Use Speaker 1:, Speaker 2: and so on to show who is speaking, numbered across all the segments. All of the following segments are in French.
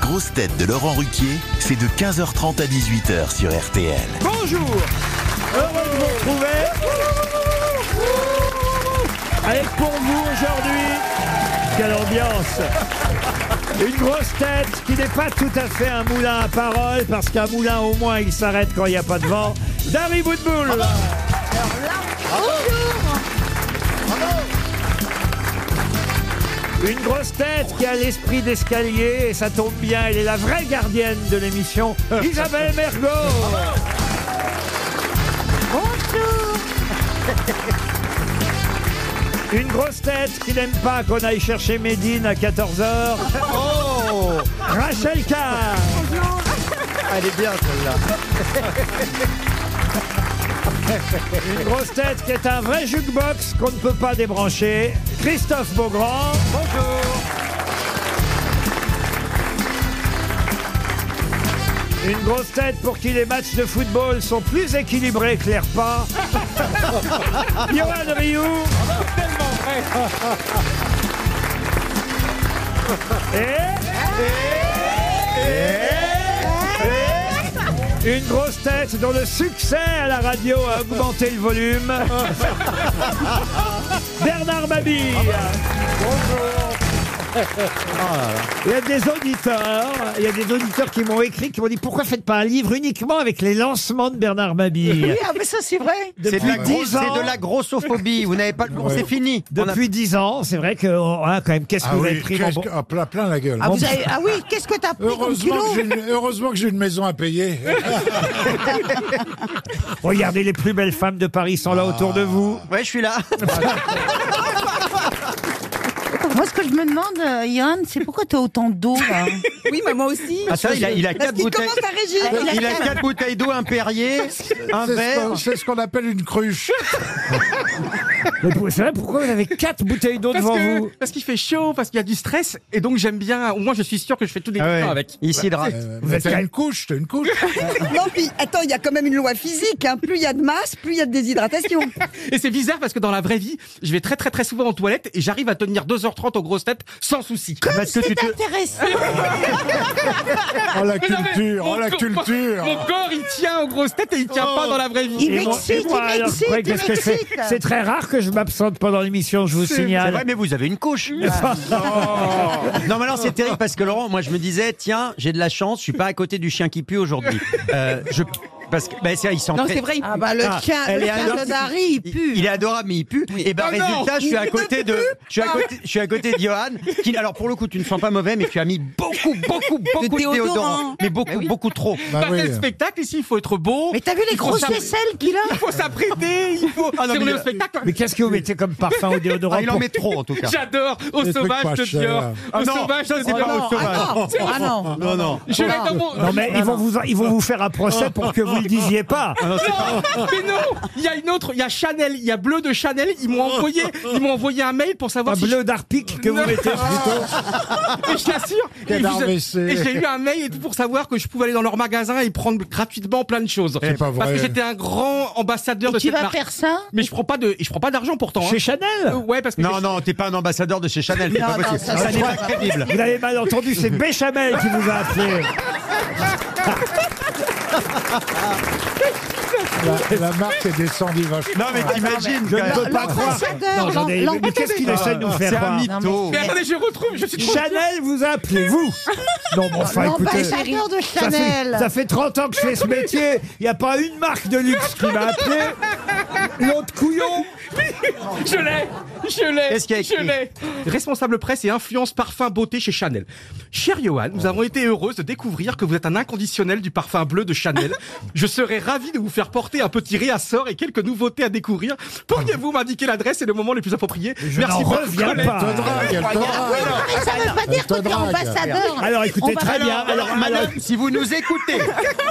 Speaker 1: grosses têtes de Laurent Ruquier, c'est de 15h30 à 18h sur RTL.
Speaker 2: Bonjour Heureux de vous retrouver avec pour vous aujourd'hui, quelle ambiance Une grosse tête qui n'est pas tout à fait un moulin à parole, parce qu'un moulin au moins il s'arrête quand il n'y a pas de vent, Dari Boudboul Une grosse tête qui a l'esprit d'escalier, et ça tombe bien, elle est la vraie gardienne de l'émission, Isabelle Mergot Une grosse tête qui n'aime pas qu'on aille chercher Médine à 14h. Rachel Carr
Speaker 3: Oh. Elle est bien celle-là.
Speaker 2: Une grosse tête qui est un vrai jukebox qu'on ne peut pas débrancher. Christophe Beaugrand. Bonjour Une grosse tête pour qui les matchs de football sont plus équilibrés que les repas. Johan Rioux. Et, et- une grosse tête dont le succès à la radio a augmenté le volume. Bernard Mabille. Il y a des auditeurs, il y a des auditeurs qui m'ont écrit, qui m'ont dit pourquoi faites pas un livre uniquement avec les lancements de Bernard Mabille.
Speaker 4: Oui, ah, mais ça c'est vrai.
Speaker 3: C'est de, la
Speaker 2: Depuis
Speaker 3: gros-
Speaker 2: 10 ans.
Speaker 3: c'est de la grossophobie. Vous n'avez pas le bon, c'est fini. On a-
Speaker 2: Depuis dix ans, c'est vrai que oh, ah, quand même, qu'est-ce que
Speaker 5: Ah
Speaker 2: vous avez
Speaker 5: oui,
Speaker 2: pris
Speaker 5: qu'est-ce
Speaker 2: mon
Speaker 5: que-
Speaker 2: bon-
Speaker 5: ah, plein, plein la gueule.
Speaker 4: Ah, vous avez- ah oui, qu'est-ce que t'as pris comme
Speaker 5: heureusement,
Speaker 4: kilo
Speaker 5: que j'ai une, heureusement que j'ai une maison à payer.
Speaker 2: Regardez les plus belles femmes de Paris sont
Speaker 5: Ah.
Speaker 2: là autour de vous.
Speaker 3: Ouais, je suis là.
Speaker 6: Moi, ce que je me demande, euh, Yann, c'est pourquoi t'as autant d'eau, là
Speaker 4: Oui, mais moi aussi.
Speaker 3: Ah, ça, il a, il a quatre bouteilles.
Speaker 4: commence à régir.
Speaker 3: Il a quatre bouteilles d'eau, un Perrier, un
Speaker 5: C'est ce
Speaker 3: verre.
Speaker 5: qu'on- C'est ce qu'on appelle une cruche.
Speaker 2: Mais pour- c'est vrai, pourquoi vous avez quatre bouteilles d'eau
Speaker 7: Parce
Speaker 2: devant
Speaker 7: que-
Speaker 2: vous
Speaker 7: Parce qu'il fait chaud, parce qu'il y a du stress, et donc j'aime bien. Au moins, je suis sûr que je fais tous les efforts avec.
Speaker 3: Il s'hydrate.
Speaker 5: Euh,
Speaker 2: Vous
Speaker 5: mais
Speaker 2: êtes
Speaker 5: t'as
Speaker 2: calme.
Speaker 5: une couche, t'as une couche.
Speaker 4: Non, puis attends, il y a quand même une loi physique. hein. Plus il y a de masse, plus il y a de déshydratation.
Speaker 7: Et c'est bizarre parce que dans la vraie vie, je vais très très très souvent en toilette et j'arrive à tenir 2h30 aux grosses têtes sans souci.
Speaker 3: Parce que tu te-
Speaker 6: Intéressant
Speaker 5: Oh
Speaker 7: Mais non,
Speaker 5: la
Speaker 7: mais
Speaker 5: culture,
Speaker 7: mon
Speaker 5: oh la
Speaker 7: corps-
Speaker 5: culture.
Speaker 7: Mon corps, il tient aux grosses têtes et il tient pas
Speaker 2: Oh.
Speaker 7: dans la vraie vie.
Speaker 6: Il
Speaker 2: Et moi-
Speaker 6: m'excite,
Speaker 2: et moi,
Speaker 6: il
Speaker 2: alors,
Speaker 6: m'excite,
Speaker 2: ouais,
Speaker 6: il
Speaker 2: qu'est-ce que c'est
Speaker 6: m'excite.
Speaker 2: C'est très rare que je m'absente pendant l'émission, je vous
Speaker 3: C'est
Speaker 2: signale.
Speaker 3: vrai, mais vous avez une couche. Non, mais alors c'est terrible parce que Laurent, moi je me disais, tiens, j'ai de la chance, je suis pas à côté du chien qui pue aujourd'hui. Euh, je parce que ben c'est il sent
Speaker 7: Non,
Speaker 3: très-
Speaker 7: c'est vrai. il-
Speaker 4: Ah bah le
Speaker 3: Ah,
Speaker 4: chien,
Speaker 3: elle
Speaker 4: le
Speaker 3: est
Speaker 4: chien
Speaker 3: adorable.
Speaker 4: de Dari, il
Speaker 3: Il-
Speaker 4: pue.
Speaker 3: Il est adorable, mais il pue. Et ben
Speaker 7: Oh non
Speaker 3: résultat, je suis à côté de, je suis à
Speaker 4: Ah.
Speaker 3: côté, je suis à côté de Johan. Qui, alors pour le coup, tu ne sens pas mauvais, mais tu as mis beaucoup, beaucoup, beaucoup de déodorant,
Speaker 4: déodorant.
Speaker 3: mais beaucoup, beaucoup trop.
Speaker 5: Bah
Speaker 7: Parfait
Speaker 5: oui.
Speaker 7: le spectacle ici, il faut être beau.
Speaker 4: Mais t'as vu les
Speaker 7: il faut
Speaker 4: grosses
Speaker 7: s'appr-
Speaker 4: aisselles qu'il a
Speaker 7: Il faut s'apprêter, il faut.
Speaker 3: Ah non,
Speaker 7: Sur
Speaker 3: mais
Speaker 7: le
Speaker 3: il-
Speaker 7: spectacle.
Speaker 2: Mais qu'est-ce que vous mettez comme parfum au déodorant
Speaker 3: Ah, il en
Speaker 2: pour-
Speaker 3: met trop en tout cas.
Speaker 7: J'adore au
Speaker 5: Des trucs pas
Speaker 7: sauvage de
Speaker 5: chers.
Speaker 7: Dior.
Speaker 3: Ah
Speaker 7: Au
Speaker 3: non,
Speaker 7: sauvage
Speaker 3: ça,
Speaker 7: de
Speaker 2: Oh,
Speaker 3: c'est pas
Speaker 7: Dior.
Speaker 3: au sauvage.
Speaker 4: Ah non, ah non.
Speaker 3: Non, non.
Speaker 7: Je vais dans mon.
Speaker 2: Non mais ils vont vous ils vont vous faire un procès pour que vous le disiez pas.
Speaker 3: Ah
Speaker 7: Non, mais non Il y a une autre, il y a Chanel, il y a Bleu de Chanel, ils m'ont envoyé, ils m'ont envoyé un mail pour
Speaker 2: Un
Speaker 7: savoir si
Speaker 2: bleu d'arpic que vous
Speaker 7: Non.
Speaker 2: mettez.
Speaker 7: je, et je l'assure. Et,
Speaker 5: Quel
Speaker 7: vous-
Speaker 5: RBC.
Speaker 7: et j'ai eu un mail et tout pour savoir que je pouvais aller dans leur magasin et prendre gratuitement plein de choses.
Speaker 5: C'est pas
Speaker 7: Parce
Speaker 5: vrai.
Speaker 7: que j'étais un grand ambassadeur de
Speaker 6: Tu
Speaker 7: cette
Speaker 6: vas
Speaker 7: marque.
Speaker 6: faire ça
Speaker 7: Mais je prends pas de, et je prends pas d'argent pourtant. hein.
Speaker 2: Chez Chanel.
Speaker 7: Euh, Ouais, parce que
Speaker 3: Non,
Speaker 7: j'ai-
Speaker 3: non, t'es pas un ambassadeur de chez Chanel, c'est
Speaker 4: Non,
Speaker 3: pas
Speaker 4: non,
Speaker 3: possible.
Speaker 4: ça,
Speaker 3: Ça
Speaker 4: c'est
Speaker 3: n'est
Speaker 4: pas
Speaker 3: pas crédible.
Speaker 2: Vous l'avez mal entendu, c'est Béchamel qui vous a appelé.
Speaker 5: La, la marque est descendue vachement.
Speaker 3: Non, mais t'imagines,
Speaker 2: Je
Speaker 3: quand
Speaker 2: ne
Speaker 3: même.
Speaker 2: peux pas croire.
Speaker 6: L'ambassadeur,
Speaker 2: Non, j'en ai-
Speaker 6: l'am-
Speaker 2: mais qu'est-ce qu'il essaie de nous
Speaker 3: c'est
Speaker 2: faire hein
Speaker 3: un
Speaker 2: croire
Speaker 3: mytho.
Speaker 7: Mais attendez, je retrouve, je suis trop
Speaker 2: Chanel vous a appelé, vous Non, bon, enfin, écoutez.
Speaker 6: L'ambassadeur de
Speaker 2: Ça
Speaker 6: Chanel
Speaker 2: fait, ça fait 30 ans que je fais ce métier. Il n'y a pas une marque de luxe qui m'a appelé. L'autre couillon.
Speaker 7: Je l'ai Je l'ai
Speaker 3: Qu'est-ce qu'il y a écrit
Speaker 7: Je l'ai Responsable presse et influence parfum beauté chez Chanel. Cher Johan, nous avons été heureuses de découvrir que vous êtes un inconditionnel du parfum bleu de Chanel. Je serais ravi de vous faire porter un petit réassort et quelques nouveautés à découvrir. Pourriez-vous m'indiquer l'adresse et le moment le plus approprié
Speaker 2: Je n'en
Speaker 7: beaucoup,
Speaker 2: reviens
Speaker 7: collègue.
Speaker 5: Elle te
Speaker 2: pas.
Speaker 5: drague, elle te drague.
Speaker 6: Mais ça veut pas dire que t'es
Speaker 5: drague.
Speaker 6: ambassadeur
Speaker 2: Alors
Speaker 6: On
Speaker 2: écoutez,
Speaker 6: va-
Speaker 2: très bien.
Speaker 3: Alors,
Speaker 2: Alors, alors,
Speaker 3: madame, si vous nous écoutez,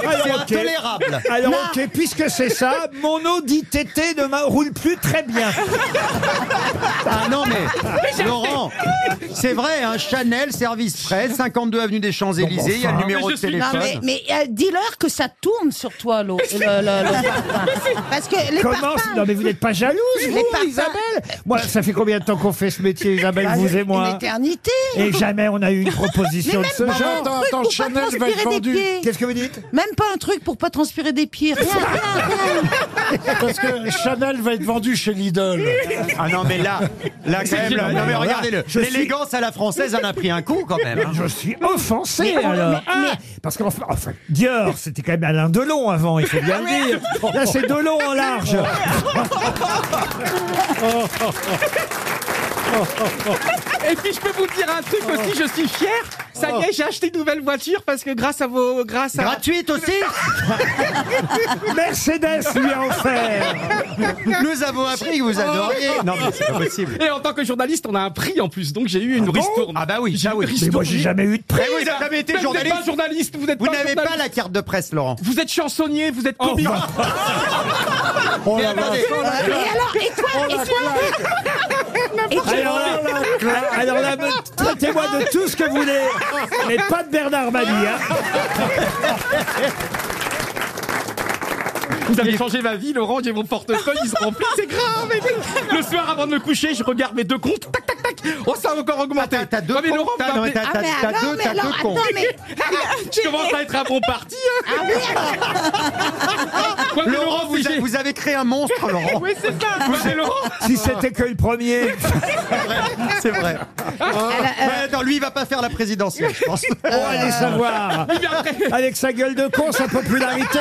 Speaker 2: alors,
Speaker 3: c'est
Speaker 2: ok.
Speaker 3: intolérable.
Speaker 2: Alors, ok, puisque c'est ça, mon Audi TT ne m'a- roule plus très bien.
Speaker 3: Ah non, mais Laurent, c'est vrai, hein, Chanel, service presse, 52 avenue des Champs-Élysées, il y a le numéro
Speaker 7: Mais
Speaker 3: de
Speaker 7: je suis-
Speaker 8: Non,
Speaker 3: téléphone.
Speaker 8: mais, mais, euh, dis-leur que ça tourne sur toi, l'eau. le- le- le parfum. Parce que les
Speaker 2: Comment
Speaker 8: parfums...
Speaker 2: Non, mais vous n'êtes pas jalouse,
Speaker 8: Les
Speaker 2: vous,
Speaker 8: parfums. Ah,
Speaker 2: Isabelle Moi, ça fait combien de temps qu'on fait ce métier, Isabelle, vous et
Speaker 8: Une
Speaker 2: moi
Speaker 8: éternité
Speaker 2: Et jamais on a eu une
Speaker 8: Mais
Speaker 2: proposition de
Speaker 8: même
Speaker 2: ce
Speaker 8: pas
Speaker 2: genre.
Speaker 8: un
Speaker 5: Attends,
Speaker 8: truc
Speaker 5: attends,
Speaker 8: pour
Speaker 5: Chanel
Speaker 8: pas
Speaker 5: va être
Speaker 8: transpirer des
Speaker 5: vendu.
Speaker 8: pieds.
Speaker 2: Qu'est-ce que vous dites
Speaker 8: Même pas un truc pour pas transpirer des pieds. Rien, rien, rien.
Speaker 5: Parce que Chanel va être vendu chez Lidl.
Speaker 3: Ah non, mais là, là quand même, là, non, mais regardez-le.
Speaker 2: Je suis-
Speaker 3: L'élégance à la française en a pris un coup quand même. hein.
Speaker 2: Je suis offensé
Speaker 8: Mais on-
Speaker 2: alors.
Speaker 8: mais-
Speaker 2: Ah, parce qu'enfin, enfin, Dior, c'était quand même Alain Delon avant, il faut bien le dire. Là, c'est Delon en large.
Speaker 7: Et puis je peux vous dire un truc aussi, je suis fier. Ça y est, j'ai acheté une nouvelle voiture parce que grâce à vos, grâce à.
Speaker 3: Gratuite aussi
Speaker 2: Mercedes lui a offert.
Speaker 3: Nous avons appris que vous adoriez. Non, mais c'est pas possible.
Speaker 7: Et en tant que journaliste, on a un prix en plus, donc j'ai eu une ristourne.
Speaker 3: Ah bah oui,
Speaker 7: J'ai
Speaker 3: ah
Speaker 7: une
Speaker 3: oui.
Speaker 2: Mais
Speaker 7: ristourne.
Speaker 2: moi, j'ai jamais eu de prix.
Speaker 3: Mais vous avez été
Speaker 7: Mais vous n'êtes pas
Speaker 3: journaliste.
Speaker 7: journaliste, vous n'êtes
Speaker 3: Vous
Speaker 7: pas
Speaker 3: n'avez
Speaker 7: journaliste.
Speaker 3: pas la carte de presse, Laurent. bah.
Speaker 7: Vous êtes chansonnier, vous êtes comique.
Speaker 5: Oh
Speaker 3: Oh Mais
Speaker 5: la vache.
Speaker 3: attendez,
Speaker 8: Et alors, et toi, et toi,
Speaker 2: Alors là, alors là, me- traitez-moi de tout ce que vous voulez, mais pas de Bernard Mabie. hein.
Speaker 7: Vous avez changé ma vie, Laurent, j'ai mon portefeuille, il se remplit, c'est grave. mais oui. Le soir, avant de me coucher, je regarde mes deux comptes, tac, tac, tac. Oh, ça a encore augmenté.
Speaker 3: t'as- t'as deux
Speaker 7: Ah, mais Laurent,
Speaker 3: comptes,
Speaker 7: vous
Speaker 3: t'as- non,
Speaker 7: m'appelez-
Speaker 3: mais t'as-
Speaker 8: Ah,
Speaker 3: t'as-
Speaker 8: mais
Speaker 3: t'as
Speaker 8: alors,
Speaker 3: deux-
Speaker 8: mais
Speaker 3: t'as deux
Speaker 8: alors,
Speaker 3: cons.
Speaker 8: attends, mais...
Speaker 7: je commence à être un bon parti. hein.
Speaker 8: Ah oui, alors,
Speaker 7: Quoi que
Speaker 3: Laurent,
Speaker 7: Laurent,
Speaker 3: vous,
Speaker 7: si
Speaker 3: a-
Speaker 7: j'ai-
Speaker 3: vous avez créé un monstre, Laurent.
Speaker 7: Oui, c'est ça. Quoi que Laurent,
Speaker 2: Si c'était que le premier.
Speaker 3: C'est vrai. Ouais, attends, lui, il va pas faire la présidentielle, je pense.
Speaker 2: On
Speaker 3: Euh,
Speaker 2: va aller savoir. Avec sa gueule de con, sa popularité.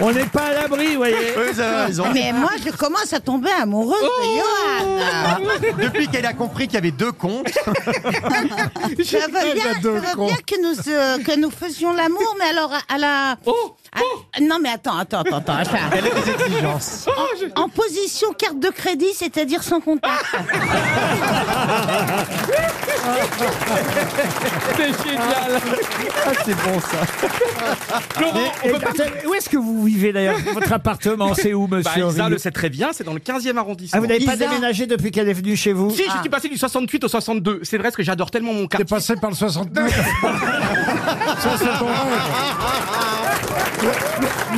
Speaker 2: On n'est pas à l'abri, vous voyez.
Speaker 3: Eux, ils avaient raison.
Speaker 8: mais moi, je commence à tomber amoureuse de Johan.
Speaker 3: Depuis qu'elle a compris qu'il y avait deux comptes,
Speaker 8: Je veux bien, je veux bien que, nous, euh, que nous faisions l'amour, mais alors à, à la...
Speaker 7: Oh,
Speaker 8: à- non, mais attends, attends, attends, attends. attends.
Speaker 3: elle a des exigences.
Speaker 7: oh, je-
Speaker 8: En position carte de crédit, c'est-à-dire sans contact.
Speaker 7: c'est génial.
Speaker 3: Ah, c'est bon, ça.
Speaker 7: Laurent,
Speaker 2: Et- attendez, où est-ce que vous vivez d'ailleurs Votre appartement, c'est où,
Speaker 7: Bah,
Speaker 2: monsieur
Speaker 7: Isa
Speaker 2: Henriot
Speaker 7: le sait très bien, c'est dans le 15e arrondissement.
Speaker 2: Ah, vous n'avez pas
Speaker 8: Isa.
Speaker 2: déménagé depuis qu'elle est venue chez vous
Speaker 7: Si, je
Speaker 8: Ah.
Speaker 7: suis passé du 68 au 62. C'est vrai, parce que j'adore tellement mon
Speaker 5: T'es
Speaker 7: quartier.
Speaker 5: passé par le 69. Ça, c'est ton rêve.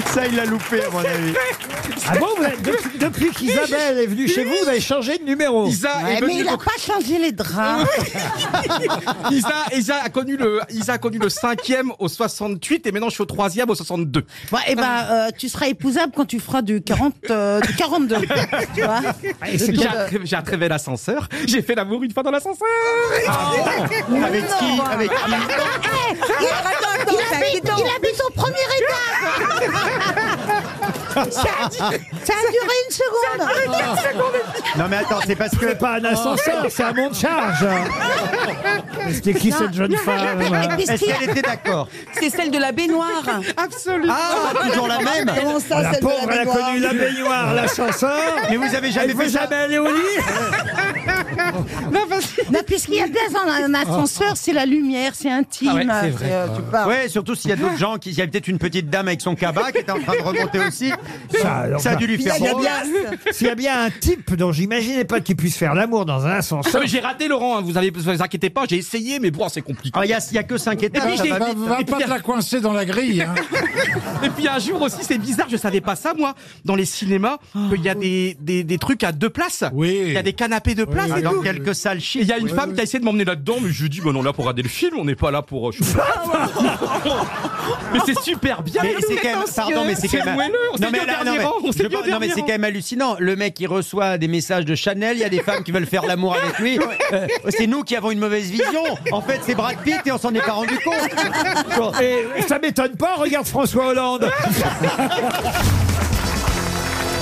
Speaker 3: Ça, il l'a loupé, à mon avis.
Speaker 2: Ah bon vous avez- Depuis, depuis qu'Isabelle est venue chez vous, vous avez changé de numéro.
Speaker 7: Isa,
Speaker 8: Ouais, mais
Speaker 7: est venue
Speaker 8: il a
Speaker 7: donc-
Speaker 8: pas changé les draps.
Speaker 7: Isa, Isa a connu le, Isa a connu le cinquième au 68 et maintenant je suis au troisième au 62.
Speaker 8: Bon, eh ben, euh, tu seras épousable quand tu feras du 40, euh, du 42. tu vois
Speaker 2: Et c'est
Speaker 7: J'ai
Speaker 2: quoi-
Speaker 7: attré- j'ai attrêvé l'ascenseur. J'ai fait l'amour une fois dans l'ascenseur.
Speaker 3: Ah,
Speaker 8: Ah.
Speaker 3: Avec qui
Speaker 7: Ah, bah, eh,
Speaker 3: Ah, Avec qui
Speaker 9: Il- attends, attends,
Speaker 8: il,
Speaker 9: c'est
Speaker 8: habite,
Speaker 9: inquiétant.
Speaker 8: il habite au premier étage. ça, a, ça a duré une seconde.
Speaker 3: Non, mais attends, c'est parce que.
Speaker 2: C'est pas un ascenseur, c'est un monte-charge. C'était qui cette jeune femme
Speaker 8: Et puis, ce
Speaker 3: Est-ce
Speaker 8: qui-
Speaker 3: qu'elle était d'accord
Speaker 10: C'est celle de la baignoire.
Speaker 7: Absolument.
Speaker 3: Ah, toujours la même
Speaker 9: Comment ça,
Speaker 2: Oh, La
Speaker 9: celle de
Speaker 2: pauvre,
Speaker 9: la
Speaker 2: elle a
Speaker 9: baignoire
Speaker 2: connu la baignoire, l'ascenseur.
Speaker 3: Mais vous avez jamais
Speaker 2: Elle veut
Speaker 3: fait ça
Speaker 2: jamais aller au lit.
Speaker 8: Non, puis ce qu'il y a bien dans un ascenseur, c'est la lumière, c'est intime.
Speaker 7: Ah ouais, c'est vrai.
Speaker 8: euh, tu parles.
Speaker 3: Ouais, surtout s'il y a d'autres gens qui. Il y a peut-être une petite dame avec son cabas qui était en train de remonter aussi.
Speaker 2: Ça, alors,
Speaker 3: Ça a dû lui
Speaker 9: Il y
Speaker 3: faire
Speaker 9: a
Speaker 3: mal.
Speaker 9: bien-
Speaker 2: S'il y a bien un type dont j'imaginais pas qu'il puisse faire l'amour dans un ascenseur.
Speaker 7: J'ai raté Laurent, hein. vous, avez, vous inquiétez pas, j'ai essayé, mais bon, c'est compliqué.
Speaker 3: Ah, Il n'y a, il y a que 5 étages,
Speaker 7: puis,
Speaker 3: ça
Speaker 7: j'ai-
Speaker 3: va
Speaker 5: Va,
Speaker 3: vite.
Speaker 5: va pas te la coincer dans la grille. Hein.
Speaker 7: Et puis un jour aussi, c'est bizarre, je savais pas ça, moi, dans les cinémas, qu'il y a des, des, des trucs à deux places.
Speaker 5: Oui.
Speaker 7: Il y a des canapés de place
Speaker 3: Ah,
Speaker 7: et tout.
Speaker 3: Dans quelques salles
Speaker 7: Et il
Speaker 3: chics.
Speaker 7: y a une femme qui a essayé de m'emmener là-dedans, mais je lui ai dit, bah non, là pour regarder le film, on n'est pas là pour. euh, je sais pas. mais c'est super bien.
Speaker 3: Ah, Mais c'est quand même, pardon, mais c'est quand même.
Speaker 7: Filmouez-le, on s'est
Speaker 3: Non, mais
Speaker 7: dit au
Speaker 3: là, non,
Speaker 7: dernier
Speaker 3: mais
Speaker 7: rang, on s'est
Speaker 3: je
Speaker 7: dit au
Speaker 3: pense- non, mais
Speaker 7: dernier
Speaker 3: c'est
Speaker 7: rang.
Speaker 3: quand même hallucinant. Le mec, il reçoit des messages de Chanel. Il y a des femmes qui veulent faire l'amour avec lui. Euh, c'est nous qui avons une mauvaise vision. En fait, c'est Brad Pitt et on s'en est pas rendu compte.
Speaker 2: Et ça m'étonne pas, regarde François Hollande.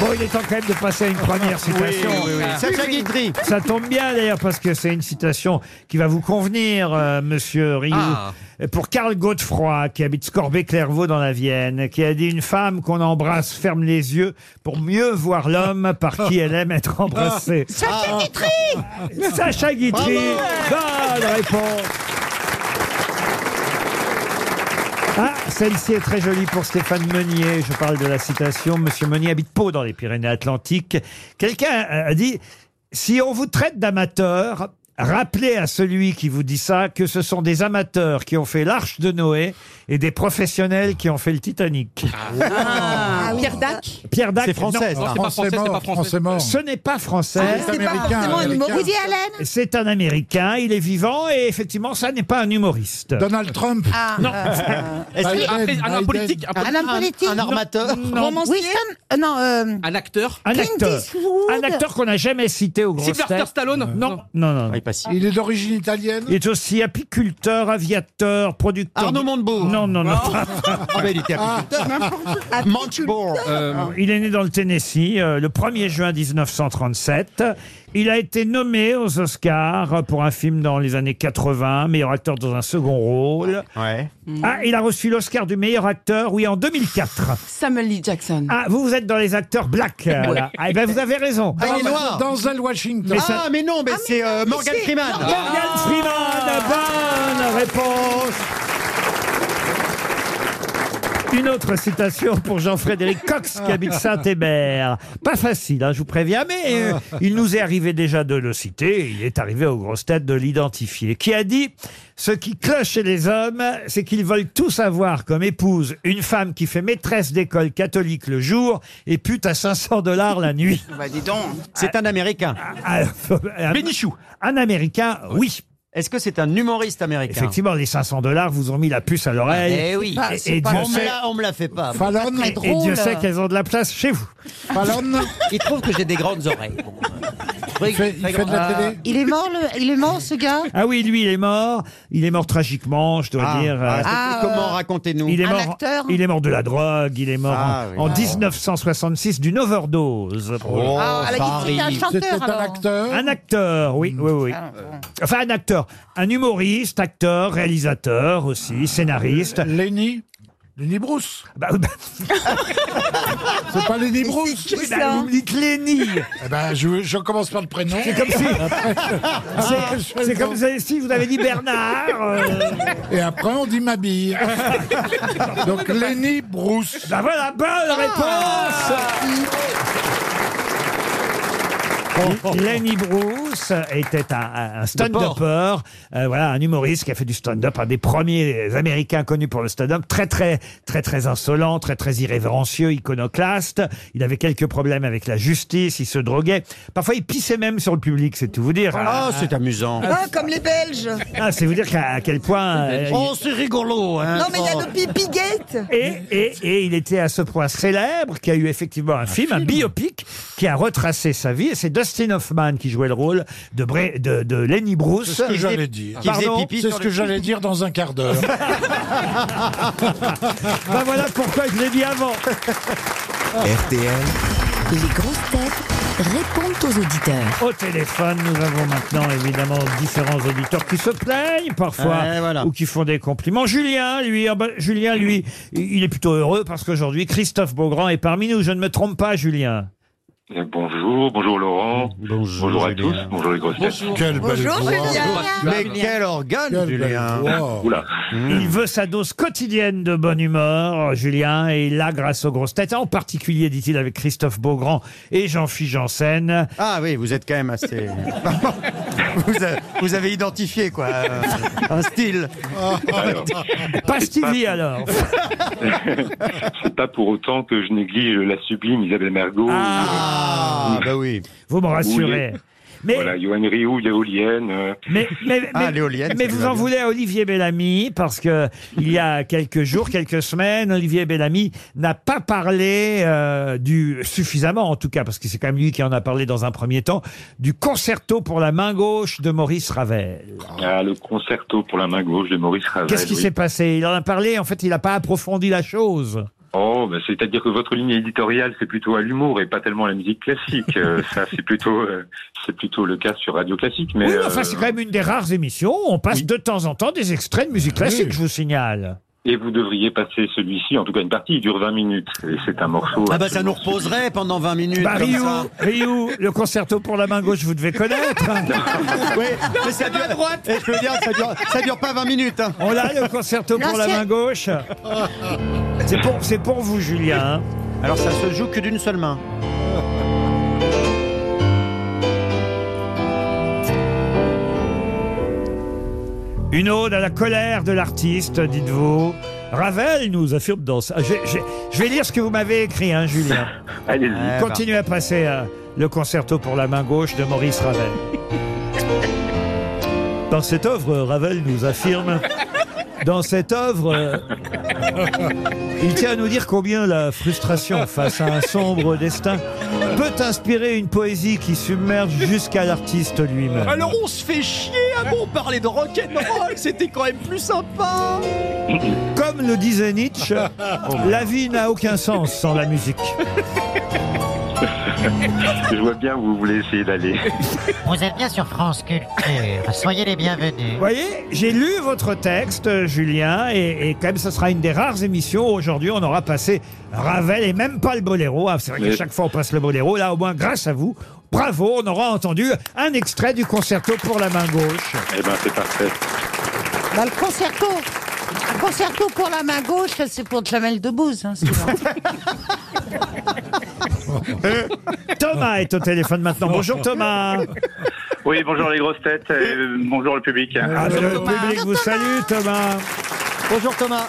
Speaker 2: Bon, il est temps quand même de passer à une première citation. Ah.
Speaker 3: Sacha Guitry.
Speaker 2: Ça tombe bien d'ailleurs parce que c'est une citation qui va vous convenir, euh, monsieur Rioux. Pour Karl Godefroy, qui habite Scorbé-Clairvaux dans la Vienne, qui a dit Une femme qu'on embrasse ferme les yeux pour mieux voir l'homme par qui elle aime être
Speaker 3: Ah.
Speaker 2: embrassée.
Speaker 8: Sacha Guitry
Speaker 2: Ah. Sacha Guitry, bonne réponse. Ah, celle-ci est très jolie pour Stéphane Meunier. Je parle de la citation. Monsieur Meunier habite Pau dans les Pyrénées-Atlantiques. Quelqu'un a a dit si on vous traite d'amateur, rappelez à celui qui vous dit ça que ce sont des amateurs qui ont fait l'arche de Noé et des professionnels qui ont fait le Titanic.
Speaker 6: Ah,
Speaker 8: Pierre Dac
Speaker 2: Pierre Dac,
Speaker 3: C'est français,
Speaker 2: non,
Speaker 3: ça.
Speaker 7: c'est pas français, c'est pas français.
Speaker 5: français mort.
Speaker 2: Ce n'est pas
Speaker 6: Ah,
Speaker 2: français.
Speaker 5: C'est américain. américain.
Speaker 6: Woody Allen
Speaker 2: C'est un Américain, il est vivant et effectivement, ça n'est pas un humoriste.
Speaker 5: Donald Trump.
Speaker 6: ah,
Speaker 7: Non.
Speaker 6: euh,
Speaker 7: Est-ce que-
Speaker 5: Biden,
Speaker 7: après, un homme
Speaker 5: Biden.
Speaker 7: politique, un, poli-
Speaker 6: Un homme politique
Speaker 3: Un armateur.
Speaker 6: Romancier Winston euh, Non, euh,
Speaker 7: un acteur,
Speaker 2: Un
Speaker 6: Clint
Speaker 2: acteur.
Speaker 6: Eastwood.
Speaker 2: Un acteur qu'on n'a jamais cité au grand
Speaker 7: Sylvester Stallone
Speaker 2: Non, non, non.
Speaker 3: Ah, il passe.
Speaker 5: Euh, Il est d'origine italienne.
Speaker 2: Il est aussi apiculteur, aviateur, producteur.
Speaker 3: Arnaud
Speaker 2: de-
Speaker 3: Montebourg.
Speaker 2: Non, non, non.
Speaker 3: Ah, bah, il était apiculteur. Munchbourg.
Speaker 7: Euh,
Speaker 2: Ah. Il est né dans le Tennessee euh, le 1er juin 1937. Il a été nommé aux Oscars pour un film dans les années 80, meilleur acteur dans un second rôle.
Speaker 3: Ouais.
Speaker 2: Ah, il a reçu l'Oscar du meilleur acteur, oui, en 2004.
Speaker 8: Samuel Lee Jackson.
Speaker 2: Ah, vous, vous êtes dans les acteurs black. euh, là. Ah, eh ben, vous avez raison.
Speaker 3: Ah, il est noir.
Speaker 5: Denzel Washington.
Speaker 2: Mais
Speaker 3: Ah,
Speaker 2: ça-
Speaker 3: mais non, mais c'est euh, Morgan Freeman.
Speaker 2: Morgan Freeman, Ah. bonne réponse. Une autre citation pour Jean-Frédéric Cox qui habite Saint-Hébert. Pas facile, hein, je vous préviens, mais euh, il nous est arrivé déjà de le citer, il est arrivé aux grosses têtes de l'identifier, qui a dit « Ce qui cloche chez les hommes, c'est qu'ils veulent tous avoir comme épouse une femme qui fait maîtresse d'école catholique le jour et pute à 500 dollars la nuit.
Speaker 8: Bah dis donc.
Speaker 3: C'est un américain.
Speaker 2: Ah, un-
Speaker 7: Bénichou.
Speaker 2: Un Américain, oui.
Speaker 3: Est-ce que c'est un humoriste américain
Speaker 2: Effectivement, les 500 dollars vous ont mis la puce à l'oreille.
Speaker 3: Eh oui.
Speaker 4: Bah,
Speaker 2: Ah ben Et-
Speaker 4: c'est
Speaker 2: et
Speaker 4: pas-
Speaker 2: Dieu
Speaker 3: On me,
Speaker 2: sait-
Speaker 3: la, on me la fait pas.
Speaker 5: Fallon.
Speaker 4: Très
Speaker 2: et Dieu
Speaker 4: drôle.
Speaker 2: sait qu'elles ont de la place chez vous.
Speaker 5: Fallon.
Speaker 3: Il trouve que j'ai des grandes oreilles. Bon. euh,
Speaker 5: Il fait, il fait de la télé.
Speaker 6: il est mort, le- il est mort ce gars
Speaker 2: Ah oui, lui, il est mort. Il est mort tragiquement, je dois
Speaker 3: Ah,
Speaker 2: dire.
Speaker 3: ah,
Speaker 2: Euh,
Speaker 3: c'est-
Speaker 6: Ah,
Speaker 3: comment
Speaker 6: euh,
Speaker 3: racontez-nous
Speaker 2: il est
Speaker 6: Un
Speaker 2: mort.
Speaker 6: acteur
Speaker 2: Il est mort de la drogue. Il est mort
Speaker 3: Ah,
Speaker 2: en,
Speaker 3: oui.
Speaker 2: en
Speaker 3: Ah.
Speaker 2: 1966 d'une overdose.
Speaker 3: Oh,
Speaker 6: Ah, à la
Speaker 3: ça
Speaker 6: guitare, il y a un
Speaker 3: arrive.
Speaker 6: chanteur,
Speaker 5: C'était un
Speaker 6: alors. Ah,
Speaker 5: acteur.
Speaker 2: Un acteur, oui, oui, oui. Enfin, un acteur, un humoriste, acteur, réalisateur aussi, scénariste.
Speaker 5: Lenny. Lenny Bruce.
Speaker 2: Bah, bah,
Speaker 5: C'est pas Lenny
Speaker 4: Mais c'est
Speaker 5: Bruce.
Speaker 4: qui, ça
Speaker 2: bah, vous me dites Lenny.
Speaker 5: Eh ben, je, je commence par le prénom.
Speaker 2: C'est comme si. c'est- C'est comme si- si vous avez dit Bernard. euh,
Speaker 5: Et après, on dit ma bille. Donc, Lenny Bruce.
Speaker 2: Bah voilà, bonne réponse Lenny Bruce était un, un stand-upper, euh, voilà, un humoriste qui a fait du stand-up, un des premiers Américains connus pour le stand-up, très très très très insolent, très très irrévérencieux, iconoclaste. Il avait quelques problèmes avec la justice, il se droguait, parfois il pissait même sur le public, c'est tout vous dire. hein.
Speaker 3: Ah, c'est amusant.
Speaker 4: Ah, comme les Belges.
Speaker 2: Ah, c'est vous dire qu'à- à quel point. euh, il-
Speaker 3: Oh, c'est rigolo. Hein,
Speaker 4: Non, mais il y
Speaker 3: Oh.
Speaker 4: a le pipi gate.
Speaker 2: Et, et, et il était à ce point célèbre qu'il y a eu effectivement un, film, un biopic, qui a retracé sa vie. Et c'est Dustin Hoffman qui jouait le rôle de, Bra- de, de Lenny Bruce.
Speaker 5: C'est ce que
Speaker 3: Il
Speaker 5: j'allais
Speaker 3: faisait-
Speaker 5: dire.
Speaker 3: Qui faisait
Speaker 2: Pardon,
Speaker 3: pipi
Speaker 5: C'est
Speaker 3: sur
Speaker 5: ce
Speaker 3: le-
Speaker 5: que j'allais dire dans un quart d'heure.
Speaker 2: Ben voilà pourquoi je l'ai dit avant.
Speaker 1: RTL,
Speaker 11: Les grosses têtes répondent aux auditeurs.
Speaker 2: Au téléphone, nous avons maintenant évidemment différents auditeurs qui se plaignent parfois
Speaker 3: Ouais, Eh, voilà.
Speaker 2: ou qui font des compliments. Julien, lui, ah ben, Julien, lui, il est plutôt heureux parce qu'aujourd'hui Christophe Beaugrand est parmi nous. Je ne me trompe pas, Julien.
Speaker 12: Eh, Bonjour, bonjour Laurent.
Speaker 3: Bonjour,
Speaker 12: Bonjour à tous,
Speaker 3: Julien.
Speaker 12: bonjour les grosses têtes.
Speaker 5: Quelle belle
Speaker 4: Bonjour,
Speaker 5: voix.
Speaker 4: Julien.
Speaker 3: Mais quel organe,
Speaker 5: Quelle belle
Speaker 3: Julien.
Speaker 5: voix.
Speaker 12: Oula,
Speaker 3: Hmm.
Speaker 2: Il veut sa dose quotidienne de bonne humeur, Julien, et il l'a grâce aux grosses têtes, en particulier, dit-il, avec Christophe Beaugrand et Jean-Philippe Janssen.
Speaker 3: Ah oui, vous êtes quand même assez. vous, a- vous avez identifié, quoi. euh, un style.
Speaker 12: alors,
Speaker 2: Pas Stevie, alors
Speaker 12: c'est pas pour autant que je néglige la sublime Isabelle Mergot,
Speaker 3: Ah, bah oui.
Speaker 2: Vous me rassurez. Mais,
Speaker 12: voilà, Johan Rioux, l'éolienne. euh,
Speaker 2: mais, mais,
Speaker 3: Ah,
Speaker 2: mais-
Speaker 3: l'éolienne,
Speaker 2: mais
Speaker 3: ça lui
Speaker 2: vous
Speaker 3: va
Speaker 2: en
Speaker 3: bien.
Speaker 2: voulez à Olivier Bellamy, parce que il y a quelques jours, quelques semaines, Olivier Bellamy n'a pas parlé euh, du, suffisamment en tout cas, parce que c'est quand même lui qui en a parlé dans un premier temps, du concerto pour la main gauche de Maurice Ravel.
Speaker 12: ah, le concerto pour la main gauche de Maurice Ravel.
Speaker 2: Qu'est-ce qui
Speaker 12: oui.
Speaker 2: s'est passé Il en a parlé, en fait, il n'a pas approfondi la chose.
Speaker 12: Oh, ben, c'est-à-dire que votre ligne éditoriale, c'est plutôt à l'humour et pas tellement à la musique classique. Euh, ça, c'est plutôt, euh, c'est plutôt le cas sur Radio Classique. Mais
Speaker 2: oui, mais
Speaker 12: euh,
Speaker 3: Ah
Speaker 2: enfin, c'est quand même une des rares émissions où on passe de temps en temps des extraits de musique classique, je vous signale.
Speaker 12: Et vous devriez passer celui-ci, en tout cas une partie, il dure 20 minutes. Et c'est un morceau.
Speaker 3: Ah bah ça
Speaker 12: absolument
Speaker 3: nous reposerait pendant 20 minutes.
Speaker 2: Bah,
Speaker 3: comme
Speaker 2: Ryu,
Speaker 3: ça.
Speaker 2: Ryu, le concerto pour la main gauche, vous devez connaître.
Speaker 3: Oui, mais ça dure, Et je peux dire, ça dure, ça dure pas 20 minutes. hein.
Speaker 2: On l'a, le concerto pour la
Speaker 6: L'ancien-
Speaker 2: main gauche. C'est pour, c'est pour vous, Julien. hein.
Speaker 3: Alors ça se joue que d'une seule main.
Speaker 2: Une ode à la colère de l'artiste, dites-vous. Ravel nous affirme dans ça. Je, je- je vais lire ce que vous m'avez écrit, hein, Julien. Euh,
Speaker 12: Allez-y.
Speaker 3: Eh ben.
Speaker 2: Continuez à passer euh, le concerto pour la main gauche de Maurice Ravel. Dans cette œuvre, Ravel nous affirme. Dans cette œuvre, euh, il tient à nous dire combien la frustration face à un sombre destin peut inspirer une poésie qui submerge jusqu'à l'artiste lui-même.
Speaker 7: Alors on se fait chier, ah bon, on parlait de rock'n'roll, c'était quand même plus sympa
Speaker 2: Comme le disait Nietzsche, la vie n'a aucun sens sans la musique.
Speaker 12: Je vois bien où vous voulez essayer d'aller. Eh
Speaker 13: Vous êtes bien sur France Culture. Soyez les bienvenus.
Speaker 2: Vous voyez, j'ai lu votre texte, euh, Julien, et, et quand même, ce sera une des rares émissions. où Aujourd'hui, on aura passé Ravel et même pas le boléro. Ah, C'est vrai qu'à
Speaker 12: Mais-
Speaker 2: chaque fois, on passe le boléro. Là, au moins, grâce à vous, bravo, on aura entendu un extrait du concerto pour la main gauche.
Speaker 12: Eh ben, c'est parfait.
Speaker 6: Bah, le concerto. Le concerto pour la main gauche, ça, c'est pour Jamel Debbouze. Hein, celui-là.
Speaker 2: Thomas est au téléphone maintenant. Bonjour, Thomas.
Speaker 12: Oui, bonjour les grosses têtes, et bonjour le public.
Speaker 2: Ah, le public vous salue, Thomas.
Speaker 3: Bonjour Thomas.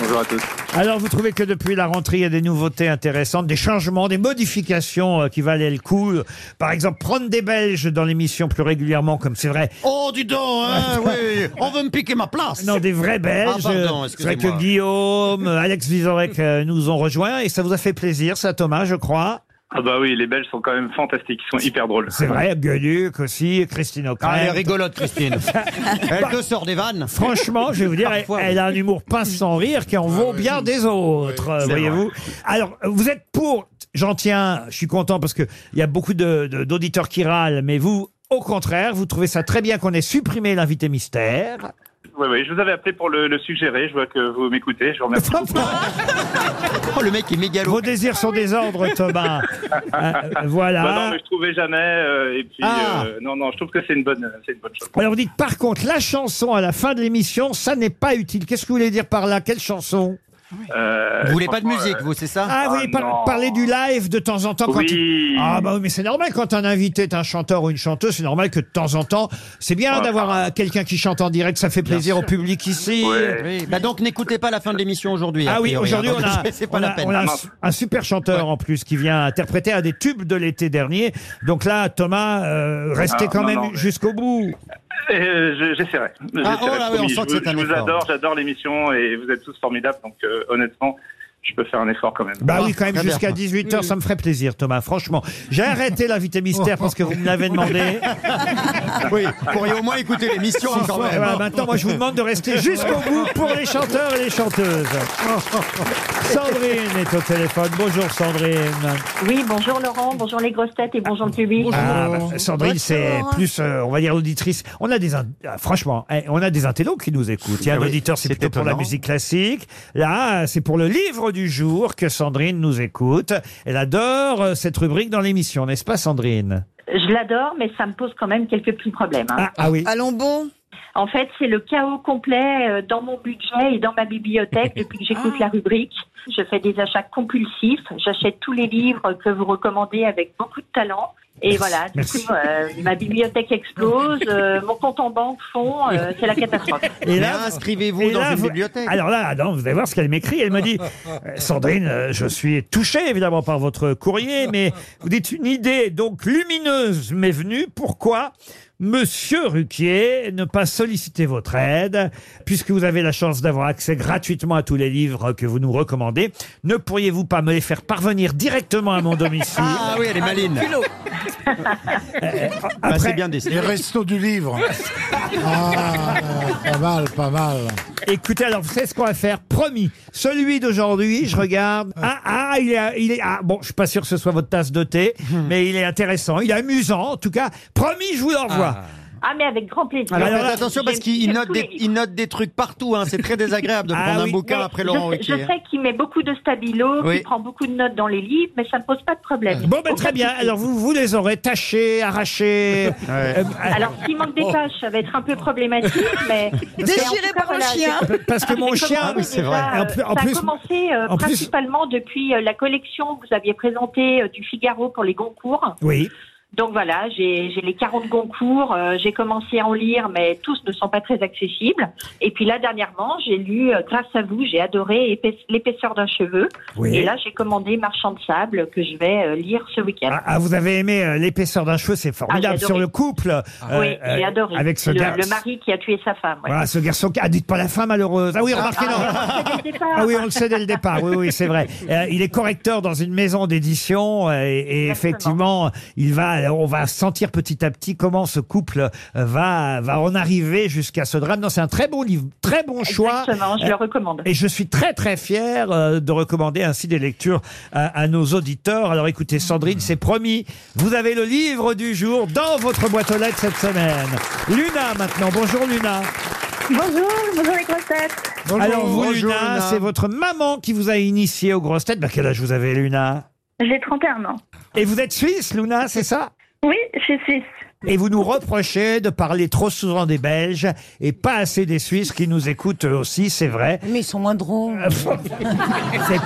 Speaker 12: Bonjour à tous.
Speaker 2: Alors, vous trouvez que depuis la rentrée, il y a des nouveautés intéressantes, des changements, des modifications euh, qui valaient le coup. Par exemple, prendre des Belges dans l'émission plus régulièrement, comme c'est vrai.
Speaker 3: Oh, dis donc, hein, oui, on veut me piquer ma place.
Speaker 2: Non, des vrais Belges.
Speaker 3: Ah, pardon,
Speaker 2: c'est vrai que
Speaker 3: excusez-moi.
Speaker 2: Guillaume, euh, Alex Vizorek euh, nous ont rejoints et ça vous a fait plaisir, ça, Thomas, je crois.
Speaker 12: Ah bah oui, les Belges sont quand même fantastiques, ils sont hyper drôles.
Speaker 2: C'est vrai, Gueuluc aussi, Christine
Speaker 3: Ah, elle est
Speaker 2: O'Crane.
Speaker 3: rigolote, Christine. Elle te sort des vannes.
Speaker 2: Franchement, je vais vous dire, elle,
Speaker 3: Parfois, oui. Ah
Speaker 2: elle a un humour pince sans rire qui en vaut bien des autres, euh, voyez-vous. Alors, vous êtes pour, j'en tiens, je suis content parce qu'il y a beaucoup de- de- d'auditeurs qui râlent, mais vous, au contraire, vous trouvez ça très bien qu'on ait supprimé l'invité mystère.
Speaker 12: Oui, oui, je vous avais appelé pour le, le suggérer, je vois que vous m'écoutez, je vous remercie.
Speaker 3: Oh, le mec est mégalo.
Speaker 2: Vos désirs sont des ordres, Thomas. Euh, voilà.
Speaker 12: Bah non, mais je trouvais jamais, euh, et puis
Speaker 3: Ah.
Speaker 12: euh, non, non, je trouve que c'est une bonne, euh, c'est une bonne chose.
Speaker 2: Alors vous dites par contre, la chanson à la fin de l'émission, ça n'est pas utile. Qu'est-ce que vous voulez dire par là Quelle chanson
Speaker 12: Euh,
Speaker 3: Vous voulez pas de
Speaker 12: franchement,
Speaker 3: musique,
Speaker 12: euh,
Speaker 3: vous, c'est ça
Speaker 2: Ah,
Speaker 12: Ah,
Speaker 2: oui, par-
Speaker 12: non.
Speaker 2: parler du live de temps en temps. Quand il-
Speaker 12: Oui.
Speaker 2: Ah bah oui, mais c'est normal quand un invité est un chanteur ou une chanteuse, c'est normal que de temps en temps, c'est bien d'avoir euh, quelqu'un qui chante en direct, ça fait plaisir au public ici.
Speaker 12: Ouais.
Speaker 3: Oui, bah donc n'écoutez pas la fin de l'émission aujourd'hui. a
Speaker 2: Ah oui,
Speaker 3: priori,
Speaker 2: aujourd'hui
Speaker 3: hein,
Speaker 2: on
Speaker 3: parce
Speaker 2: a,
Speaker 3: que C'est pas
Speaker 2: on
Speaker 3: la
Speaker 2: a-
Speaker 3: peine.
Speaker 2: on a un,
Speaker 12: Mince.
Speaker 2: un super chanteur en plus qui vient interpréter un des tubes de l'été dernier. Donc là, Thomas, euh, restez
Speaker 12: Ah,
Speaker 2: quand
Speaker 12: non,
Speaker 2: même
Speaker 12: non, mais-
Speaker 2: jusqu'au bout.
Speaker 12: Euh, je- J'essaierai. J'essaierai,
Speaker 3: oh là, oui, on
Speaker 12: promis.
Speaker 3: sent que
Speaker 12: je
Speaker 3: c'est un
Speaker 12: vous, je vous
Speaker 3: effort.
Speaker 12: adore, j'adore l'émission et vous êtes tous formidables, donc euh, honnêtement, je peux faire un effort quand même.
Speaker 2: Bah
Speaker 3: Ah,
Speaker 2: oui, quand même,
Speaker 3: très bien.
Speaker 2: jusqu'à 18h, ça me ferait plaisir, Thomas, franchement. J'ai arrêté l'invité mystère parce que vous me l'avez demandé.
Speaker 3: Oui, vous pourriez au moins écouter l'émission hein, quand
Speaker 2: Eh
Speaker 3: même.
Speaker 2: ben, maintenant, moi, je vous demande de rester jusqu'au bout pour les chanteurs et les chanteuses. Sandrine est au téléphone. Bonjour, Sandrine.
Speaker 14: Oui, bonjour Laurent, bonjour les grosses têtes et bonjour le public.
Speaker 2: Ah, bah, Sandrine,
Speaker 6: Bonjour.
Speaker 2: c'est plus, euh, on va dire, auditrice. On a des, in- ah, franchement, eh, on a des intellos qui nous écoutent. Il y a un
Speaker 3: Ah oui,
Speaker 2: auditeur, c'est
Speaker 3: c'est
Speaker 2: plutôt pour la
Speaker 3: étonnant.
Speaker 2: musique classique. Là, c'est pour le livre du jour que Sandrine nous écoute. Elle adore euh, cette rubrique dans l'émission, n'est-ce pas, Sandrine?
Speaker 14: Je l'adore, mais ça me pose quand même quelques petits problèmes. hein.
Speaker 2: Ah, ah oui.
Speaker 4: Allons bon.
Speaker 14: En fait, c'est le chaos complet euh, dans mon budget et dans ma bibliothèque depuis que j'écoute
Speaker 3: Ah.
Speaker 14: la rubrique. Je fais des achats compulsifs, j'achète tous les livres que vous recommandez avec beaucoup de talent. Et voilà, du
Speaker 2: Merci.
Speaker 14: coup, euh, ma bibliothèque explose, euh, mon compte en banque fond, euh, c'est la catastrophe.
Speaker 2: Et
Speaker 3: Mais
Speaker 2: là,
Speaker 3: inscrivez-vous
Speaker 2: et
Speaker 3: dans
Speaker 2: là,
Speaker 3: une
Speaker 2: vous-
Speaker 3: bibliothèque.
Speaker 2: Alors là, non, vous allez voir ce qu'elle m'écrit. Elle me dit euh, Sandrine, euh, je suis touchée évidemment par votre courrier, mais vous dites une idée donc lumineuse m'est venue. Pourquoi Monsieur Ruquier, ne pas solliciter votre aide, puisque vous avez la chance d'avoir accès gratuitement à tous les livres que vous nous recommandez, ne pourriez-vous pas me les faire parvenir directement à mon domicile Euh,
Speaker 3: Ah oui, elle est maline. Bah, c'est
Speaker 2: Après-
Speaker 3: bien décidé.
Speaker 5: Les restos du livre. Ah, pas mal, pas mal.
Speaker 2: Écoutez, alors, vous savez ce qu'on va faire Promis. Celui d'aujourd'hui, je regarde. Ah, ah, il est, il est, ah, bon, je suis pas sûr
Speaker 3: Hmm.
Speaker 2: que ce soit votre tasse de thé, mais il est intéressant, il est amusant, en tout cas. Promis, je vous l'envoie.
Speaker 14: Ah, mais avec grand plaisir.
Speaker 3: Alors,
Speaker 14: J'aime-
Speaker 3: attention parce qu'il
Speaker 14: j'aime
Speaker 3: note,
Speaker 14: tous les
Speaker 3: des, il note des trucs partout. hein. C'est très désagréable de
Speaker 14: Ah
Speaker 3: prendre
Speaker 14: oui,
Speaker 3: un bouquin
Speaker 14: mais
Speaker 3: après
Speaker 14: je,
Speaker 3: Laurent
Speaker 14: je
Speaker 3: Ruquier. hein.
Speaker 2: hein.
Speaker 14: sais qu'il met beaucoup de stabilo,
Speaker 3: Oui.
Speaker 14: qu'il prend beaucoup de notes dans les livres, mais ça ne pose pas de problème.
Speaker 2: Bon, ben, très bien. Alors, vous, vous les aurez tachés, arrachés. Euh,
Speaker 14: Alors, s'il manque des
Speaker 2: Oh.
Speaker 14: tâches, ça va être un peu problématique, mais.
Speaker 2: Déchiré
Speaker 14: mais en tout
Speaker 2: par un chien. Parce que mon
Speaker 14: J'ai
Speaker 2: chien-
Speaker 14: commencé
Speaker 2: Ah, c'est
Speaker 14: déjà,
Speaker 2: vrai.
Speaker 14: euh,
Speaker 2: En plus- en
Speaker 14: ça
Speaker 2: plus-
Speaker 14: a commencé euh,
Speaker 2: en plus-
Speaker 14: principalement depuis euh, la collection que vous aviez présentée euh, du Figaro pour les Goncourt.
Speaker 2: Oui.
Speaker 14: Donc voilà, j'ai j'ai les 40 Goncourt, euh, j'ai commencé à en lire, mais tous ne sont pas très accessibles. Et puis là, dernièrement, j'ai lu, euh, grâce à vous, j'ai adoré Épaisse- L'épaisseur d'un cheveu.
Speaker 2: Oui.
Speaker 14: Et là, j'ai commandé Marchand de sable que je vais euh, lire ce week-end.
Speaker 2: Ah, vous avez aimé euh, l'épaisseur d'un cheveu, c'est formidable
Speaker 14: Ah, j'ai
Speaker 2: sur
Speaker 14: adoré.
Speaker 2: le couple.
Speaker 14: Ah. oui,
Speaker 2: euh,
Speaker 14: j'ai
Speaker 2: euh,
Speaker 14: adoré.
Speaker 2: Avec ce
Speaker 14: le,
Speaker 2: gar-
Speaker 14: le mari qui a tué sa femme. ouais.
Speaker 2: Voilà, ce garçon. qui- Ah, dites pas la fin malheureuse. Ah oui, remarquez, non.
Speaker 14: Ah, dès le départ.
Speaker 2: Ah oui, on le sait dès le départ. Oui, oui, c'est vrai. Euh, il est correcteur dans une maison d'édition euh, et, et effectivement, il va, on va sentir petit à petit comment ce couple euh, va, va en arriver jusqu'à ce drame. Non, c'est un très bon livre, très bon choix.
Speaker 14: Exactement, je le
Speaker 2: Euh,
Speaker 14: recommande.
Speaker 2: Et je suis très très fier euh, de recommander ainsi des lectures à, à nos auditeurs. Alors écoutez, Sandrine, c'est promis. Vous avez le livre du jour dans votre boîte aux lettres cette semaine. Luna maintenant. Bonjour Luna.
Speaker 15: Bonjour, bonjour les grosses têtes.
Speaker 2: Alors vous, Luna, c'est votre maman qui vous a initié aux grosses têtes. Bah, quel âge vous avez, Luna
Speaker 15: J'ai 31 ans.
Speaker 2: Et vous êtes suisse, Luna, c'est ça
Speaker 15: Oui, je suis suisse.
Speaker 2: Et vous nous reprochez de parler trop souvent des Belges et pas assez des Suisses qui nous écoutent eux aussi, c'est vrai.
Speaker 8: Mais ils sont moins drôles.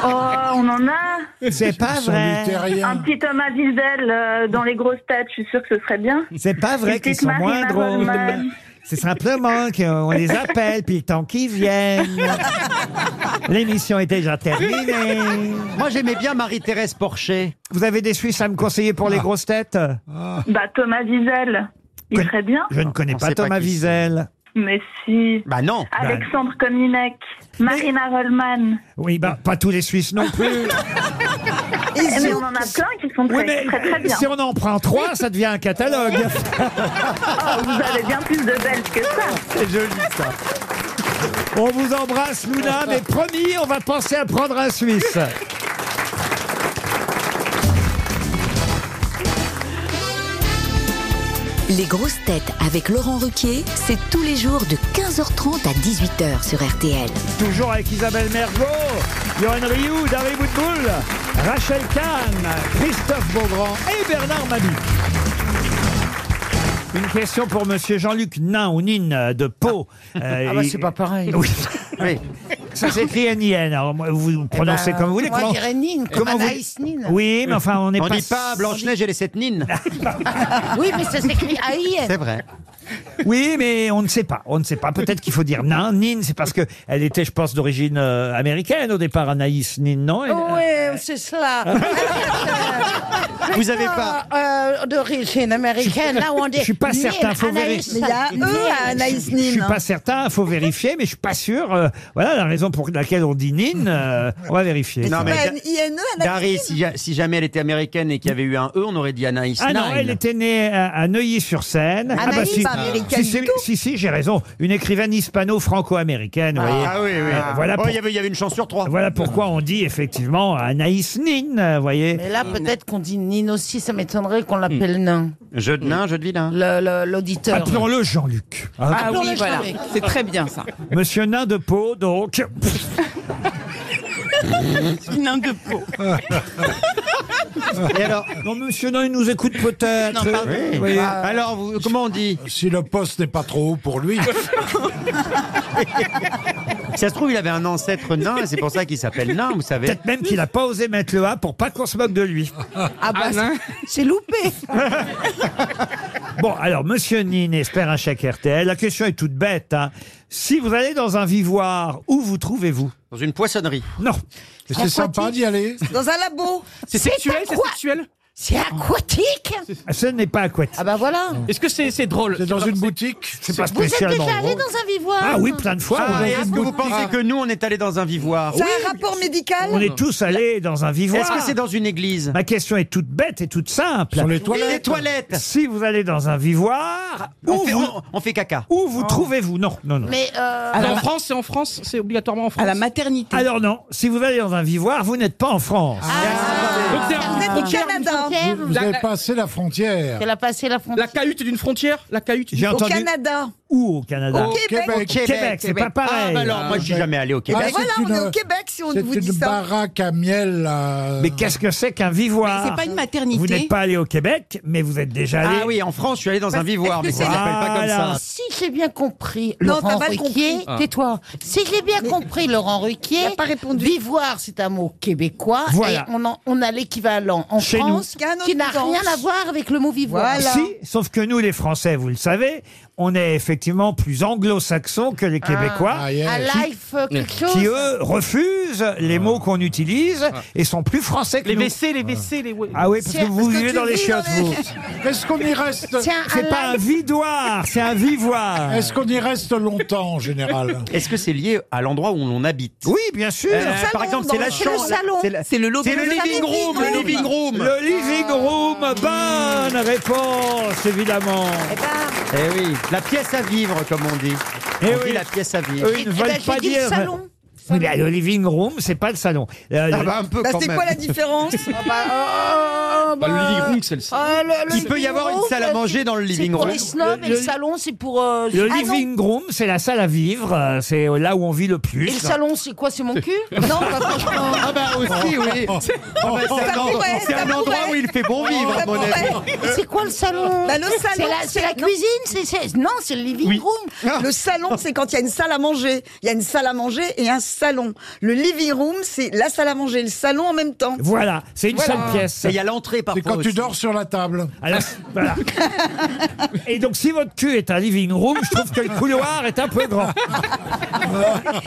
Speaker 15: Oh, on en a.
Speaker 2: C'est pas Ils sont vrai. du terrien.
Speaker 15: Euh, Un petit Thomas Diesel euh, dans les grosses têtes, je suis sûre que ce serait bien.
Speaker 2: C'est pas vrai
Speaker 15: Une
Speaker 2: qu'ils
Speaker 15: petite
Speaker 2: sont moins
Speaker 15: Marina
Speaker 2: drôles.
Speaker 15: Goldman.
Speaker 2: C'est simplement qu'on les appelle, puis le temps qu'ils viennent. L'émission est déjà terminée.
Speaker 3: Moi, j'aimais bien Marie-Thérèse Porcher. Ah.
Speaker 2: Vous avez des Suisses à me conseiller pour les grosses têtes
Speaker 15: Bah, Thomas Diesel, il serait bien.
Speaker 2: Je ne connais
Speaker 3: On
Speaker 2: pas
Speaker 3: sait pas
Speaker 2: Thomas
Speaker 3: qui c'est.
Speaker 2: Wiesel.
Speaker 15: Mais si.
Speaker 3: Bah non.
Speaker 15: Alexandre Kominek, Marina Rollman.
Speaker 2: Oui, bah, pas tous les Suisses non plus.
Speaker 15: Eh, Mais on en a plein qui sont très,
Speaker 2: Oui, mais
Speaker 15: très, très bien.
Speaker 2: si on en prend trois, ça devient un catalogue.
Speaker 15: Oh, vous avez bien plus de belles que ça.
Speaker 2: C'est joli ça. On vous embrasse, Luna, mais promis, on va penser à prendre un Suisse.
Speaker 11: Les grosses têtes avec Laurent Ruquier, c'est tous les jours de 15h30 à 18h sur RTL.
Speaker 2: Toujours avec Isabelle Mergo, Johan Rioux, David Woodbull, Rachel Kahn, Christophe Beaugrand et Bernard Mabie. Une question pour Monsieur Jean-Luc Nain ou Nin de Pau. Euh,
Speaker 8: Ah bah,
Speaker 2: il-
Speaker 8: c'est pas pareil.
Speaker 2: Oui. Oui. Ça s'écrit N-I-N. Alors, moi, vous vous prononcez comme vous voulez.
Speaker 8: Eh ben, Moi,
Speaker 2: Comment-
Speaker 8: je dirais Nine, comme
Speaker 2: comment vous-
Speaker 8: Anaïs Nin.
Speaker 2: Oui, mais enfin, on n'est
Speaker 3: On
Speaker 2: pas.
Speaker 3: dit pas Blanche-Neige et les sept nines.
Speaker 8: Oui, mais ça s'écrit AIN.
Speaker 3: C'est vrai.
Speaker 2: Oui, mais on ne sait pas. On ne sait pas. Peut-être qu'il faut dire Nain, Nin. C'est parce que elle était, je pense, d'origine euh, américaine au départ, Anaïs Nin, non Elle-
Speaker 8: Oui, c'est cela.
Speaker 2: Vous avez pas-
Speaker 8: euh, d'origine américaine. Là où on dit.
Speaker 2: Je suis pas
Speaker 8: Nin,
Speaker 2: certain, faut
Speaker 8: Anaïs
Speaker 2: vérifier.
Speaker 8: Nin.
Speaker 4: Il y a un E à Anaïs Nin,
Speaker 2: Je suis
Speaker 4: hein.
Speaker 2: pas certain, il faut vérifier, mais je suis pas sûr. Euh, voilà la raison pour laquelle on dit Nin. euh, on va vérifier.
Speaker 3: Non, mais
Speaker 4: INE,
Speaker 3: Dari, si, ja- si jamais elle était américaine et qu'il y avait eu un E, on aurait dit Anaïs
Speaker 2: Ah non,
Speaker 3: Nine.
Speaker 2: elle était née à, à Neuilly-sur-Seine.
Speaker 4: Anaïs,
Speaker 2: ah si,
Speaker 4: pas américaine
Speaker 2: si, c'est-
Speaker 4: du
Speaker 2: si, si, j'ai raison. Une écrivaine hispano-franco-américaine, vous voyez.
Speaker 3: Ah oui, oui.
Speaker 2: Euh, voilà,
Speaker 3: Oh,
Speaker 2: pour-
Speaker 3: il y avait- il y avait une chance sur trois.
Speaker 2: voilà pourquoi on dit effectivement Anaïs Nin, euh, vous voyez.
Speaker 8: Mais là, peut-être qu'on dit Nin aussi, ça m'étonnerait qu'on l'appelle nain.
Speaker 3: Jeu de nain, jeu de vilain.
Speaker 8: Le- le- L'auditeur.
Speaker 2: Hmm. Appelons-le Jean-Luc. Hein.
Speaker 8: Ah oui, voilà. C'est très bien ça.
Speaker 2: Monsieur Nain de Pau, donc.
Speaker 10: Ah,
Speaker 8: Nain de peau.
Speaker 2: Et alors Non, monsieur Nain, il nous écoute peut-être.
Speaker 3: Non, pardon.
Speaker 2: Vous voyez.
Speaker 3: Alors, vous- comment on dit
Speaker 5: Ah, Si le poste n'est pas trop haut pour lui.
Speaker 3: Si ça se trouve, il avait un ancêtre nain et c'est pour ça qu'il s'appelle nain, vous savez.
Speaker 2: Peut-être même qu'il n'a pas osé mettre le A pour pas qu'on se moque de lui.
Speaker 8: Ah bah, c'est loupé.
Speaker 2: Bon, alors, monsieur Nin espère un chèque RTL. La question est toute bête. hein. Si vous allez dans un vivoire, où vous trouvez-vous
Speaker 3: Dans une poissonnerie.
Speaker 2: Non.
Speaker 5: C'est sympa d'y aller.
Speaker 4: Dans un labo.
Speaker 7: C'est sexuel, c'est
Speaker 8: aqua-
Speaker 7: sexuel.
Speaker 8: C'est aquatique.
Speaker 2: Ce n'est pas aquatique.
Speaker 8: Ah bah voilà.
Speaker 7: Est-ce que c'est c'est drôle
Speaker 5: C'est dans une boutique.
Speaker 2: C'est pas
Speaker 8: Vous êtes déjà
Speaker 2: spécialement.
Speaker 8: allé
Speaker 2: drôle.
Speaker 8: dans un vivoire
Speaker 2: Ah oui, plein de fois.
Speaker 3: Ah,
Speaker 2: oui.
Speaker 3: et Est-ce que vous pensez que nous, on est allé dans un vivoire
Speaker 4: C'est un rapport médical
Speaker 2: On est tous allés dans un vivoire.
Speaker 3: Est-ce que c'est dans une église
Speaker 2: Ma question est toute bête et toute simple.
Speaker 5: Sur les
Speaker 3: Et les
Speaker 5: toilettes.
Speaker 3: toilettes
Speaker 2: Si vous allez dans un vivoire,
Speaker 3: on
Speaker 2: où
Speaker 3: fait,
Speaker 2: vous,
Speaker 3: on- on fait caca. Oh.
Speaker 2: où vous trouvez-vous Non, non, non.
Speaker 8: Mais euh,
Speaker 7: C'est en France, c'est en France, c'est obligatoirement en France.
Speaker 8: maternité.
Speaker 2: Alors non, si vous allez dans un vivoire, vous n'êtes pas en France.
Speaker 8: Ah,
Speaker 7: Donc, c'est un-
Speaker 5: Vous, vous avez passé la frontière.
Speaker 8: Elle a passé la frontière.
Speaker 7: La cahute d'une frontière La cahute
Speaker 2: J'ai entendu- Où au Canada
Speaker 7: Au Québec.
Speaker 2: Au Québec, c'est pas pareil. bah
Speaker 5: Ah, c'est une- c'est une baraque à miel. là.
Speaker 2: Mais qu'est-ce que c'est qu'un vivoire
Speaker 5: Mais c'est pas une maternité.
Speaker 2: Vous n'êtes pas allé au Québec, mais vous êtes déjà allé.
Speaker 3: Ah oui, en France, je suis allé dans un vivoire, mais ça
Speaker 2: Voilà.
Speaker 3: s'appelle pas comme ça.
Speaker 8: Si j'ai bien compris,
Speaker 3: Non,
Speaker 8: Laurent
Speaker 3: t'as mal
Speaker 8: Ruquier,
Speaker 3: compris. Ah.
Speaker 8: tais-toi. Si j'ai bien compris, Laurent Ruquier, vivoire, c'est un mot québécois.
Speaker 2: Voilà.
Speaker 8: Et on, en- on a l'équivalent en
Speaker 2: Chez nous.
Speaker 8: France qui n'a rien à voir avec le mot vivoire.
Speaker 2: Si, sauf que nous, les Français, vous le savez, on est effectivement plus anglo-saxons que les Québécois.
Speaker 8: Ah, yes. À
Speaker 2: qui-
Speaker 8: life, euh, quelque
Speaker 2: qui,
Speaker 8: chose. Ah.
Speaker 2: eux, refusent les mots qu'on utilise et sont plus français que
Speaker 7: Les
Speaker 2: nous.
Speaker 7: WC, les WC, les.
Speaker 2: Ah oui, Ah. parce que vous vivez dans les chiottes, vous.
Speaker 5: Est-ce qu'on y reste
Speaker 2: C'est un C'est pas un vidoir, c'est un vivoire.
Speaker 5: Est-ce qu'on y reste longtemps en général
Speaker 3: Est-ce que c'est lié à l'endroit où l'on habite
Speaker 2: Oui, bien sûr.
Speaker 3: Euh, par exemple, c'est la chambre. C'est la-
Speaker 2: le
Speaker 3: C'est le living room, le living room. Ah.
Speaker 2: Le living room. bah. Bonne réponse, évidemment.
Speaker 3: Eh oui, la pièce à vivre, comme on dit.
Speaker 2: Eh
Speaker 3: on
Speaker 2: oui.
Speaker 3: dit la pièce à vivre.
Speaker 2: Eux, ils ne veulent pas dire. Oui, mais le living room, c'est pas le salon. Euh,
Speaker 3: Ah
Speaker 2: le-
Speaker 3: bah, un peu Bah, quand c'est même. quoi la différence
Speaker 8: oh,
Speaker 3: Bah, le living room, c'est le salon.
Speaker 8: Ah, le- le
Speaker 3: Il peut y
Speaker 8: living
Speaker 3: avoir une
Speaker 8: room,
Speaker 3: salle à
Speaker 8: c'est-
Speaker 3: manger dans le living room.
Speaker 8: C'est pour les snobs et le,
Speaker 2: Le-
Speaker 8: salon, c'est pour. euh,
Speaker 2: Le
Speaker 8: ah non.
Speaker 2: living room, c'est la salle à vivre. euh, C'est là où on vit le plus.
Speaker 8: Et le salon, c'est quoi C'est mon cul Non, bah, franchement.
Speaker 3: Ah bah aussi, oui. Ah bah, c'est un endroit- c'est un endroit où il fait bon vivre, à mon avis.
Speaker 8: C'est quoi le salon
Speaker 4: Bah, le salon,
Speaker 8: C'est la, c'est la
Speaker 4: non. Ah.
Speaker 8: cuisine c'est, c'est- Non, c'est le living room.
Speaker 4: Le salon, c'est quand il y a une salle à manger. Il y a une salle à manger et un salon. Le living room, c'est la salle à manger et le salon en même temps.
Speaker 2: Voilà, c'est une
Speaker 4: Voilà.
Speaker 2: seule pièce.
Speaker 3: Et il y a l'entrée
Speaker 5: C'est
Speaker 3: parfois.
Speaker 5: quand tu
Speaker 3: aussi.
Speaker 5: dors sur la table.
Speaker 2: À la- voilà. Et donc, si votre cul est un living room, je trouve que le couloir est un peu grand.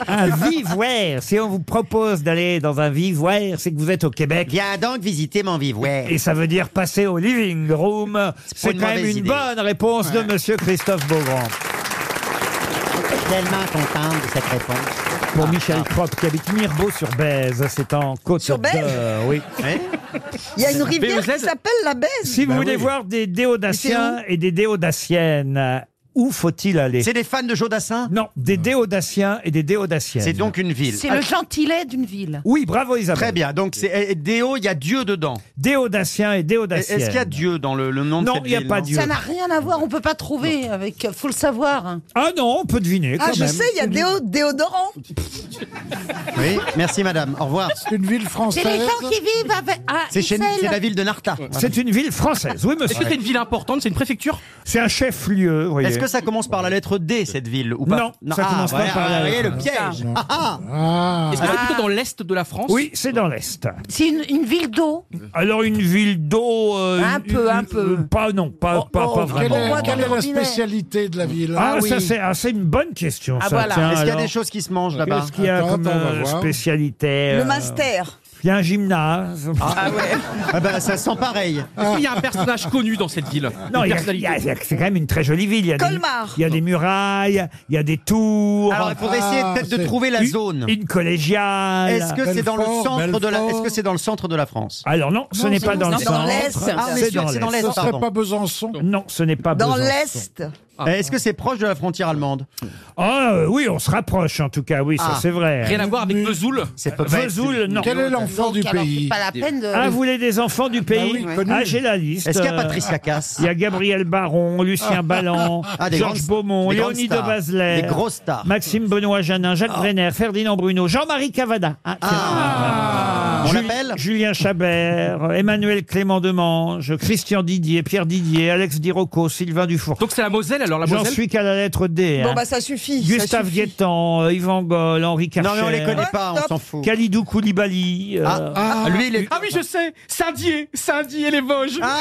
Speaker 2: Un vivoire. Si on vous propose d'aller dans un vivoire, c'est que vous êtes au Québec.
Speaker 3: Viens donc visiter mon vivoire.
Speaker 2: Et ça veut dire passer au living room. C'est
Speaker 3: une
Speaker 2: quand même
Speaker 3: mauvaise
Speaker 2: une
Speaker 3: idée.
Speaker 2: bonne réponse de Monsieur Christophe Beaugrand.
Speaker 3: tellement contente de cette réponse.
Speaker 2: Pour Michel Propre qui habite Mirbeau-sur-Bèze, c'est en côte
Speaker 4: Sur Bèze
Speaker 2: d'Or, oui.
Speaker 3: Hein?
Speaker 4: Il y a une rivière qui s'appelle la Baise.
Speaker 2: Si
Speaker 3: Ben
Speaker 2: vous voulez voir des déodaciens et des déodaciennes, euh, où faut-il aller
Speaker 3: C'est des fans de Jodassin
Speaker 2: Non, des déodaciens et des déodaciennes.
Speaker 3: C'est donc une ville.
Speaker 8: C'est
Speaker 3: Ah,
Speaker 8: le gentilé d'une ville.
Speaker 2: Oui, bravo Isabelle.
Speaker 3: Très bien. Donc, c'est eh, eh, Déo, il y a Dieu dedans.
Speaker 2: Déodaciens et
Speaker 3: Est-ce
Speaker 2: déodaciennes.
Speaker 3: qu'il y a Dieu dans le, le nom
Speaker 2: Non,
Speaker 3: de cette
Speaker 2: il y a
Speaker 3: ville,
Speaker 2: pas
Speaker 3: non
Speaker 2: Dieu.
Speaker 8: Ça n'a rien à voir, on peut pas trouver avec. Faut le savoir. hein.
Speaker 2: Ah non, on peut deviner quand
Speaker 4: Ah, je
Speaker 2: même.
Speaker 4: sais, il y a déo- déodorant.
Speaker 3: Oui, merci madame. Au revoir.
Speaker 5: C'est une ville
Speaker 8: C'est
Speaker 5: française.
Speaker 8: les gens qui vivent avec. Ah,
Speaker 3: C'est chez nous,
Speaker 8: Issel.
Speaker 3: c'est la ville de Narta.
Speaker 2: C'est une ville française, oui
Speaker 7: Est-ce que
Speaker 2: monsieur.
Speaker 7: c'est une ville importante C'est une préfecture
Speaker 2: C'est un chef-lieu, vous voyez.
Speaker 3: Est-ce que ça commence par la lettre D, cette ville, ou pas
Speaker 2: Non, ça
Speaker 3: ah,
Speaker 2: commence pas
Speaker 3: voilà,
Speaker 2: par la
Speaker 3: ah,
Speaker 2: lettre
Speaker 3: voyez,
Speaker 2: D.
Speaker 3: le piège.
Speaker 5: Non.
Speaker 3: Ah, ah.
Speaker 5: Ah.
Speaker 7: Est-ce que c'est plutôt dans l'est de la France
Speaker 2: Oui, c'est dans l'Est.
Speaker 8: C'est une, une ville d'eau.
Speaker 2: Alors une ville d'eau... euh,
Speaker 8: Un peu, un peu.
Speaker 2: euh, Pas, non, pas, pas, pas
Speaker 8: oh,
Speaker 5: Quelle
Speaker 2: vraiment.
Speaker 5: est,
Speaker 8: voit
Speaker 5: quelle
Speaker 8: dans
Speaker 5: est la
Speaker 8: l'ordinaire.
Speaker 5: spécialité de la ville
Speaker 2: Ah,
Speaker 3: oui.
Speaker 2: ça c'est ah, c'est une bonne question.
Speaker 8: Ah,
Speaker 2: ça.
Speaker 8: voilà.
Speaker 2: Tiens,
Speaker 3: Est-ce qu'il y a
Speaker 2: alors,
Speaker 3: des choses qui se mangent là-bas
Speaker 2: Qu'est-ce qu'il y a
Speaker 5: Attends,
Speaker 2: comme
Speaker 5: attends, on va
Speaker 2: euh,
Speaker 5: voir.
Speaker 2: spécialité euh,
Speaker 4: Le master.
Speaker 2: Il y a un gymnase.
Speaker 3: Ah ouais Ah bah ça sent pareil.
Speaker 7: Est-ce qu'il y a un personnage connu dans cette ville
Speaker 2: Non, il
Speaker 7: Une
Speaker 2: y a-
Speaker 7: personnalité
Speaker 2: il y a- c'est quand même une très jolie ville. Il y a
Speaker 4: Colmar.
Speaker 2: Des, il y a des murailles, il y a des tours.
Speaker 3: Alors il faudrait essayer
Speaker 5: Ah,
Speaker 3: peut-être de
Speaker 5: c'est-
Speaker 3: trouver la
Speaker 2: une-
Speaker 3: zone.
Speaker 2: Une collégiale.
Speaker 3: Est-ce que c'est dans le
Speaker 5: Belfort,
Speaker 3: centre de la
Speaker 5: Belfort.
Speaker 3: Est-ce que c'est dans le centre de la France
Speaker 2: Alors non, ce
Speaker 5: Non,
Speaker 2: n'est
Speaker 5: c'est
Speaker 2: pas dans le
Speaker 4: dans l'Est.
Speaker 2: centre.
Speaker 4: Ah,
Speaker 3: mais sûr, c'est dans l'Est.
Speaker 5: Ce serait
Speaker 3: Pardon.
Speaker 5: pas Besançon
Speaker 2: Non, ce n'est pas
Speaker 4: Dans
Speaker 2: Besançon.
Speaker 4: l'Est.
Speaker 3: Ah. Est-ce que c'est proche de la frontière allemande
Speaker 2: Ah euh, oui, on se rapproche en tout cas. Oui, ça
Speaker 3: Ah.
Speaker 2: c'est vrai. Euh, bah,
Speaker 7: Rien à voir avec Vesoul
Speaker 3: C'est pas vrai.
Speaker 2: Vesoul, non.
Speaker 5: Quel est l'enfant
Speaker 8: Donc,
Speaker 5: du
Speaker 8: alors,
Speaker 5: pays
Speaker 8: c'est pas la peine de. Bah
Speaker 2: Ah, vous voulez des enfants du pays
Speaker 5: oui, connu.
Speaker 2: Ah, j'ai la liste.
Speaker 3: Est-ce qu'il y a
Speaker 2: Euh,
Speaker 3: Patricia Cass
Speaker 2: Il y a Gabriel Baron, Lucien Ballant,
Speaker 3: Ah, des
Speaker 2: Georges
Speaker 3: grandes-
Speaker 2: Beaumont,
Speaker 3: des grandes
Speaker 2: Léonie de
Speaker 3: stars.
Speaker 2: Bazelet,
Speaker 3: Des grosses stars. Ah.
Speaker 2: Maxime Benoît Janin, Jacques Brenner, Ferdinand Bruno, Jean-Marie Cavada, Ah, tiens.
Speaker 3: On
Speaker 2: Jul-
Speaker 3: l'appelle
Speaker 2: Julien Chabert, Emmanuel Clément Demange, Christian Didier, Pierre Didier, Alex Dirocco, Sylvain Dufour.
Speaker 7: Donc c'est la Moselle alors la
Speaker 2: J'en
Speaker 7: Moselle
Speaker 2: suis qu'à la lettre D. hein.
Speaker 4: Bon, bah, ça suffit. ça
Speaker 2: Gustave
Speaker 4: suffit.
Speaker 2: Guettan, euh, Yvan Gol, Henri Karcher,
Speaker 3: Non mais on les connaît pas, on
Speaker 4: Stop.
Speaker 3: s'en fout.
Speaker 2: Kalidou Koulibaly. euh,
Speaker 3: Ah, ah, lui il est
Speaker 7: Ah oui, je sais Saint-Dié Saint-Dié, les Vosges
Speaker 3: Ah,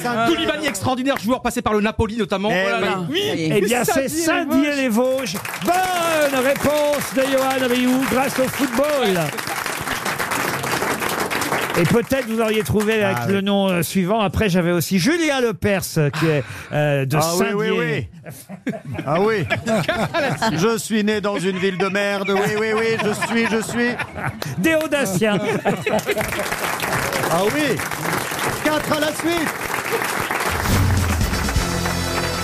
Speaker 3: Saint-Dié.
Speaker 7: Koulibaly, extraordinaire joueur passé par le Napoli notamment.
Speaker 3: Eh
Speaker 7: Voilà.
Speaker 3: oui.
Speaker 7: Oui,
Speaker 2: Eh bien, c'est Saint-Dié-les-Vosges. Bonne réponse de Johan Rioux grâce au football. Et peut-être vous auriez trouvé avec
Speaker 3: Ah,
Speaker 2: le
Speaker 3: oui.
Speaker 2: nom euh, suivant. Après, j'avais aussi Julien Lepers euh, qui est euh, de
Speaker 3: Ah oui,
Speaker 2: Saint-Dié.
Speaker 3: oui, oui. Ah oui. je suis né dans une ville de merde. Oui, oui, oui, je suis, je suis.
Speaker 2: Déodacien.
Speaker 3: Ah oui. Quatre à la suite.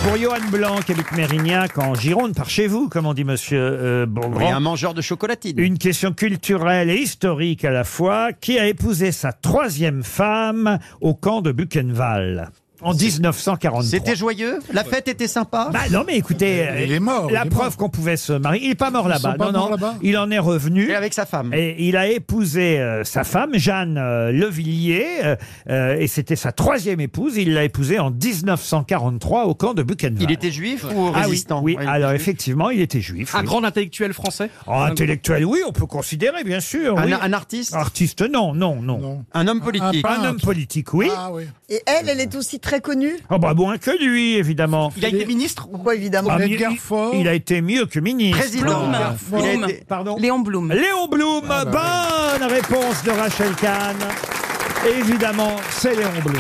Speaker 2: Pour Johan Blanc, qui habite Mérignac, en Gironde, par chez vous, comme on dit monsieur euh, Beaugrand.
Speaker 3: Oui, un mangeur de chocolatine.
Speaker 2: Une question culturelle et historique à la fois. Qui a épousé sa troisième femme au camp de Buchenwald en 1943
Speaker 3: C'était joyeux La fête était sympa
Speaker 2: bah non mais écoutez,
Speaker 3: Ah, Il est mort,
Speaker 2: la
Speaker 3: il est
Speaker 2: preuve
Speaker 3: mort.
Speaker 2: qu'on pouvait se marier, il est pas mort
Speaker 3: Ils
Speaker 2: là-bas.
Speaker 3: sont pas
Speaker 2: non,
Speaker 3: morts
Speaker 2: non,
Speaker 3: là-bas
Speaker 2: il en est revenu.
Speaker 3: avec sa femme.
Speaker 2: Et il a épousé euh, sa femme Jeanne euh, Levillier euh, euh, et c'était sa troisième épouse. Il l'a épousée en 1943 au camp de Buchenwald.
Speaker 3: Il était juif ou
Speaker 2: Ah oui,
Speaker 3: résistant
Speaker 2: Oui, alors effectivement, il était juif.
Speaker 7: Un
Speaker 2: oui.
Speaker 7: grand intellectuel français Ah,
Speaker 2: Oh, intellectuel, oui, on peut considérer, bien sûr.
Speaker 3: Un-
Speaker 2: oui.
Speaker 3: un artiste
Speaker 2: Artiste, non, non, non.
Speaker 3: Un homme
Speaker 2: Un, homme politique, Ah, oui.
Speaker 3: Ah
Speaker 4: Et elle, elle est aussi très connue.
Speaker 2: Ah bah moins que lui, évidemment.
Speaker 4: Il a été
Speaker 7: ministre
Speaker 4: Pourquoi, évidemment
Speaker 2: Ah, il- il, il a été mieux que ministre.
Speaker 4: Président. Blum.
Speaker 2: Il
Speaker 4: Blum.
Speaker 2: a été- Pardon
Speaker 10: Léon Blum.
Speaker 2: Léon Blum,
Speaker 10: Ah bah
Speaker 2: bonne réponse de Rachel Kahn. Évidemment, c'est Léon Blum.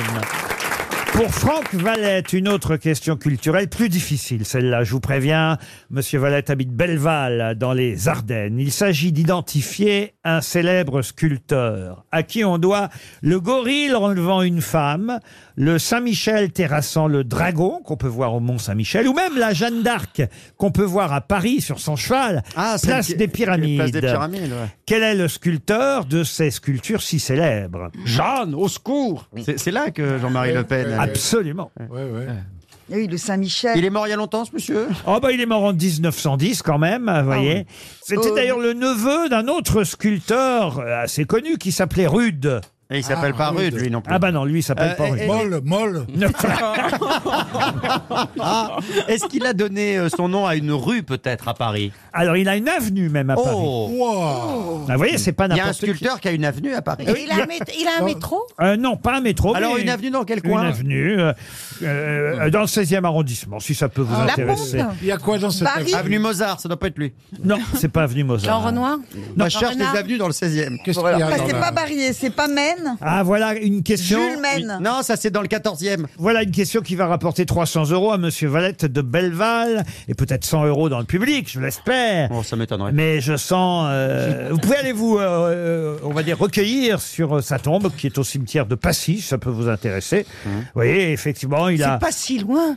Speaker 2: Pour Franck Valette, une autre question culturelle plus difficile, celle-là, je vous préviens. Monsieur Valette habite Belleval, dans les Ardennes. Il s'agit d'identifier un célèbre sculpteur à qui on doit le gorille enlevant une femme, le Saint-Michel terrassant le dragon qu'on peut voir au Mont Saint-Michel, ou même la Jeanne d'Arc qu'on peut voir à Paris sur son cheval,
Speaker 3: Ah, celle
Speaker 2: place,
Speaker 3: qui-
Speaker 2: des pyramides.
Speaker 3: Place des Pyramides, ouais.
Speaker 2: Quel est le sculpteur de ces sculptures si célèbres
Speaker 3: Jeanne, au secours C'est c'est là que Jean-Marie Le Pen. allait-
Speaker 2: Absolument.
Speaker 4: Eh Oui, le Saint-Michel.
Speaker 3: Il est mort il y a longtemps, ce monsieur Ah
Speaker 2: Oh bah il est mort en 1910 quand même, vous voyez. C'était
Speaker 3: Oh.
Speaker 2: d'ailleurs le neveu d'un autre sculpteur euh, assez connu qui s'appelait Rude.
Speaker 3: Et il s'appelle Ah, pas Rude, Rude. lui, non plus.
Speaker 2: Ah bah non, lui il s'appelle
Speaker 3: Euh,
Speaker 2: pas
Speaker 3: et-
Speaker 2: Rude.
Speaker 3: et- Molle,
Speaker 2: molle.
Speaker 3: Ah, Est-ce qu'il a donné euh, son nom à une rue, peut-être, à Paris
Speaker 2: Alors il a une avenue même à
Speaker 3: Oh.
Speaker 2: Paris. Ah, vous voyez, c'est pas
Speaker 3: Il y a un
Speaker 2: n'importe qui.
Speaker 3: sculpteur qui. a une avenue à Paris.
Speaker 2: Oui, il y a-
Speaker 8: Oh.
Speaker 2: Bon. Euh, Non, pas un métro.
Speaker 3: Alors,
Speaker 2: mais-
Speaker 3: une avenue dans quel coin
Speaker 2: Une avenue euh, euh, dans le 16e arrondissement, si ça peut vous
Speaker 3: Ah, la
Speaker 2: intéresser.
Speaker 3: pompe Il y a quoi dans cette Paris avenue Avenue Mozart, ça doit pas être lui.
Speaker 2: Non, c'est pas avenue Mozart.
Speaker 3: Non,
Speaker 2: Jean
Speaker 3: je cherche les
Speaker 2: Renoir
Speaker 3: avenues dans le 16e.
Speaker 2: Qu'est-ce qu'il y a
Speaker 4: Parce
Speaker 2: dans
Speaker 4: que c'est
Speaker 2: la-
Speaker 4: pas Barrier, c'est pas Maine.
Speaker 2: Ah, voilà une question.
Speaker 4: Jules Mène.
Speaker 3: Non, ça c'est dans le 14e.
Speaker 2: Voilà une question qui va rapporter 300 euros à Monsieur Valette de Belleval et peut-être 100 euros dans le public, je l'espère.
Speaker 3: Bon, Oh, ça m'étonnerait.
Speaker 2: Mais je sens. euh, vous pouvez aller vous, euh, euh, on va dire, recueillir sur euh, sa tombe qui est au cimetière de Passy, ça peut vous intéresser.
Speaker 3: Hum.
Speaker 2: Vous voyez, effectivement, il a.
Speaker 8: C'est pas si loin.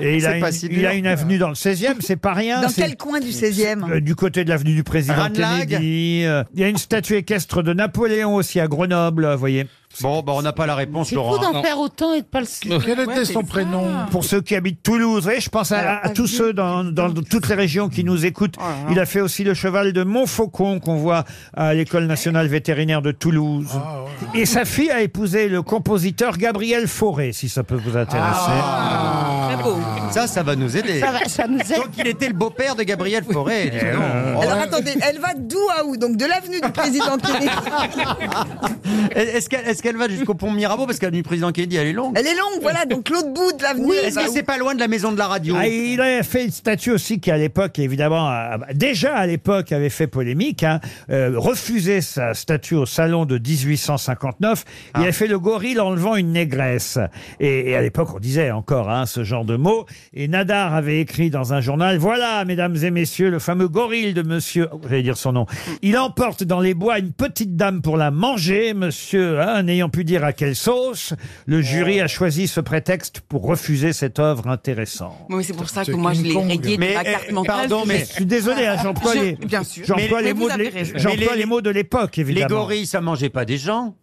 Speaker 2: Et il
Speaker 8: C'est
Speaker 2: a,
Speaker 8: pas
Speaker 2: une,
Speaker 8: si
Speaker 2: il
Speaker 8: dur.
Speaker 2: a une avenue dans le 16e, c'est pas rien.
Speaker 4: Dans
Speaker 2: Ah, c'est-
Speaker 4: quel coin du 16e
Speaker 2: Euh, Du côté de l'avenue du président
Speaker 3: Ranelagh.
Speaker 2: Kennedy. euh, Il y a une statue équestre de Napoléon aussi à Grenoble, vous voyez.
Speaker 3: Bon, bah, on n'a pas la réponse,
Speaker 8: C'est fou
Speaker 3: Laurent.
Speaker 8: d'en faire autant et de pas le
Speaker 2: Quel était son
Speaker 8: prénom
Speaker 2: Pour ceux qui habitent Toulouse, vous voyez, je pense à, à- à tous ceux dans, dans toutes les régions qui nous
Speaker 8: Oh
Speaker 2: écoutent. Il a fait aussi le cheval de Montfaucon qu'on voit à l'école nationale vétérinaire de Toulouse. Et sa fille a épousé le compositeur Gabriel Fauré, si ça peut vous intéresser.
Speaker 8: Ah,
Speaker 3: Ça, ça va nous aider.
Speaker 4: Ça va- ça nous aide.
Speaker 3: Donc, il était le beau-père de Gabriel Fauré. dis donc. Oh.
Speaker 4: Alors attendez, elle va d'où à où Donc de l'avenue du président Kennedy.
Speaker 3: Est-ce qu'elle est-ce qu'elle va jusqu'au pont Mirabeau Parce que l'avenue président Kennedy, elle est longue.
Speaker 4: Elle est longue, voilà, donc l'autre bout de l'avenue.
Speaker 3: Oui,
Speaker 4: elle
Speaker 3: est-ce
Speaker 4: va
Speaker 3: que
Speaker 4: où
Speaker 3: c'est pas loin de la maison de la radio
Speaker 2: Ah, il a fait une statue aussi qui, à l'époque, évidemment, a- déjà à l'époque, avait fait polémique. Hein, euh, refusé sa statue au salon de 1859. Il avait fait le gorille enlevant une négresse. Et, et à l'époque, on disait encore hein, ce genre de mots. Et Nadar avait écrit dans un journal Voilà, mesdames et messieurs, le fameux gorille de monsieur. oh, J'allais dire son nom. Il emporte dans les bois une petite dame pour la manger, monsieur, hein, n'ayant pu dire à quelle sauce. Le jury a choisi ce prétexte pour refuser cette œuvre intéressante.
Speaker 10: Oui, c'est pour ça que moi je l'ai rayé de
Speaker 2: Mais,
Speaker 10: ma
Speaker 2: euh,
Speaker 10: carte mentale.
Speaker 2: pardon, mais je suis désolé, hein, j'emploie
Speaker 10: eh, Je-
Speaker 2: les,
Speaker 10: Bien sûr.
Speaker 2: j'emploie
Speaker 10: Mais-
Speaker 2: les
Speaker 10: mais
Speaker 2: mots
Speaker 10: vous
Speaker 2: de
Speaker 10: avez
Speaker 2: l'é-
Speaker 10: raison.
Speaker 2: j'emploie
Speaker 3: Mais les-
Speaker 2: les mots de l'époque, évidemment.
Speaker 3: Les gorilles, ça mangeait pas des gens.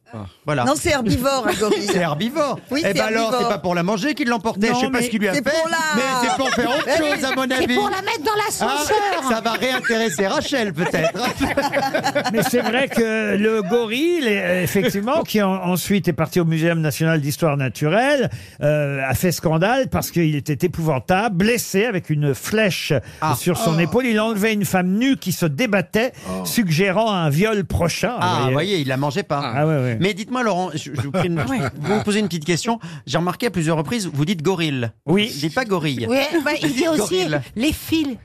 Speaker 3: Voilà.
Speaker 4: Ah. Non, c'est herbivore, un gorille.
Speaker 3: C'est herbivore.
Speaker 4: Oui,
Speaker 3: eh
Speaker 4: c'est
Speaker 3: ben alors,
Speaker 4: herbivore.
Speaker 3: c'est pas pour la manger qu'il l'emportait.
Speaker 4: Non,
Speaker 3: Je sais pas
Speaker 4: mais
Speaker 3: ce qu'il lui a fait.
Speaker 4: c'est pour la-
Speaker 3: Mais c'est pour faire autre
Speaker 4: Mais oui,
Speaker 3: chose, à mon
Speaker 4: c'est
Speaker 3: avis.
Speaker 4: pour la mettre dans l'ascenseur.
Speaker 3: Ah, ça va réintéresser Rachel, peut-être.
Speaker 2: Mais c'est vrai que le gorille, euh, effectivement, qui en- ensuite est parti au Muséum national d'histoire naturelle, euh, a fait scandale parce qu'il était épouvantable, blessé avec une flèche sur son épaule. Il enlevait une femme nue qui se débattait, suggérant un viol prochain.
Speaker 3: Ah,
Speaker 2: Vous
Speaker 3: vous
Speaker 2: voyez.
Speaker 3: voyez, il la mangeait pas.
Speaker 2: Ah, ouais, ouais.
Speaker 3: Mais dites-moi, Laurent, je, je vous prie de-
Speaker 2: Ouais.
Speaker 3: je vais vous poser une petite question. J'ai remarqué à plusieurs reprises, vous dites gorille.
Speaker 2: Oui.
Speaker 3: Je dis pas gorille.
Speaker 8: Oui, bah, il dit
Speaker 3: Dites
Speaker 8: aussi
Speaker 3: gorille.
Speaker 8: les fils.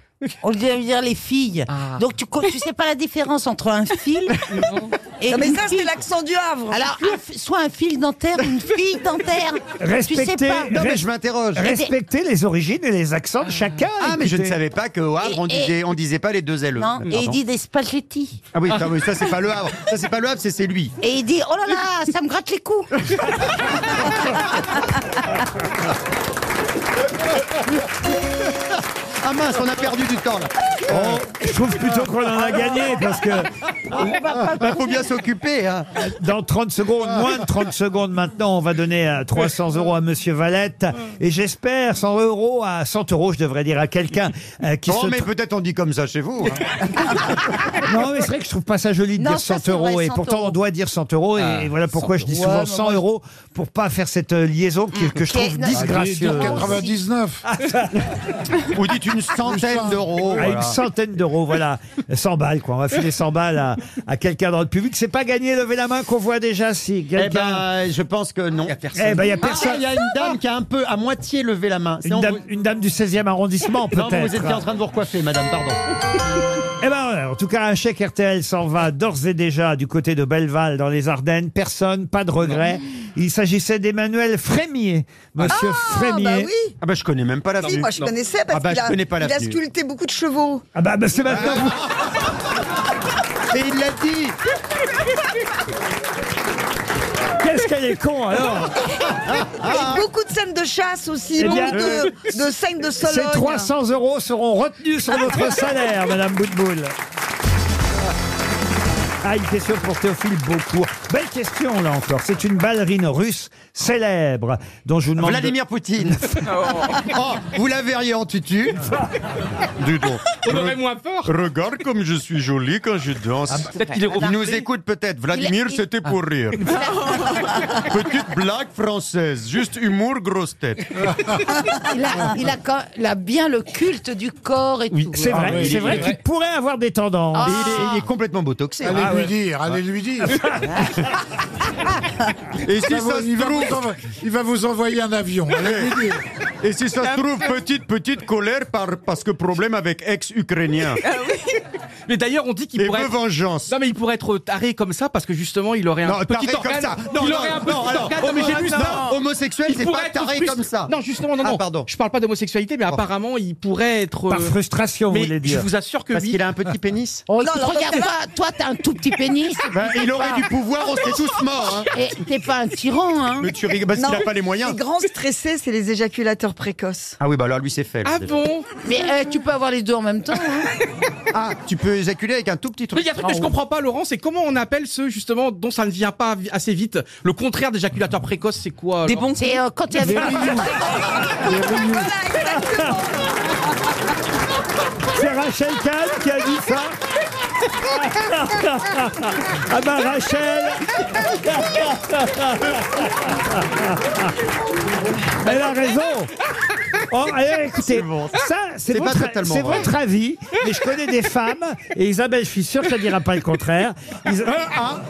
Speaker 8: On devait dire les filles. Donc tu co- tu sais pas la différence entre un fil et
Speaker 4: Non, mais
Speaker 8: une
Speaker 4: ça, c'est
Speaker 8: fille.
Speaker 4: l'accent du Havre.
Speaker 8: Alors un fi- soit un fil dentaire, ou une fille dentaire.
Speaker 2: Respectez,
Speaker 8: tu sais pas.
Speaker 2: res- Respectez les origines et les accents de chacun.
Speaker 3: Ah, mais je ne
Speaker 2: écoutez.
Speaker 3: savais pas qu'au Havre, on
Speaker 8: Et- et-
Speaker 3: disait, on disait pas les deux LE.
Speaker 8: Non, et il
Speaker 3: Pardon.
Speaker 8: dit des spaghettis.
Speaker 3: Ah oui, ça, oui, ça, c'est pas le Havre. Ça, c'est pas le Havre, c'est c'est lui.
Speaker 8: Et il dit oh là là, ça me gratte les coups.
Speaker 3: Ah mince, on a perdu du temps là.
Speaker 2: Oh, je trouve plutôt qu'on en a gagné parce que.
Speaker 3: Il faut bien s'occuper. hein.
Speaker 2: Dans 30 secondes, moins de 30 secondes maintenant, on va donner euh, 300 euros à Monsieur Valette et j'espère 100 euros à 100 euros, je devrais dire à quelqu'un euh, qui
Speaker 3: Oh,
Speaker 2: se.
Speaker 3: mais
Speaker 2: tr-
Speaker 3: peut-être on dit comme ça chez vous. hein.
Speaker 2: Non, mais c'est vrai que je trouve pas ça joli de
Speaker 3: Non,
Speaker 2: dire
Speaker 3: ça,
Speaker 2: 100
Speaker 3: c'est
Speaker 2: euros
Speaker 3: vrai,
Speaker 2: et
Speaker 3: 100
Speaker 2: pourtant on doit dire 100 euros et,
Speaker 3: Ah,
Speaker 2: et voilà pourquoi
Speaker 3: 100
Speaker 2: je dis
Speaker 3: euros.
Speaker 2: souvent
Speaker 3: Ouais,
Speaker 2: 100 euros pour pas faire cette euh, liaison qui- que je
Speaker 3: Ok,
Speaker 2: trouve
Speaker 3: non,
Speaker 2: disgracieuse.
Speaker 3: Ah, dis- dis
Speaker 5: 99.
Speaker 3: Vous dites une centaine d'euros.
Speaker 2: À
Speaker 3: voilà.
Speaker 2: Ah, une centaine d'euros, voilà. 100 balles, quoi. On va filer 100 balles à, à quelqu'un dans le public. C'est pas gagné, levez la main qu'on voit déjà si
Speaker 3: Eh
Speaker 2: quelqu'un.
Speaker 3: ben, je pense que non. Il n'y a Ah,
Speaker 2: personne. Eh ben, il y a personne.
Speaker 3: Il y a une dame qui a un peu à moitié levé la main.
Speaker 2: une,
Speaker 3: Sinon,
Speaker 2: dame,
Speaker 3: vous-
Speaker 2: une dame du 16e arrondissement,
Speaker 3: Non,
Speaker 2: peut-être.
Speaker 3: mais vous étiez en train de vous recoiffer, madame, pardon.
Speaker 2: Eh ben, voilà. en tout cas, un chèque RTL s'en va d'ores et déjà du côté de Belleval dans les Ardennes. Personne, pas de regret. Il s'agissait d'Emmanuel Frémier. Monsieur Frémier.
Speaker 4: bah oui.
Speaker 3: Ah bah je connais même pas la
Speaker 4: Si, moi je connaissais parce
Speaker 2: Ah bah,
Speaker 4: qu'il
Speaker 2: je
Speaker 4: a-
Speaker 2: connais pas
Speaker 4: il a,
Speaker 2: l'avenue.
Speaker 4: sculpté beaucoup de chevaux.
Speaker 2: Ah bah, bah, c'est maintenant vous.
Speaker 3: Et il l'a dit
Speaker 2: Qu'est-ce qu'elle est con alors
Speaker 4: Et beaucoup de scènes de chasse aussi,
Speaker 2: Eh
Speaker 4: beaucoup
Speaker 2: bien, euh,
Speaker 4: de, de scènes de
Speaker 2: Ces
Speaker 4: Sologne.
Speaker 2: 300 euros seront retenus sur votre salaire, Madame Boutboul. Ah, une question pour Théophile Beaucourt. Belle question, là encore. C'est une ballerine russe célèbre dont je vous demande... de-
Speaker 3: Vladimir Poutine. Oh, vous la verriez en tutu.
Speaker 16: Dis donc.
Speaker 7: On aurait moins peur.
Speaker 16: Regarde comme je suis jolie quand je danse.
Speaker 7: Ah, peut-être qu'il est
Speaker 16: Il
Speaker 7: revenu.
Speaker 16: nous écoute peut-être. Vladimir,
Speaker 7: Il- il-
Speaker 16: c'était pour
Speaker 3: Ah.
Speaker 16: rire. Petite blague française, juste humour, grosse tête.
Speaker 8: Il a, il a quand- il a bien le culte du corps et tout.
Speaker 2: C'est
Speaker 3: Ah,
Speaker 2: vrai, c'est vrai qu'il pourrait avoir des tendances.
Speaker 8: Ah. Il est- il est
Speaker 3: complètement botoxé.
Speaker 5: Allez
Speaker 2: Ah
Speaker 5: lui
Speaker 2: ouais.
Speaker 5: dire, allez lui dire.
Speaker 16: Et
Speaker 5: Il
Speaker 16: si
Speaker 5: va vous-
Speaker 16: ça se
Speaker 5: il, va vous
Speaker 16: trouve-
Speaker 5: envo- il va vous envoyer un avion. Allez lui dire.
Speaker 16: Et si ça se trouve, petite, petite colère par, parce que problème avec ex-ukrainien.
Speaker 7: Ah Mais d'ailleurs, on dit qu'il
Speaker 16: Et
Speaker 7: pourrait.
Speaker 16: veut
Speaker 7: être-
Speaker 16: vengeance.
Speaker 7: Non, mais il pourrait être taré comme ça parce que justement, il aurait un
Speaker 16: Non, taré
Speaker 7: petit
Speaker 16: comme
Speaker 7: organe.
Speaker 16: ça. Non,
Speaker 7: il
Speaker 16: non,
Speaker 7: aurait un
Speaker 16: non,
Speaker 7: petit
Speaker 16: alors,
Speaker 7: organe.
Speaker 3: homo-
Speaker 7: mais j'ai vu
Speaker 3: non,
Speaker 7: ça.
Speaker 3: homosexuel,
Speaker 7: Il
Speaker 3: c'est
Speaker 7: pourrait
Speaker 3: pas
Speaker 7: être
Speaker 3: taré
Speaker 7: frust-
Speaker 3: comme ça.
Speaker 7: Non, justement, non, non.
Speaker 3: Ah, pardon.
Speaker 7: Je parle pas d'homosexualité, mais apparemment, il pourrait être.
Speaker 2: Par
Speaker 7: euh,
Speaker 2: frustration, vous
Speaker 7: mais
Speaker 2: voulez dire.
Speaker 7: Je vous assure que
Speaker 3: Parce
Speaker 7: oui.
Speaker 3: qu'il a un petit pénis.
Speaker 8: Oh, écoute,
Speaker 4: Non, non,
Speaker 8: regarde
Speaker 4: non.
Speaker 8: pas, toi t'as un tout petit pénis.
Speaker 3: Ben, il aurait du pouvoir, on serait tous morts. hein.
Speaker 8: Et t'es pas un tyran, hein
Speaker 3: Mais tu rigoles parce qu'il
Speaker 4: Non.
Speaker 3: n'a pas les moyens.
Speaker 4: Les grands stressés, c'est les éjaculateurs précoces.
Speaker 3: Ah oui, bah alors lui, c'est fait. là,
Speaker 8: Ah
Speaker 3: déjà.
Speaker 8: bon Mais euh, tu peux avoir les deux en même temps. hein.
Speaker 3: Ah, tu peux éjaculer avec un tout petit truc.
Speaker 7: Mais il y a un truc que
Speaker 2: Ah,
Speaker 7: je comprends pas, Laurent, c'est comment on appelle ceux justement dont ça ne vient pas vi- assez vite. Le contraire d'éjaculateur précoce, c'est quoi alors
Speaker 8: C'est euh, quand il y a
Speaker 5: Des rignons. Des rignons.
Speaker 2: C'est Rachel Kahn qui a dit ça Ah bah Rachel Elle a raison Oh, alors, écoutez, ça, c'est
Speaker 3: C'est pas
Speaker 2: votre,
Speaker 3: totalement
Speaker 2: c'est
Speaker 3: vrai.
Speaker 2: votre avis, mais je connais des femmes, et Isabelle, je suis sûr qu'elle ne dira pas le contraire. Ils-
Speaker 3: Ah,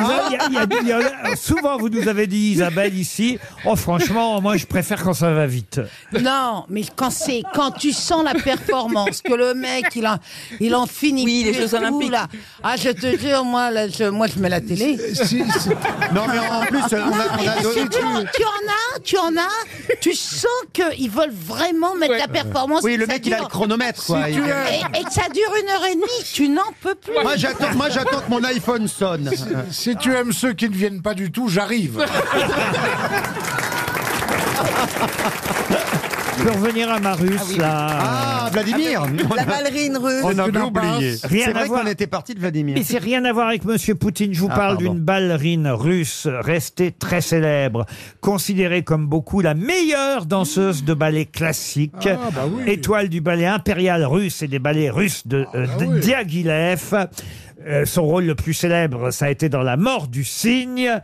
Speaker 2: Isa- ah, il y a- il y a- il y a- souvent, vous nous avez dit, Isabelle, ici, oh franchement, moi, je préfère quand ça va vite.
Speaker 4: Ah
Speaker 8: Non, mais quand c'est quand tu sens la performance, que le mec il en il en finit.
Speaker 10: Oui, les
Speaker 8: plus
Speaker 10: Jeux
Speaker 8: et tout,
Speaker 10: Olympiques.
Speaker 8: là. Ah, je te jure, moi, là, je, moi, je mets la télé. Ah,
Speaker 5: Si- si-
Speaker 3: Non, mais en plus, on a, on
Speaker 8: Mais
Speaker 3: a
Speaker 8: parce que
Speaker 3: donné.
Speaker 8: tu, en, tu en as, un, tu en as, un, tu sens qu'ils veulent vraiment mettre la performance.
Speaker 3: Oui,
Speaker 8: et
Speaker 3: le
Speaker 8: que ça
Speaker 3: mec, il a le
Speaker 8: dure-
Speaker 3: chronomètre, quoi.
Speaker 5: si
Speaker 3: Il-
Speaker 5: tu as-
Speaker 8: Et, et que ça dure une heure et demie, tu n'en peux plus.
Speaker 3: Moi, j'attends, moi, j'attends que mon iPhone sonne.
Speaker 5: Si tu aimes ceux qui ne viennent pas du tout, j'arrive.
Speaker 2: Je peux revenir à Marus, là.
Speaker 3: Ah, Vladimir
Speaker 4: La ballerine russe.
Speaker 3: On a
Speaker 5: Qu'est-ce que t'en
Speaker 3: oublié.
Speaker 5: penses
Speaker 2: Rien
Speaker 3: C'est
Speaker 2: à
Speaker 3: vrai
Speaker 2: voir.
Speaker 3: qu'on était parti de Vladimir.
Speaker 2: Mais c'est rien à voir avec Monsieur Poutine. Je vous
Speaker 3: Ah,
Speaker 2: parle
Speaker 3: pardon.
Speaker 2: d'une ballerine russe restée très célèbre, considérée comme beaucoup la meilleure danseuse de ballet classique,
Speaker 5: Ah, bah oui. Ah, bah
Speaker 2: étoile du ballet impérial russe et des ballets russes de, euh, de
Speaker 5: oui.
Speaker 2: Diaghilev. Euh, son rôle le plus célèbre, ça a été dans La mort du cygne.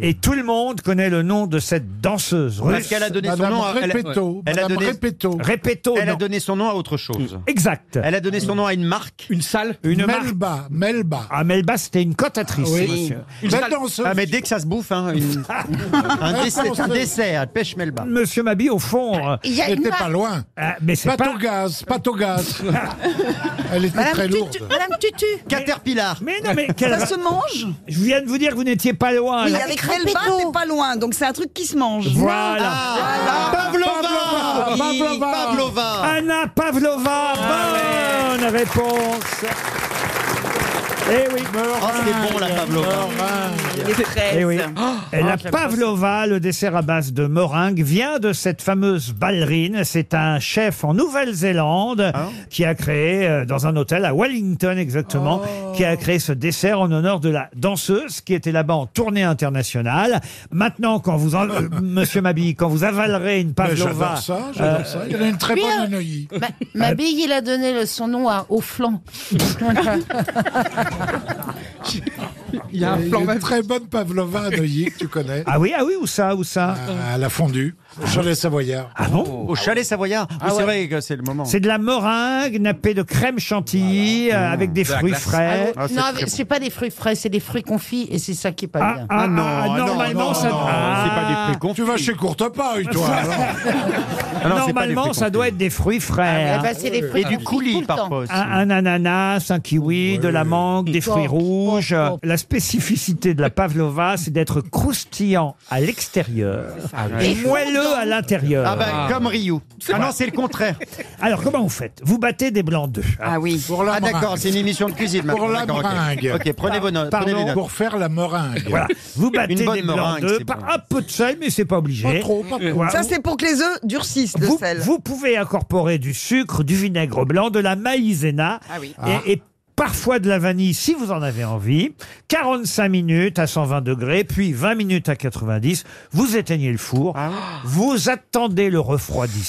Speaker 2: Et tout le monde connaît le nom de cette danseuse russe.
Speaker 3: Parce qu'elle a donné son
Speaker 5: Madame
Speaker 3: nom à. elle a-
Speaker 5: Repetto.
Speaker 3: Elle a
Speaker 5: Madame
Speaker 3: donné-
Speaker 5: Repetto.
Speaker 2: Répétons.
Speaker 3: Elle a
Speaker 2: non.
Speaker 3: donné son nom à autre chose.
Speaker 2: Exact.
Speaker 3: Elle a donné son nom à une marque.
Speaker 7: Une salle
Speaker 2: Une marque.
Speaker 5: Melba. Melba.
Speaker 2: Ah, Melba, c'était une cotatrice,
Speaker 5: Oui.
Speaker 2: monsieur.
Speaker 5: La danseuse.
Speaker 3: Ah, mais dès que ça se bouffe, hein, une- un, dessert, un dessert, pêche melba.
Speaker 2: Monsieur Mabi, au fond. euh,
Speaker 8: Bah, Il y a
Speaker 5: Elle
Speaker 8: une
Speaker 5: était
Speaker 8: marque.
Speaker 5: pas loin.
Speaker 2: ah, mais c'est
Speaker 5: Pas
Speaker 2: pas.
Speaker 5: au gaz, pas au gaz. Elle était très
Speaker 8: Madame
Speaker 5: lourde.
Speaker 8: Tutu, Madame Tutu.
Speaker 3: Caterpillar.
Speaker 2: Mais non, mais quelle
Speaker 4: Ça se mange
Speaker 2: Je viens de vous dire que vous n'étiez pas loin.
Speaker 4: Oui,
Speaker 2: là.
Speaker 4: avec Relba, t'es pas loin, donc c'est un truc qui se mange.
Speaker 2: Voilà.
Speaker 3: Ah, Pavlova
Speaker 5: Pavlova.
Speaker 3: Pavlova
Speaker 2: Anna Pavlova, bonne réponse. Eh oui.
Speaker 16: c'est bon, la pavlova.
Speaker 2: Eh oui. Et la pavlova, le dessert à base de meringue, vient de cette fameuse ballerine. C'est un chef en Nouvelle-Zélande
Speaker 5: Ah.
Speaker 2: qui a créé, euh, dans un hôtel à Wellington exactement,
Speaker 5: Oh.
Speaker 2: qui a créé ce dessert en honneur de la danseuse qui était là-bas en tournée internationale. Maintenant, quand vous, en- euh, Monsieur Mabille, quand vous avalerez une
Speaker 5: Mais
Speaker 2: pavlova,
Speaker 5: J'adore ça, j'adore ça. Il y en a une très
Speaker 8: Puis,
Speaker 5: bonne
Speaker 8: euh,
Speaker 5: à Neuilly.
Speaker 2: bah,
Speaker 8: Ma, ma bille, il a donné le- son nom à, au flanc.
Speaker 5: Il y a une très bonne pavlova à Neuilly que tu connais. Ah,
Speaker 2: Ah oui, ah oui, où ça, où ça
Speaker 5: À la fondue, au chalet savoyard.
Speaker 2: Ah bon
Speaker 3: Au chalet savoyard. Oui,
Speaker 5: Ah
Speaker 3: c'est
Speaker 5: ouais.
Speaker 3: vrai que c'est le moment.
Speaker 2: C'est de la meringue nappée de crème chantilly euh, avec des
Speaker 3: De la
Speaker 2: fruits
Speaker 3: glace.
Speaker 2: frais.
Speaker 8: Ah, non, mais c'est pas des fruits frais, c'est des fruits confits et c'est ça qui est pas bien.
Speaker 2: ah, non, ah, normalement ça.
Speaker 5: Tu vas chez Courtepaille, toi. alors.
Speaker 2: Ah, normalement ça doit être des fruits frais.
Speaker 8: Ah, bah, c'est des fruits Et du confits coulis, tout le parfois temps. aussi.
Speaker 2: Un, un ananas, un kiwi, de la mangue, des fruits rouges. La spécificité de la pavlova, c'est d'être croustillant à l'extérieur et
Speaker 3: ouais.
Speaker 2: moelleux à l'intérieur.
Speaker 3: Ah bah, comme Ryu. Ah non, c'est le contraire.
Speaker 2: Alors comment vous faites Vous battez des blancs d'œufs.
Speaker 3: Ah oui. ah d'accord, c'est une émission de cuisine maintenant.
Speaker 5: Pour la
Speaker 3: D'accord, ok.
Speaker 5: meringue.
Speaker 3: Ok, prenez vos notes. prenez les
Speaker 5: Pardon,
Speaker 3: notes.
Speaker 5: pour faire la meringue.
Speaker 2: Voilà. Vous battez
Speaker 3: Une bonne
Speaker 2: des blancs
Speaker 3: meringue,
Speaker 2: d'œufs,
Speaker 3: c'est
Speaker 2: par un peu de sel, mais c'est pas obligé.
Speaker 5: Pas trop, pas trop.
Speaker 2: Voilà.
Speaker 4: Ça, c'est pour que les œufs durcissent le
Speaker 2: vous,
Speaker 4: sel.
Speaker 2: vous pouvez incorporer du sucre, du vinaigre blanc, de la maïzena
Speaker 4: Ah oui.
Speaker 2: et,
Speaker 4: Ah.
Speaker 2: et parfois de la vanille si vous en avez envie. 45 minutes à 120 degrés, puis 20 minutes à 90. Vous éteignez le four,
Speaker 4: Ah.
Speaker 2: vous attendez le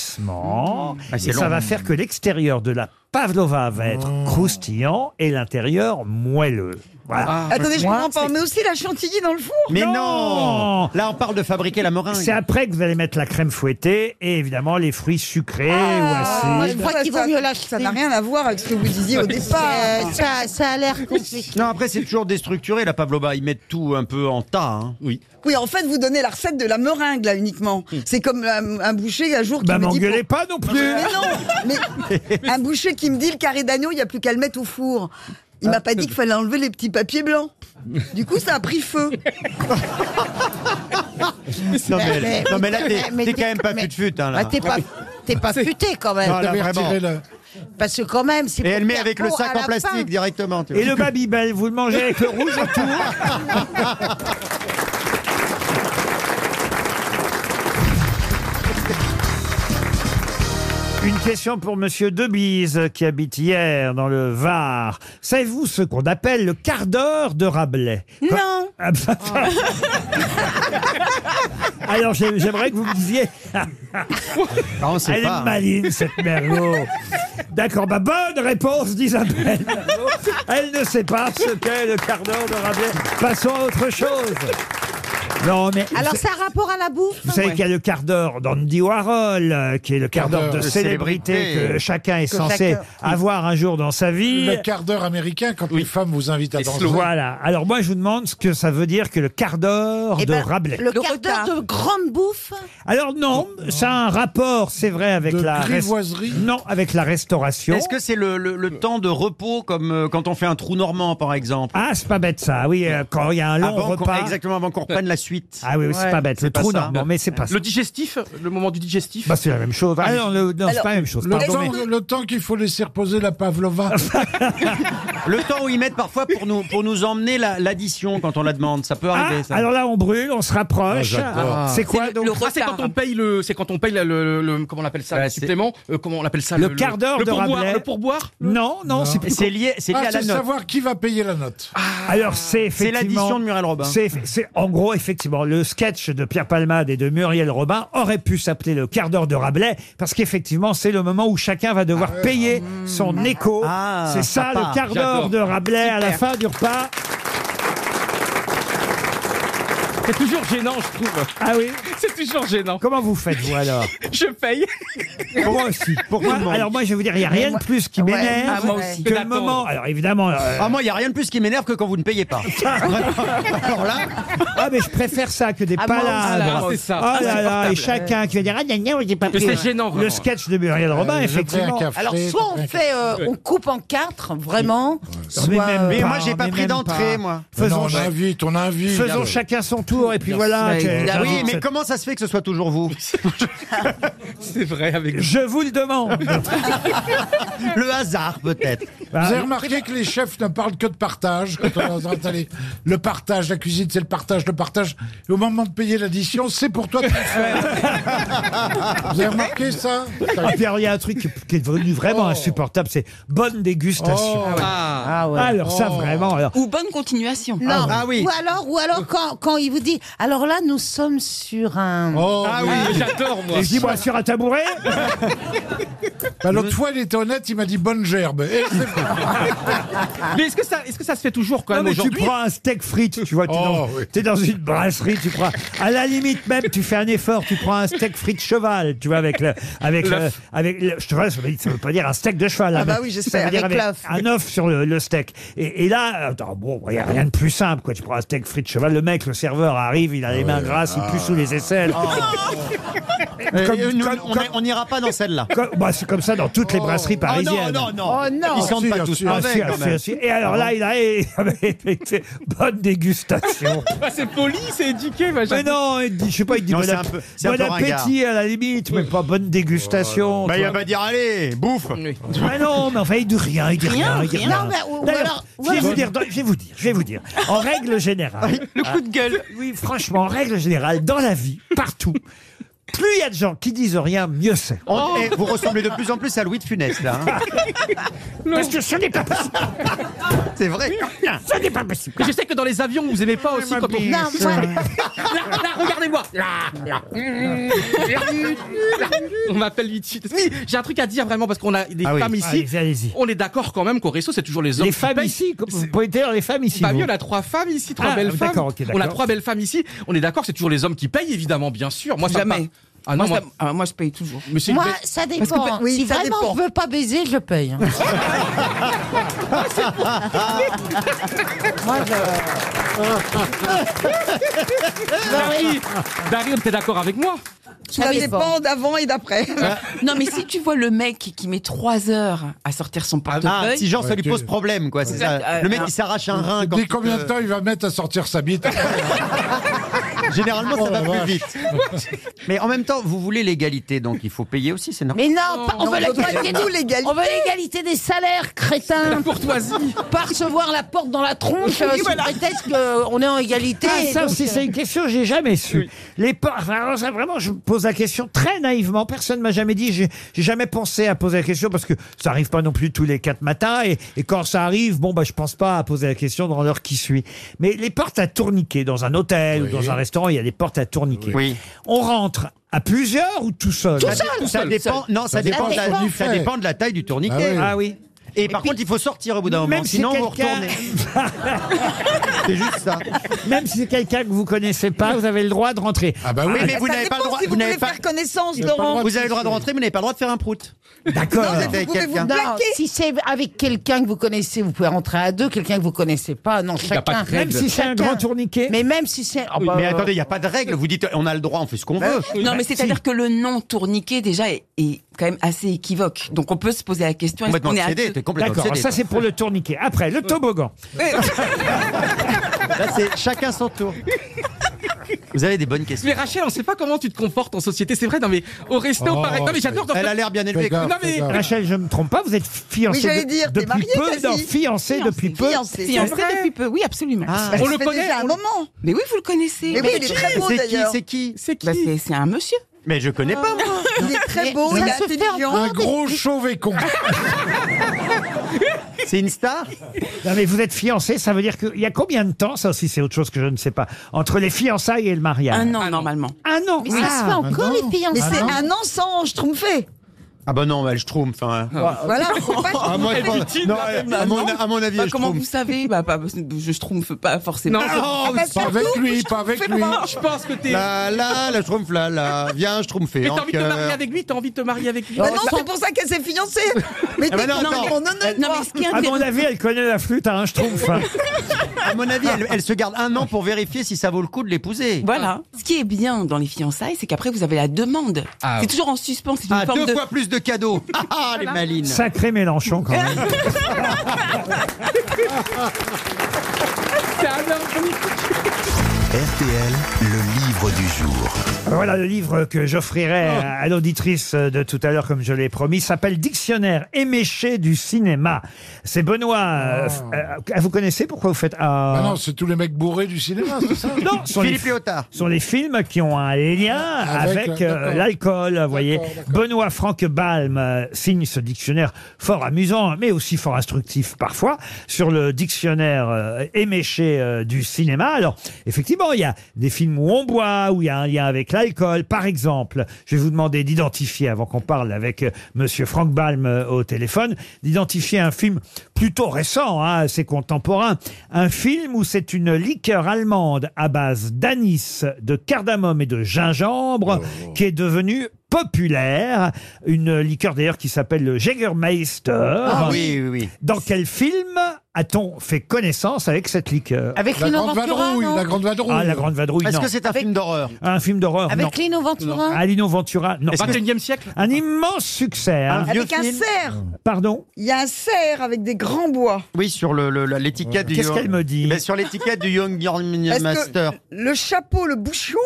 Speaker 2: refroidissement
Speaker 3: Ah, c'est
Speaker 2: et ça
Speaker 3: long. Oh.
Speaker 2: va faire que l'extérieur de la pavlova va être croustillant et l'intérieur moelleux. Voilà.
Speaker 4: Ah. Attendez, je comprends pas. On met aussi la chantilly dans le four Ah.
Speaker 3: Mais non Là, on parle de fabriquer la meringue.
Speaker 2: C'est après que vous allez mettre la crème fouettée et évidemment les fruits sucrés ou
Speaker 4: Moi, je
Speaker 2: acides.
Speaker 4: crois qu'il vaut mieux l'acheter. Ça n'a rien à voir avec ce que vous disiez au départ.
Speaker 8: ça, ça a l'air compliqué.
Speaker 3: Non, après, c'est toujours déstructuré, la pavlova. Ils mettent tout un peu en tas. hein. Oui.
Speaker 4: Oui, en fait, vous donnez la recette de la meringue, là, uniquement.
Speaker 3: Hmm.
Speaker 4: C'est comme un, un boucher, un jour, qui
Speaker 2: Bah,
Speaker 4: me dit...
Speaker 2: m'engueulez pas non plus.
Speaker 4: Mais non Mais un boucher qui me dit, le carré d'agneau, il n'y a plus qu'à le mettre au four. Il
Speaker 3: Ah.
Speaker 4: m'a pas dit qu'il fallait enlever les petits papiers blancs. Du coup, ça a pris feu.
Speaker 3: Non, mais,
Speaker 8: Mais-
Speaker 3: non, mais là, t'es
Speaker 8: mais
Speaker 3: t'es quand même pas
Speaker 8: mais-
Speaker 3: plus de fut. Hein, là.
Speaker 8: Bah, t'es pas, t'es pas futé quand même.
Speaker 3: Non, là, T'avais vraiment. retiré le-
Speaker 8: Parce que quand même, c'est
Speaker 3: Et
Speaker 8: pour
Speaker 3: elle met
Speaker 8: faire
Speaker 3: avec le
Speaker 8: beau
Speaker 3: sac
Speaker 8: à
Speaker 3: en
Speaker 8: la
Speaker 3: plastique
Speaker 8: fin.
Speaker 3: directement. tu
Speaker 2: Et
Speaker 3: vois.
Speaker 2: le Babybel, vous le mangez avec le rouge autour Une question pour Monsieur Debise qui habite hier dans le Var. Savez-vous ce qu'on appelle le quart d'heure de Rabelais
Speaker 6: Non.
Speaker 2: Ah, bah, Alors j'ai- j'aimerais que vous me disiez.
Speaker 3: on sait
Speaker 2: Elle
Speaker 3: pas,
Speaker 2: est
Speaker 3: hein.
Speaker 2: maline cette Merlot. D'accord, bah bonne réponse d'Isabelle. Merlot. Elle ne sait pas ce qu'est le quart d'heure de Rabelais. Passons à autre chose. Non mais.
Speaker 6: Alors,
Speaker 2: vous
Speaker 6: ça a rapport à la bouffe
Speaker 2: vous savez qu'il y a le quart d'heure d'Andy Warhol, euh, qui est le quart d'heure de célébrité, que chacun est
Speaker 5: Que
Speaker 2: censé
Speaker 5: chacun-
Speaker 2: avoir un jour dans sa vie.
Speaker 5: Le quart d'heure américain quand les femmes vous invitent à danser.
Speaker 2: Voilà. Alors moi, je vous demande ce que ça veut dire que le quart d'heure
Speaker 6: Eh
Speaker 2: de
Speaker 6: ben,
Speaker 2: Rabelais.
Speaker 6: Le quart d'heure de grande bouffe
Speaker 2: Alors non, ça a un rapport, c'est vrai, avec
Speaker 5: De
Speaker 2: la rest-
Speaker 5: grivoiserie
Speaker 2: Non, avec la restauration.
Speaker 3: Est-ce que c'est le, le- le temps de repos comme euh, quand on fait un trou normand, par exemple Ah
Speaker 2: Ah, c'est pas bête ça. Oui, euh, quand il y a un long
Speaker 3: Avant qu'on-
Speaker 2: repas.
Speaker 3: Exactement, avant qu'on reprenne la suite.
Speaker 2: Ah oui, oui, c'est
Speaker 3: Ouais.
Speaker 2: pas bête.
Speaker 3: C'est
Speaker 2: Le
Speaker 3: pas
Speaker 2: trou
Speaker 3: ça.
Speaker 2: normand, mais c'est pas ça.
Speaker 7: Le digestif, le moment du digestif.
Speaker 2: Bah, c'est la même chose. Ah non, le- non, c'est pas la même chose.
Speaker 5: Le
Speaker 2: Pardon,
Speaker 5: temps,
Speaker 2: mais-
Speaker 5: le temps qu'il faut laisser reposer la pavlova.
Speaker 3: Le temps où ils mettent parfois pour nous, pour nous emmener la- l'addition quand on la demande. Ça peut arriver, ça.
Speaker 2: Ah, Alors là, on brûle, on se rapproche.
Speaker 7: Ah, j'adore.
Speaker 2: Ah, c'est quoi donc
Speaker 7: Ah, c'est quand on paye le, c'est quand on paye le, le- le- comment on appelle
Speaker 3: Bah,
Speaker 7: ça, le supplément, euh, comment on appelle ça,
Speaker 2: Le quart d'heure
Speaker 7: le
Speaker 2: de
Speaker 7: pourboire,
Speaker 2: Rabelais.
Speaker 7: Le pourboire.
Speaker 2: Non, Oh, non, c'est Ah.
Speaker 3: C'est lié, c'est lié
Speaker 5: Ah,
Speaker 3: à la
Speaker 5: c'est
Speaker 3: note.
Speaker 5: savoir qui va payer la note.
Speaker 2: Alors c'est
Speaker 3: C'est
Speaker 2: effectivement.
Speaker 3: l'addition de Muriel Robin.
Speaker 2: C'est, c'est- en gros effectivement le sketch de Pierre Palmade et de Muriel Robin aurait pu s'appeler le quart d'heure de Rabelais parce qu'effectivement c'est le moment où chacun va devoir payer son écho.
Speaker 3: Ah,
Speaker 2: c'est ça
Speaker 3: papa.
Speaker 2: le quart d'heure
Speaker 7: J'adore.
Speaker 2: de Rabelais à la
Speaker 7: Super.
Speaker 2: fin du repas.
Speaker 7: C'est toujours gênant, je trouve.
Speaker 2: Ah oui.
Speaker 7: C'est toujours gênant.
Speaker 2: Comment vous faites vous alors
Speaker 7: Je paye.
Speaker 2: Pour moi aussi. Moi, alors moi je vais vous dire il y a rien de plus qui m'énerve
Speaker 7: Ah, moi aussi.
Speaker 2: que le
Speaker 7: D'accord.
Speaker 2: moment. Alors évidemment. euh,
Speaker 3: Ah, moi, il n'y a rien de plus qui m'énerve que quand vous ne payez pas. Alors là,
Speaker 2: Ah, mais je préfère ça que des
Speaker 3: moi aussi.
Speaker 7: Ah,
Speaker 2: palabres.
Speaker 7: c'est ça.
Speaker 2: Ah
Speaker 7: Ah,
Speaker 2: là
Speaker 7: c'est
Speaker 2: là, et
Speaker 7: portable.
Speaker 2: chacun qui va dire, ah, gna, gna, j'ai pas
Speaker 7: Mais
Speaker 2: pris.
Speaker 7: c'est gênant, hein.
Speaker 2: Le
Speaker 7: vraiment.
Speaker 2: sketch de Muriel Robin,
Speaker 5: Euh, je
Speaker 2: effectivement.
Speaker 5: prends un café.
Speaker 8: Alors, soit on fait, euh, on coupe en quatre, vraiment.
Speaker 2: Mais
Speaker 8: Soit,
Speaker 2: même
Speaker 8: euh,
Speaker 2: pas,
Speaker 3: moi, j'ai pas
Speaker 2: mais
Speaker 3: pris
Speaker 2: même
Speaker 3: d'entrée,
Speaker 2: pas.
Speaker 3: moi.
Speaker 5: Mais non,
Speaker 2: Faisons,
Speaker 5: on
Speaker 2: cha-
Speaker 5: invite, on invite.
Speaker 2: faisons chacun son tour, et puis voilà. j'ai-
Speaker 3: Ah oui,
Speaker 2: j'invite
Speaker 3: mais
Speaker 2: cette-
Speaker 3: comment ça se fait que ce soit toujours vous
Speaker 7: C'est vrai, avec.
Speaker 2: Je vous le demande.
Speaker 3: Le hasard, peut-être.
Speaker 2: Bah,
Speaker 5: Vous avez remarqué que les chefs ne parlent que de partage. quand on est en train d'aller- le partage, la cuisine, c'est le partage, le partage. Et au moment de payer l'addition, c'est pour toi. tout seul. Vous avez remarqué ça Oh.
Speaker 2: Ah, puis alors, il y a un truc qui- qui est devenu vraiment insupportable, c'est bonne dégustation.
Speaker 10: Oh. Ah. Ah ouais.
Speaker 2: Alors ça
Speaker 10: Oh.
Speaker 2: vraiment. Alors,
Speaker 10: Ou bonne continuation.
Speaker 8: Non.
Speaker 3: Ah,
Speaker 8: Ou alors, ou alors quand, quand il vous dit, alors là, nous sommes sur un.
Speaker 5: Oh,
Speaker 2: Oh
Speaker 5: Ah
Speaker 7: Ah
Speaker 2: Et je dis moi sur un tabouret.
Speaker 5: Bah, L'autre fois, il était honnête, il m'a dit bonne gerbe. Et c'est vrai.
Speaker 7: Mais est-ce que, ça, est-ce que ça se fait toujours quand
Speaker 2: Non,
Speaker 7: même
Speaker 2: mais tu
Speaker 7: aujourd'hui
Speaker 2: prends un steak frites, tu vois, t'es dans, t'es dans une brasserie, tu prends. À la limite même, tu fais un effort, tu prends un steak frites cheval, tu vois, avec le, avec
Speaker 4: L'œuf.
Speaker 2: le- avec. le- je te vois, ça veut ça veut pas dire un steak de cheval.
Speaker 4: Ah
Speaker 2: hein,
Speaker 4: bah
Speaker 2: mais
Speaker 4: oui,
Speaker 2: ça
Speaker 4: j'espère,
Speaker 2: veut dire
Speaker 4: avec
Speaker 2: Un œuf sur le, le steak. Et, et là, attends, bon, il y a rien de plus simple, quoi. Tu prends un steak frites cheval, le mec, le serveur arrive, il a les mains grasses, il pue sous les
Speaker 3: Oh.
Speaker 2: aisselles.
Speaker 9: Ah.
Speaker 3: Euh,
Speaker 2: Comme-
Speaker 3: nous,
Speaker 2: comme-
Speaker 3: on est- on n'ira pas dans celle-là.
Speaker 2: Comme- bah, c'est comme ça dans toutes les brasseries
Speaker 3: Oh non,
Speaker 2: parisiennes.
Speaker 3: non, non. Oh non. Ils sentent
Speaker 2: si,
Speaker 3: pas
Speaker 2: ah,
Speaker 3: tous
Speaker 2: si,
Speaker 3: mauvais,
Speaker 2: ah, si,
Speaker 3: quand
Speaker 2: ah,
Speaker 3: même.
Speaker 2: si, ah, si. Et alors là, il a eh, bonne dégustation.
Speaker 7: Ah, c'est poli, c'est bah, éduqué, machin.
Speaker 2: mais non, il dit, je sais pas, il dit
Speaker 7: Non,
Speaker 2: bon,
Speaker 7: c'est un
Speaker 2: app-
Speaker 7: peu- c'est un
Speaker 2: bon
Speaker 7: peu
Speaker 2: appétit
Speaker 7: ringard.
Speaker 2: à la limite, mais pas bonne dégustation.
Speaker 16: Bah, il
Speaker 2: toi.
Speaker 16: va pas dire allez, bouffe.
Speaker 2: Mais non, mais enfin, il dit rien, il dit rien,
Speaker 16: Rien,
Speaker 2: il dit
Speaker 16: rien.
Speaker 2: rien.
Speaker 16: Non, mais- ou- ou
Speaker 2: D'ailleurs,
Speaker 16: alors- ou
Speaker 2: je vais
Speaker 16: alors-
Speaker 2: vous dire, dans- je vais vous dire, je vais vous dire. En règle générale. Le coup de gueule. Oui, franchement, en règle générale, dans la vie, partout, plus il y a de gens qui disent rien, mieux c'est.
Speaker 3: On- eh, vous ressemblez de plus en plus à Louis de Funès, là. hein.
Speaker 2: Parce que ce n'est pas possible.
Speaker 3: C'est vrai.
Speaker 2: Ce n'est pas possible. Ah,
Speaker 7: Mais je sais que dans les avions, vous aimez pas aussi quand on.
Speaker 8: Non, moi-
Speaker 7: Là, là, regardez-moi. Là, là. On m'appelle vite. Oui, j'ai un truc à dire vraiment parce qu'on a des
Speaker 2: Ah oui.
Speaker 7: femmes ici.
Speaker 2: Allez-y,
Speaker 7: On est d'accord quand même qu'au resto, c'est toujours les hommes.
Speaker 2: Les
Speaker 7: qui
Speaker 2: femmes
Speaker 7: payent.
Speaker 2: ici, comme vous pouvez dire les femmes ici.
Speaker 7: Pas
Speaker 2: vous.
Speaker 7: mieux, on a trois femmes ici, trois
Speaker 2: Ah,
Speaker 7: belles femmes.
Speaker 2: d'accord, ok, d'accord.
Speaker 7: On a trois belles femmes ici. On est d'accord, c'est toujours les hommes qui payent, évidemment, bien sûr. Moi, ça me
Speaker 10: Jamais.
Speaker 7: parle. Ah
Speaker 10: Moi,
Speaker 7: non, moi,
Speaker 10: ça- ah, moi, je paye toujours.
Speaker 7: Mais c'est une
Speaker 8: Moi,
Speaker 7: belle-
Speaker 8: ça
Speaker 7: Parce que-
Speaker 8: dépend. hein.
Speaker 7: Oui,
Speaker 8: si
Speaker 7: ça
Speaker 8: vraiment
Speaker 7: dépend.
Speaker 8: je veux pas baiser, je paye. Moi,
Speaker 10: Ah
Speaker 7: Dari, Dari, t'es d'accord avec moi
Speaker 10: Ça dépend d'avant et d'après.
Speaker 3: Ah.
Speaker 10: non, mais si tu vois le mec qui met 3 heures à sortir son
Speaker 7: bah
Speaker 10: portefeuille.
Speaker 3: Ah, si genre ça lui pose problème, quoi, c'est
Speaker 10: Exact,
Speaker 3: ça.
Speaker 10: euh,
Speaker 3: Le mec,
Speaker 10: euh,
Speaker 3: il s'arrache un rein.
Speaker 5: Dis combien de temps il va mettre à sortir sa bite
Speaker 3: Généralement,
Speaker 5: Oh,
Speaker 3: ça
Speaker 5: la
Speaker 3: va plus
Speaker 5: vache.
Speaker 3: vite. Mais en même temps, vous voulez l'égalité, donc il faut payer aussi, c'est normal.
Speaker 8: Mais non, pas- on,
Speaker 4: Non, on
Speaker 8: veut
Speaker 4: veut pas du
Speaker 8: l'égalité,
Speaker 4: tout l'égalité.
Speaker 8: on veut l'égalité des salaires, crétin. La
Speaker 7: courtoisie.
Speaker 8: Pas recevoir la porte dans la tronche euh, sous prétexte qu'on est en égalité.
Speaker 2: Ah,
Speaker 8: et
Speaker 2: ça
Speaker 8: donc,
Speaker 2: aussi,
Speaker 8: euh,
Speaker 2: c'est une question que j'ai jamais su. Les por- enfin, alors, ça, vraiment, je me pose la question très naïvement. Personne ne m'a jamais dit. J'ai j'ai jamais pensé à poser la question parce que ça arrive pas non plus tous les quatre matins. Et, et quand ça arrive, bon, bah, je pense pas à poser la question dans l'heure qui suit. Mais les portes à tourniquet dans un hôtel ou dans un restaurant, il y a des portes à tourniquet.
Speaker 3: Oui.
Speaker 2: On rentre à plusieurs ou tout seul
Speaker 3: Ça dé- Ça dépend, non, ça dépend, de la- ça dépend de la taille du tourniquet.
Speaker 2: Ah oui.
Speaker 3: Et par contre, il faut sortir au bout d'un
Speaker 2: Même
Speaker 3: moment,
Speaker 2: si
Speaker 3: sinon vous
Speaker 2: quelqu'un-
Speaker 3: retournez. C'est juste ça.
Speaker 2: Même si c'est quelqu'un que vous connaissez pas, vous avez le droit de rentrer. Ah
Speaker 3: bah oui. Oui, mais vous n'avez pas le droit- vous n'avez pas-
Speaker 4: connaissance,
Speaker 3: Vous avez le droit de rentrer, mais vous n'avez pas le droit de faire un prout.
Speaker 2: D'accord.
Speaker 3: Non, mais vous Avec pouvez vous quelqu'un.
Speaker 8: Non,
Speaker 3: plaquer.
Speaker 8: si c'est avec quelqu'un que vous connaissez, vous pouvez rentrer à deux. Quelqu'un que vous connaissez pas, non,
Speaker 3: y a pas
Speaker 8: chacun.
Speaker 3: de règle. Même si c'est un
Speaker 8: Chacun.
Speaker 3: grand
Speaker 2: tourniquet.
Speaker 8: Mais même si c'est. Ah
Speaker 3: Oui,
Speaker 8: bah,
Speaker 3: mais
Speaker 8: euh,
Speaker 3: attendez, il n'y a pas de règle. Vous dites, on a le droit, on fait ce qu'on veut.
Speaker 10: Bah Non, mais c'est-à-dire que le nom tourniquet, déjà, est, est quand même assez équivoque. Donc, on peut se poser la question. est-ce
Speaker 3: Complètement
Speaker 10: qu'on est à
Speaker 3: obsédé,
Speaker 10: deux-
Speaker 3: t'es complètement
Speaker 2: D'accord,
Speaker 3: obsédé,
Speaker 2: ça
Speaker 3: toi.
Speaker 2: c'est pour le tourniquet. Après, le toboggan.
Speaker 3: Là, c'est chacun son tour. Vous avez des bonnes questions.
Speaker 7: Mais Rachel, on sait pas comment tu te comportes en société, c'est vrai, non mais au resto,
Speaker 3: Oh,
Speaker 7: pareil. Non mais j'adore quand-
Speaker 3: elle a l'air bien élevée, quand même.
Speaker 7: Non mais
Speaker 2: Rachel, je me trompe pas, vous êtes fiancée
Speaker 4: Oui, j'allais
Speaker 2: de-
Speaker 4: dire, t'es
Speaker 2: depuis
Speaker 4: mariée,
Speaker 2: peu,
Speaker 4: quasi.
Speaker 2: non, fiancée depuis peu.
Speaker 4: Fiancée.
Speaker 10: Si, on
Speaker 4: C'est
Speaker 10: sait
Speaker 4: vrai
Speaker 10: depuis peu, oui, absolument.
Speaker 3: Ah.
Speaker 4: Bah,
Speaker 10: on
Speaker 4: ça
Speaker 10: le
Speaker 4: fait
Speaker 10: connaît.
Speaker 4: déjà un
Speaker 10: on le-
Speaker 4: moment.
Speaker 10: Mais oui, vous le connaissez.
Speaker 4: Mais oui, il est
Speaker 10: qui
Speaker 4: très beau,
Speaker 10: C'est qui,
Speaker 4: d'ailleurs.
Speaker 10: C'est
Speaker 3: qui
Speaker 10: C'est qui Bah, C'est un monsieur. Ah.
Speaker 3: Mais je connais pas, moi.
Speaker 4: Il est très beau,
Speaker 5: Mais
Speaker 4: il est
Speaker 5: ça se fait
Speaker 4: intelligent.
Speaker 5: Un gros chauve et con.
Speaker 3: C'est une star
Speaker 2: Non, mais vous êtes fiancée, ça veut dire qu'il y a combien de temps, ça aussi c'est autre chose que je ne sais pas, entre les fiançailles et le mariage
Speaker 10: Un an, normalement.
Speaker 3: Ah
Speaker 2: Un an
Speaker 8: Mais ça se fait encore, les
Speaker 4: Mais
Speaker 8: fiançailles.
Speaker 4: c'est un an sans schtroumpfer.
Speaker 3: Ah bah non, elle schtroumpf. Hein.
Speaker 4: Voilà, faut pas
Speaker 3: Ah, moi, je pense- non, à, mon, à mon avis,
Speaker 10: Bah,
Speaker 3: elle
Speaker 10: comment
Speaker 3: schtroumpf.
Speaker 10: vous savez bah, bah, Je trompe pas forcément.
Speaker 7: Non,
Speaker 10: Ah, bah,
Speaker 5: pas avec
Speaker 10: surtout,
Speaker 5: lui,
Speaker 10: je
Speaker 5: pas avec
Speaker 10: trompais
Speaker 5: lui.
Speaker 10: pas.
Speaker 7: je pense que t'es.
Speaker 3: Là, là, la schtroumpf, là, là. Viens, schtroumpfer.
Speaker 7: Mais
Speaker 3: en
Speaker 7: t'as envie de te
Speaker 3: cœur.
Speaker 7: marier avec lui, t'as envie de te marier avec lui.
Speaker 4: Bah non, c'est pour ça qu'elle s'est fiancée. Mais
Speaker 3: Ah bah
Speaker 4: t'es
Speaker 3: non,
Speaker 4: con,
Speaker 3: attends.
Speaker 4: on honnête.
Speaker 10: Non, mais ce qui est
Speaker 2: À mon
Speaker 10: intéressant-
Speaker 2: avis, elle connaît la flûte à un schtroumpf. hein.
Speaker 3: À mon avis, elle, elle se garde un an pour vérifier si ça vaut le coup de l'épouser.
Speaker 10: Voilà. Ce qui est bien dans les fiançailles, c'est qu'après, vous avez la demande.
Speaker 3: Ah.
Speaker 10: C'est toujours en suspens. C'est une
Speaker 3: Ah,
Speaker 10: forme
Speaker 3: deux
Speaker 10: de...
Speaker 3: fois plus de cadeaux. Ah, ah, les malines.
Speaker 2: Sacré Mélenchon quand même.
Speaker 7: C'est un homme.
Speaker 1: RTL, le livre du jour.
Speaker 2: Voilà le livre que j'offrirai
Speaker 5: Oh.
Speaker 2: à à l'auditrice de tout à l'heure, comme je l'ai promis. s'appelle Dictionnaire éméché du cinéma. C'est Benoît. euh, f- euh, vous connaissez pourquoi vous faites ah
Speaker 5: Oh. Ah non, c'est tous les mecs bourrés du cinéma, c'est ça
Speaker 2: Non, ce sont les fi- ce sont les films qui ont un lien avec,
Speaker 5: Avec,
Speaker 2: euh,
Speaker 5: d'accord.
Speaker 2: l'alcool, vous voyez. Benoît Franck Balm euh, signe ce dictionnaire fort amusant, mais aussi fort instructif parfois, sur le dictionnaire euh, éméché euh, du cinéma. Alors, effectivement, il y a des films où on boit, où il y a un lien avec l'alcool. Par exemple, je vais vous demander d'identifier, avant qu'on parle avec euh, Monsieur Franck Balm euh, au téléphone, d'identifier un film plutôt récent, hein, assez contemporain. Un film où c'est une liqueur allemande à base d'anis, de cardamome et de gingembre
Speaker 8: Oh.
Speaker 2: qui est devenue populaire. Une liqueur d'ailleurs qui s'appelle le Jägermeister.
Speaker 3: Ah oui, oui, oui.
Speaker 2: Dans quel film a-t-on fait connaissance avec cette liqueur
Speaker 8: Avec La Lino Grande Ventura, Vadrouille, non la Grande Vadrouille.
Speaker 2: Ah, la Grande Vadrouille,
Speaker 3: Est-ce
Speaker 2: non.
Speaker 3: que c'est un film d'horreur
Speaker 2: Un film d'horreur, non.
Speaker 8: Avec Lino Ventura
Speaker 2: Ah, Lino Ventura, non.
Speaker 7: Est-ce que- 21e siècle
Speaker 2: Un immense succès. hein.
Speaker 4: Avec un cerf.
Speaker 2: Pardon
Speaker 4: Il y a un cerf avec des grands bois.
Speaker 3: Oui, sur le- le- la- l'étiquette du
Speaker 2: Qu'est-ce
Speaker 3: Young-
Speaker 2: qu'elle me dit
Speaker 3: Mais Sur l'étiquette du Young Young
Speaker 4: Parce que
Speaker 3: Master.
Speaker 4: le chapeau, le bouchon,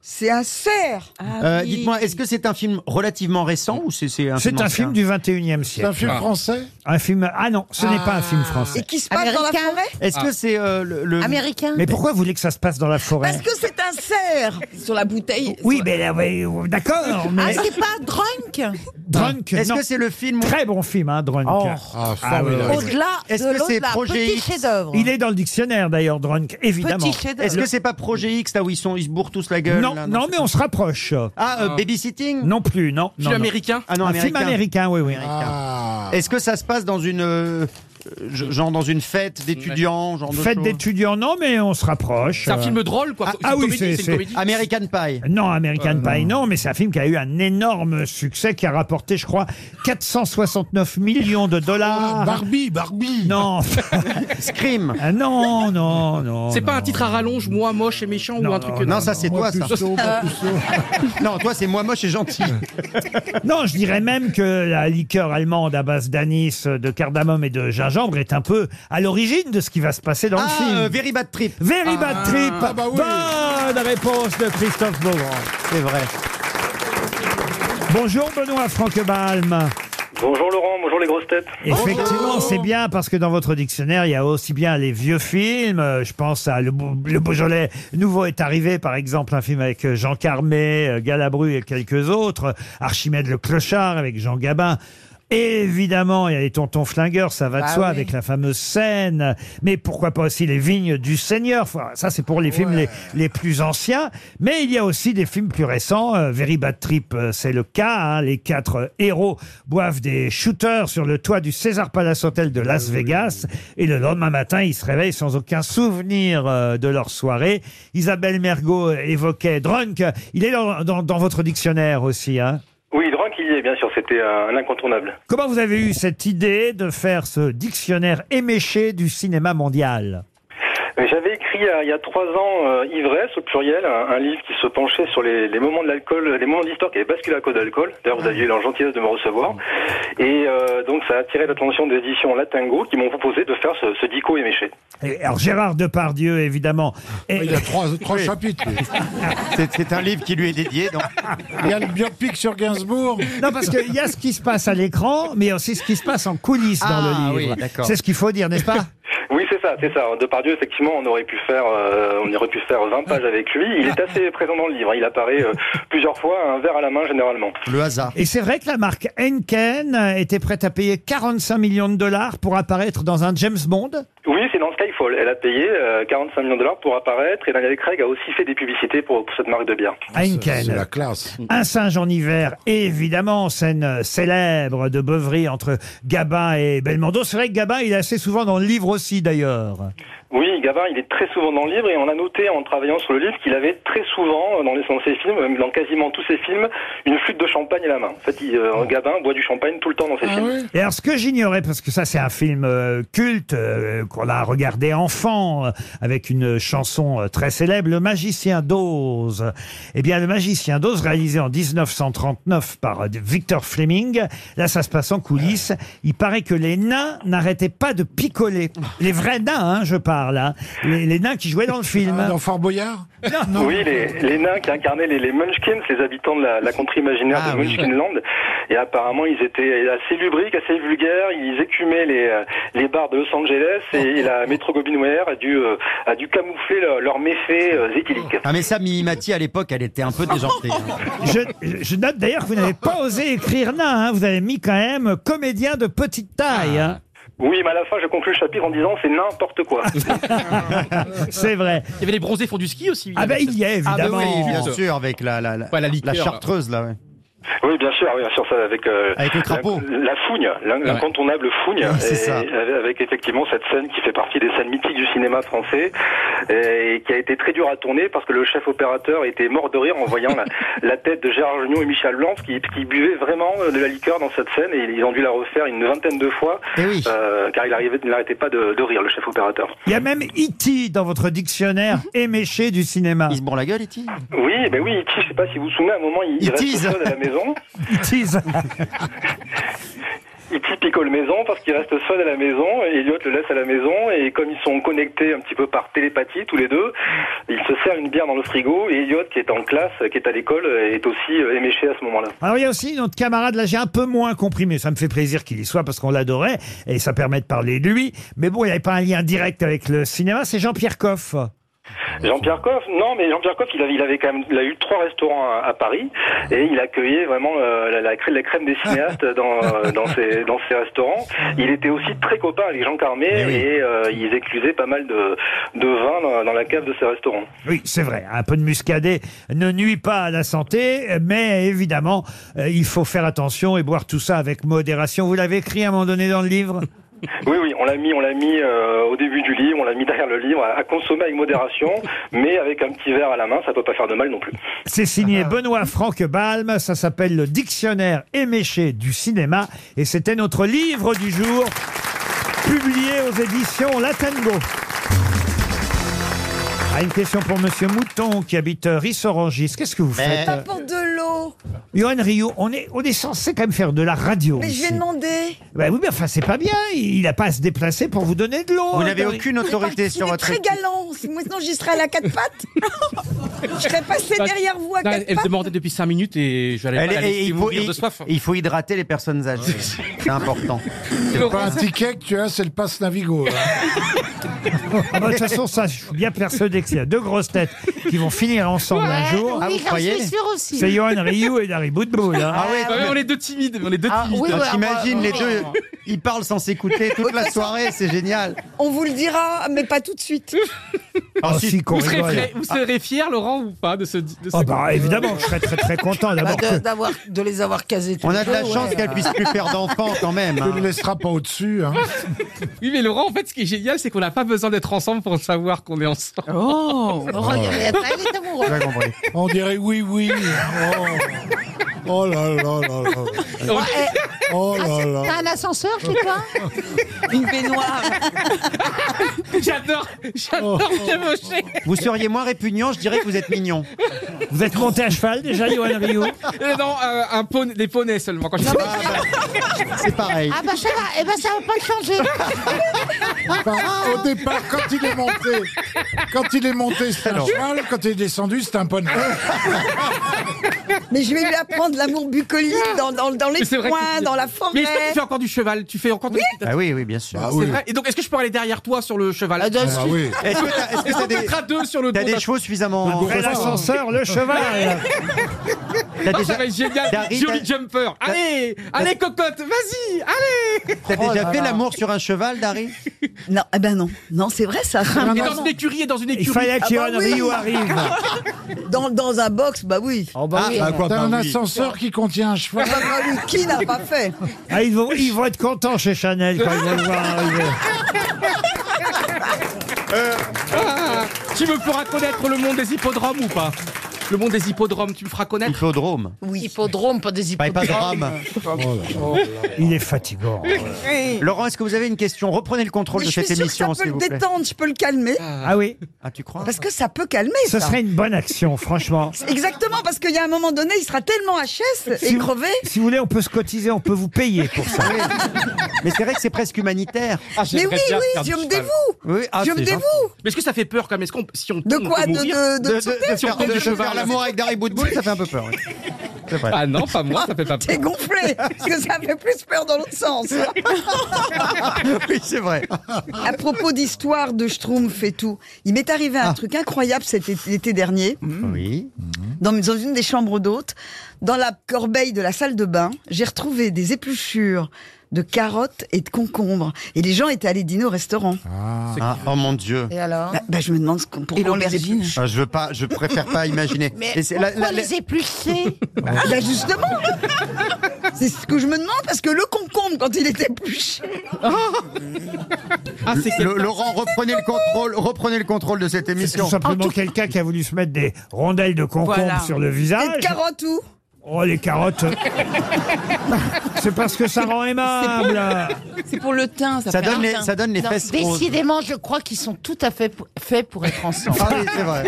Speaker 4: c'est un cerf.
Speaker 8: Ah
Speaker 10: Ah
Speaker 3: Euh, Dites-moi, est-ce que c'est un film relativement récent ou c'est c'est un film
Speaker 2: C'est un
Speaker 3: ancien
Speaker 2: film du 21e siècle.
Speaker 5: C'est un film français
Speaker 2: Un film. Ah non, ce n'est pas un film français. Ah.
Speaker 4: Et qui se passe dans la
Speaker 8: Américain.
Speaker 4: forêt Ah.
Speaker 3: Est-ce que c'est euh, le, le-
Speaker 8: Ah. Américain.
Speaker 2: Mais pourquoi vous voulez que ça se passe dans la forêt
Speaker 4: Parce que c'est un cerf.
Speaker 10: Sur la bouteille.
Speaker 2: Oui, mais là, oui, Oh, d'accord.
Speaker 8: Ah,
Speaker 2: Mais
Speaker 8: c'est pas drunk
Speaker 2: Drunk,
Speaker 3: Est-ce
Speaker 2: non.
Speaker 3: que c'est le film
Speaker 2: Très bon film, hein, Drunk.
Speaker 3: Oh.
Speaker 5: Ah,
Speaker 2: formidable.
Speaker 5: formidable.
Speaker 8: Au-delà
Speaker 3: Est-ce
Speaker 8: de
Speaker 3: que c'est
Speaker 8: l'au-delà.
Speaker 3: Projet
Speaker 8: Petit
Speaker 3: X
Speaker 8: chef-d'œuvre.
Speaker 2: Il est dans le dictionnaire d'ailleurs, Drunk, évidemment.
Speaker 8: Petit chef-d'œuvre.
Speaker 3: Est-ce que c'est pas Projet X là où ils sont, ils se bourrent tous la gueule
Speaker 2: Non,
Speaker 3: là,
Speaker 2: non,
Speaker 3: c'est-
Speaker 2: mais on se rapproche.
Speaker 3: Ah, euh, Babysitting.
Speaker 2: Non plus, non. non,
Speaker 7: Film
Speaker 2: non.
Speaker 7: américain
Speaker 3: Ah non,
Speaker 2: un film américain, oui, oui.
Speaker 5: Ah.
Speaker 3: Est-ce que ça se passe dans une euh, euh, genre dans une fête d'étudiants, genre de
Speaker 2: Fête
Speaker 3: choses
Speaker 2: d'étudiants, non, mais on se rapproche.
Speaker 7: C'est un
Speaker 2: Euh,
Speaker 7: film drôle, quoi.
Speaker 2: Ah,
Speaker 7: C'est
Speaker 2: ah
Speaker 7: une
Speaker 2: oui,
Speaker 7: comédie,
Speaker 2: c'est-
Speaker 7: une
Speaker 2: c'est-
Speaker 7: comédie.
Speaker 3: American Pie. Euh,
Speaker 2: Non, American Pie, non, mais c'est un film qui a eu un énorme succès, qui a rapporté, je crois, 469 millions de
Speaker 7: Oh,
Speaker 2: dollars.
Speaker 5: Barbie, Barbie
Speaker 2: ah. non,
Speaker 3: Scream.
Speaker 2: Ah, non, non, non.
Speaker 7: C'est pas
Speaker 2: non.
Speaker 7: un titre à rallonge, moi moche et méchant
Speaker 2: Non,
Speaker 7: ou un truc.
Speaker 3: Non, ça c'est toi ça.
Speaker 5: Puceau, pas puceau.
Speaker 3: Non, toi c'est moi moche et gentil.
Speaker 2: Non, je dirais même que la liqueur allemande à base d'anis, de cardamome et de gingembre est un peu à l'origine de ce qui va se passer dans le
Speaker 3: Ah,
Speaker 2: film.
Speaker 3: euh, Very Bad Trip.
Speaker 2: Very bad
Speaker 7: Ah,
Speaker 2: trip.
Speaker 5: bah oui.
Speaker 2: Bonne réponse de Christophe Beaugrand.
Speaker 3: C'est vrai.
Speaker 2: Bonjour Benoît Franquebalm.
Speaker 17: Bonjour Laurent, bonjour les grosses têtes.
Speaker 8: Oh
Speaker 2: Effectivement, c'est bien parce que dans votre dictionnaire, il y a aussi bien les vieux films. euh, Je pense à Le, Beau- Le Beaujolais Nouveau est arrivé, par exemple, un film avec euh, Jean Carmet, euh, Galabru et quelques autres. euh, Archimède le Clochard avec Jean Gabin. Évidemment, il y a les tontons flingueurs, ça va de
Speaker 8: Bah
Speaker 2: soi,
Speaker 8: oui.
Speaker 2: avec la fameuse scène. Mais pourquoi pas aussi les vignes du Seigneur Faut- Ça, c'est pour les films les, les plus anciens. Mais il y a aussi des films plus récents. Euh, Very Bad Trip, euh, c'est le cas. hein. Les quatre euh, héros boivent des shooters sur le toit du César Palace Hotel de Las Vegas. Et le lendemain matin, ils se réveillent sans aucun souvenir euh, de leur soirée. Isabelle Mergot évoquait Drunk. Il est dans, dans- dans votre dictionnaire aussi. Hein.
Speaker 17: Oui, Drunk, il y est, bien sûr, c'était un, un incontournable.
Speaker 2: Comment vous avez eu cette idée de faire ce dictionnaire éméché du cinéma mondial
Speaker 17: Mais J'avais écrit il y a, il y a trois ans euh, Ivresse, au pluriel, un, un livre qui se penchait sur les, les moments de l'alcool, les moments d'histoire qui avaient basculé à cause de l'alcool. D'ailleurs, vous aviez eu la gentillesse de me recevoir. Et euh, donc, ça a attiré l'attention des éditions Latingo qui m'ont proposé de faire ce, ce dico éméché.
Speaker 2: Et- Alors Gérard Depardieu, évidemment. Et-
Speaker 5: Il y a trois, trois chapitres. lui.
Speaker 3: C'est- C'est un livre qui lui est dédié. Donc.
Speaker 5: Il y a le biopic sur Gainsbourg.
Speaker 2: non, parce qu'il y a ce qui se passe à l'écran, mais il y a aussi ce qui se passe en coulisses
Speaker 3: Ah,
Speaker 2: dans le livre.
Speaker 3: oui, d'accord.
Speaker 2: C'est ce qu'il faut dire, n'est-ce pas
Speaker 17: Oui, c'est ça, c'est ça. Depardieu, effectivement, on aurait pu faire, euh, on aurait pu faire 20 pages avec lui. Il est assez présent dans le livre. Il apparaît euh, plusieurs fois, un verre à la main, généralement.
Speaker 3: Le hasard.
Speaker 2: Et c'est vrai que la marque Henken était prête à payer 45 millions de dollars pour apparaître dans un James Bond.
Speaker 17: Oui, c'est dans Skyfall. Elle a payé euh, 45 millions de dollars pour apparaître et Daniel Craig a aussi fait des publicités pour, pour cette marque de bière.
Speaker 5: C'est
Speaker 2: Henken.
Speaker 5: la classe.
Speaker 2: Ah, Un singe en hiver, évidemment, scène célèbre de beuverie entre Gabin et Belmondo. C'est vrai que Gabin, il est assez souvent dans le livre aussi, d'ailleurs.
Speaker 17: Oui, Gavin, il est très souvent dans le livre et on a noté en travaillant sur le livre qu'il avait très souvent, euh, dans, les, dans ses films, même dans quasiment tous ses films, une flûte de champagne à la main. En fait, il, euh, Gabin boit du champagne tout le temps dans ses
Speaker 5: Ah
Speaker 17: films.
Speaker 5: oui
Speaker 2: Et alors, ce que j'ignorais, parce que ça, c'est un film euh, culte euh, qu'on a regardé enfant, euh, avec une chanson euh, très célèbre, Le Magicien d'Oz. Eh bien, Le Magicien d'Oz, réalisé en 1939 par euh, Victor Fleming. Là, ça se passe en coulisses. Il paraît que les nains n'arrêtaient pas de picoler. Les vrais nains, hein, je parle. Boyard, là. Les, les nains qui jouaient dans le film. dans
Speaker 5: Ah, Fort Boyard
Speaker 17: Oui, les, les nains qui incarnaient les, les Munchkins, les habitants de la, la contrée imaginaire
Speaker 3: Ah
Speaker 17: de Munchkinland. Et apparemment, ils étaient assez lubriques, assez vulgaires. Ils écumaient les, euh, les bars de Los Angeles et la métro Gobinware a dû, euh, a dû camoufler leur- leurs méfaits euh, éthyliques.
Speaker 3: Ah mais ça, Mimimati à l'époque, elle était un peu déjantée. hein.
Speaker 2: Je, je note d'ailleurs que vous n'avez pas osé écrire nain, hein. vous avez mis quand même euh, comédien de petite taille. hein.
Speaker 17: Oui, mais à la fin, je conclus le chapitre en disant c'est n'importe quoi.
Speaker 2: C'est vrai.
Speaker 7: Il y avait les bronzés font du ski aussi.
Speaker 2: Ah ben,
Speaker 7: ben
Speaker 2: il y est, évidemment.
Speaker 3: bien sûr, avec la, la, la, la
Speaker 7: liqueur.
Speaker 3: chartreuse, là, ouais.
Speaker 17: Oui, bien sûr, oui, bien sûr, ça avec, euh,
Speaker 3: Avec le crapaud.
Speaker 17: la, la fougne, l'in- l'incontournable fougne,
Speaker 3: Oui, c'est
Speaker 17: et
Speaker 3: ça.
Speaker 17: avec, avec effectivement cette scène qui fait partie des scènes mythiques du cinéma français et qui a été très dur à tourner parce que le chef opérateur était mort de rire en voyant la, la tête de Gérard Junior et Michel Blanc qui, qui buvaient vraiment de la liqueur dans cette scène et ils ont dû la refaire une vingtaine de fois
Speaker 3: Eh
Speaker 17: euh, car il arrivait, il n'arrêtait pas de, de rire le chef opérateur.
Speaker 2: Il y a même E.T. dans votre dictionnaire éméché du cinéma. Il se
Speaker 3: bourre la gueule, E.T.
Speaker 17: Oui, ben oui, E.T., je sais pas si vous vous souvenez, à un moment il,
Speaker 2: Il
Speaker 17: reste tout
Speaker 2: tease.
Speaker 17: seul à la maison.
Speaker 2: E.T.
Speaker 17: Il typique le maison parce qu'il reste seul à la maison et Elliot le laisse à la maison et comme ils sont connectés un petit peu par télépathie tous les deux, il se sert une bière dans le frigo et Elliot qui est en classe, qui est à l'école, est aussi euh, éméché à ce moment-là.
Speaker 2: Alors il y a aussi notre camarade, là j'ai un peu moins compris, mais ça me fait plaisir qu'il y soit parce qu'on l'adorait et ça permet de parler de lui. Mais bon, il n'y avait pas un lien direct avec le cinéma, c'est Jean-Pierre Coff.
Speaker 17: Jean-Pierre Coff, non, mais Jean-Pierre Coff, il avait, il avait quand même, il a eu trois restaurants à, à Paris et il accueillait vraiment euh, la, la crème- la crème des cinéastes dans, euh, dans, ses, dans ses restaurants. Il était aussi très copain avec Jean Carmé et euh, ils éclusaient pas mal de, de vin dans, dans la cave de ses restaurants.
Speaker 2: Oui, c'est vrai, un peu de muscadet ne nuit pas à la santé, mais évidemment, euh, il faut faire attention et boire tout ça avec modération. Vous l'avez écrit à un moment donné dans le livre
Speaker 17: Oui, oui, on l'a mis, on l'a mis euh, au début du livre, on l'a mis derrière le livre, à, à consommer avec modération, mais avec un petit verre à la main, ça peut pas faire de mal non plus.
Speaker 2: C'est signé Benoît Franck Balm, ça s'appelle le dictionnaire éméché du cinéma et c'était notre livre du jour publié aux éditions Latengo. Ah, une question pour Monsieur Mouton qui habite Rissorangis. Qu'est-ce que vous faites euh,
Speaker 4: Pas pour de l'eau.
Speaker 2: Johan Rio, on est, on est censé quand même faire de la radio.
Speaker 4: Mais je vais
Speaker 2: ici.
Speaker 4: demander.
Speaker 2: Bah oui, mais enfin, c'est pas bien. Il n'a pas à se déplacer pour vous donner de l'eau.
Speaker 3: Vous
Speaker 2: hein,
Speaker 3: n'avez
Speaker 2: Dari-
Speaker 3: aucune autorité sur votre
Speaker 4: Très galant. Si moi, sinon, j'y serais à la quatre pattes. je serais passé derrière vous à
Speaker 7: Non,
Speaker 4: quatre
Speaker 7: Elle me
Speaker 4: pattes.
Speaker 7: demandait depuis 5 minutes et j'allais pas la
Speaker 3: Elle est- et
Speaker 7: laisser
Speaker 3: il, faut,
Speaker 7: mourir de
Speaker 3: il-
Speaker 7: soif.
Speaker 3: il faut hydrater les personnes âgées. C'est important.
Speaker 5: C'est pas un ticket que tu as, c'est le passe Navigo. hein.
Speaker 2: Ah bah, de toute façon, ça, je suis bien persuadé que s'il y a deux grosses têtes qui vont finir ensemble un
Speaker 6: Ouais,
Speaker 2: jour,
Speaker 6: oui, Ah, vous j'en croyez suis sûre aussi.
Speaker 2: c'est Johan Rioux et Dari Boudboul. hein.
Speaker 3: Ah oui,
Speaker 7: Ah ouais, on est deux timides, on est deux
Speaker 3: Ah,
Speaker 7: timides.
Speaker 3: oui, ouais, T'imagines,
Speaker 7: bah,
Speaker 3: ouais, les ouais.
Speaker 7: deux,
Speaker 3: ils parlent sans s'écouter toute la soirée, c'est génial.
Speaker 4: On vous le dira, mais pas tout de suite.
Speaker 2: Ah, si, qu'on
Speaker 7: vous serez,
Speaker 2: rigole.
Speaker 7: fier, vous serez fier, Laurent, ou pas de ce. De ce-
Speaker 2: Ah bah évidemment, je serais très très content d'abord.
Speaker 8: Bah, de,
Speaker 2: que-
Speaker 8: d'avoir, de les avoir casés tous
Speaker 3: On a
Speaker 8: les
Speaker 3: de la
Speaker 8: deux,
Speaker 3: chance
Speaker 8: ouais.
Speaker 3: qu'elle puisse plus faire d'enfants quand même. hein.
Speaker 5: Tu ne le laisseras pas au-dessus. hein.
Speaker 7: Oui, mais Laurent, en fait, ce qui est génial, c'est qu'on n'a pas besoin d'être ensemble pour savoir qu'on est ensemble.
Speaker 8: Oh, regarde, elle est amoureuse.
Speaker 5: On dirait oui, oui. Oh, Oh là là là là.
Speaker 8: eh,
Speaker 5: Oh là là.
Speaker 6: T'as un ascenseur chez toi Une baignoire.
Speaker 7: J'adore, j'adore
Speaker 2: Oh.
Speaker 7: Caboché.
Speaker 3: Vous seriez moins répugnant, je dirais que vous êtes mignon.
Speaker 2: Vous êtes monté à cheval déjà, Johan Rio
Speaker 7: Euh, Non, euh, un poney, des poneys seulement. Quand je
Speaker 3: Ah bah, C'est pareil.
Speaker 6: Ah bah ça va, eh ben ça va pas le changer.
Speaker 5: Enfin, au départ, quand il est monté, quand il est monté, c'était un
Speaker 3: Alors.
Speaker 5: cheval. Quand il est descendu, c'était un poney.
Speaker 4: Mais je vais lui apprendre l'amour bucolique dans, dans, dans les
Speaker 7: Mais c'est vrai que
Speaker 4: coins,
Speaker 7: tu-
Speaker 4: dans la
Speaker 7: Mais est-ce que
Speaker 4: forêt.
Speaker 7: tu fais encore du cheval Tu fais encore de l'équitation
Speaker 3: Ah oui, oui, bien sûr.
Speaker 7: C'est vrai. Et donc, est-ce que je peux aller derrière toi sur le cheval
Speaker 3: Ah oui. Est-ce que t'as- est-ce que
Speaker 7: Est-ce
Speaker 3: t'as
Speaker 7: qu'on
Speaker 3: des-
Speaker 7: peut être à deux sur le
Speaker 3: T'as
Speaker 7: dos d'un-
Speaker 3: des chevaux suffisamment.
Speaker 2: Après l'ascenseur, le cheval.
Speaker 3: T'as
Speaker 7: Ah,
Speaker 3: déjà,
Speaker 7: ça va être génial.
Speaker 3: Dari,
Speaker 7: Jolly
Speaker 3: t'as-
Speaker 7: jumper. Allez, allez, cocotte, vas-y, allez.
Speaker 3: t'as
Speaker 4: Oh
Speaker 3: déjà
Speaker 4: là
Speaker 3: fait
Speaker 4: là.
Speaker 3: l'amour sur un cheval, Dari
Speaker 4: Non, eh ben non. Non, c'est vrai, ça.
Speaker 7: Et dans une écurie, et dans une écurie.
Speaker 2: Il fallait que
Speaker 4: Ah bah
Speaker 2: Johan
Speaker 4: oui.
Speaker 2: Rio arrive.
Speaker 4: Dans, dans un box, bah oui.
Speaker 3: bah oui.
Speaker 5: T'as un ascenseur qui contient un cheval.
Speaker 4: Ah bah oui, qui n'a pas fait
Speaker 2: Ah, ils, vont, ils vont être contents chez Chanel quand ils vont le voir arriver.
Speaker 7: Euh. Ah, tu me feras connaître le monde des hippodromes ou pas Le monde des hippodromes, tu me feras connaître Hippodrome.
Speaker 8: Oui. Oh Hippodrome, pas des
Speaker 3: Pas-
Speaker 8: hippodromes.
Speaker 3: pas de drame.
Speaker 2: Il est fatigant.
Speaker 3: Laurent, est-ce que vous avez une question Reprenez le contrôle
Speaker 4: Mais
Speaker 3: de
Speaker 4: je suis
Speaker 3: cette
Speaker 4: sûre que
Speaker 3: émission,
Speaker 4: ça peut
Speaker 3: s'il
Speaker 4: le
Speaker 3: vous plaît.
Speaker 4: détendre, je peux le calmer.
Speaker 3: Ah
Speaker 2: oui
Speaker 3: Ah, tu crois
Speaker 4: Parce que ça peut calmer,
Speaker 2: Ce
Speaker 4: ça.
Speaker 2: serait une bonne action, franchement.
Speaker 4: Exactement, parce qu'il y a un moment donné, il sera tellement HS et
Speaker 2: Si vous-
Speaker 4: crevé.
Speaker 2: Si vous voulez, on peut se cotiser, on peut vous payer pour ça.
Speaker 3: Mais c'est vrai que c'est presque humanitaire.
Speaker 7: Ah,
Speaker 4: Mais oui, oui, je me dévoue.
Speaker 3: ah,
Speaker 4: je me dévoue.
Speaker 7: Mais est-ce que ça fait peur quand même Est-ce qu'on, si on
Speaker 4: De
Speaker 7: tombe,
Speaker 4: quoi
Speaker 7: on
Speaker 4: De-
Speaker 7: peut mourir
Speaker 4: de- de- de sauter
Speaker 7: si on
Speaker 4: faire-
Speaker 7: tombe
Speaker 4: de-
Speaker 7: du
Speaker 4: de faire
Speaker 7: cheval
Speaker 4: l'amour
Speaker 3: avec Dari Boudboul, ça fait un peu peur.
Speaker 7: Ah non, pas moi, ça fait pas
Speaker 4: T'es
Speaker 7: peur.
Speaker 4: gonflé, parce que ça fait plus peur dans l'autre sens.
Speaker 3: oui, c'est vrai.
Speaker 4: À propos d'histoire de Schtroumpf et tout, il m'est arrivé un truc incroyable cet été- l'été dernier.
Speaker 3: Ah. Mmh.
Speaker 4: Mmh.
Speaker 3: Oui.
Speaker 4: Dans, dans une des chambres d'hôtes, dans la corbeille de la salle de bain, j'ai retrouvé des épluchures de carottes et de concombres. Et les gens étaient allés dîner au restaurant.
Speaker 3: Ah, oh mon Dieu.
Speaker 8: Et alors
Speaker 4: Bah, bah, je me demande ce qu'on- pourquoi on les épluche.
Speaker 3: Ah, je veux pas, je préfère pas imaginer.
Speaker 4: Mais
Speaker 3: Et c'est la-
Speaker 4: pourquoi
Speaker 3: la- la-
Speaker 4: les éplucher Bah justement C'est ce que je me demande, parce que le concombre, quand il est épluché...
Speaker 7: Ah,
Speaker 3: Le- Le- Laurent, reprenez le contrôle, reprenez le contrôle de cette
Speaker 2: C'est
Speaker 3: émission.
Speaker 2: tout simplement quelqu'un qui a voulu se mettre des rondelles de concombre
Speaker 3: Voilà.
Speaker 2: sur le visage.
Speaker 4: Et de carottes où
Speaker 2: Oh, les carottes C'est parce que ça rend aimable
Speaker 10: C'est pour le teint, ça,
Speaker 2: Ça
Speaker 10: fait
Speaker 2: donne
Speaker 10: un
Speaker 2: les-
Speaker 10: teint.
Speaker 2: ça donne les
Speaker 8: Non,
Speaker 2: fesses roses.
Speaker 8: Décidément, je crois qu'ils sont tout à fait pou- faits pour être ensemble.
Speaker 3: Ah oui, c'est vrai.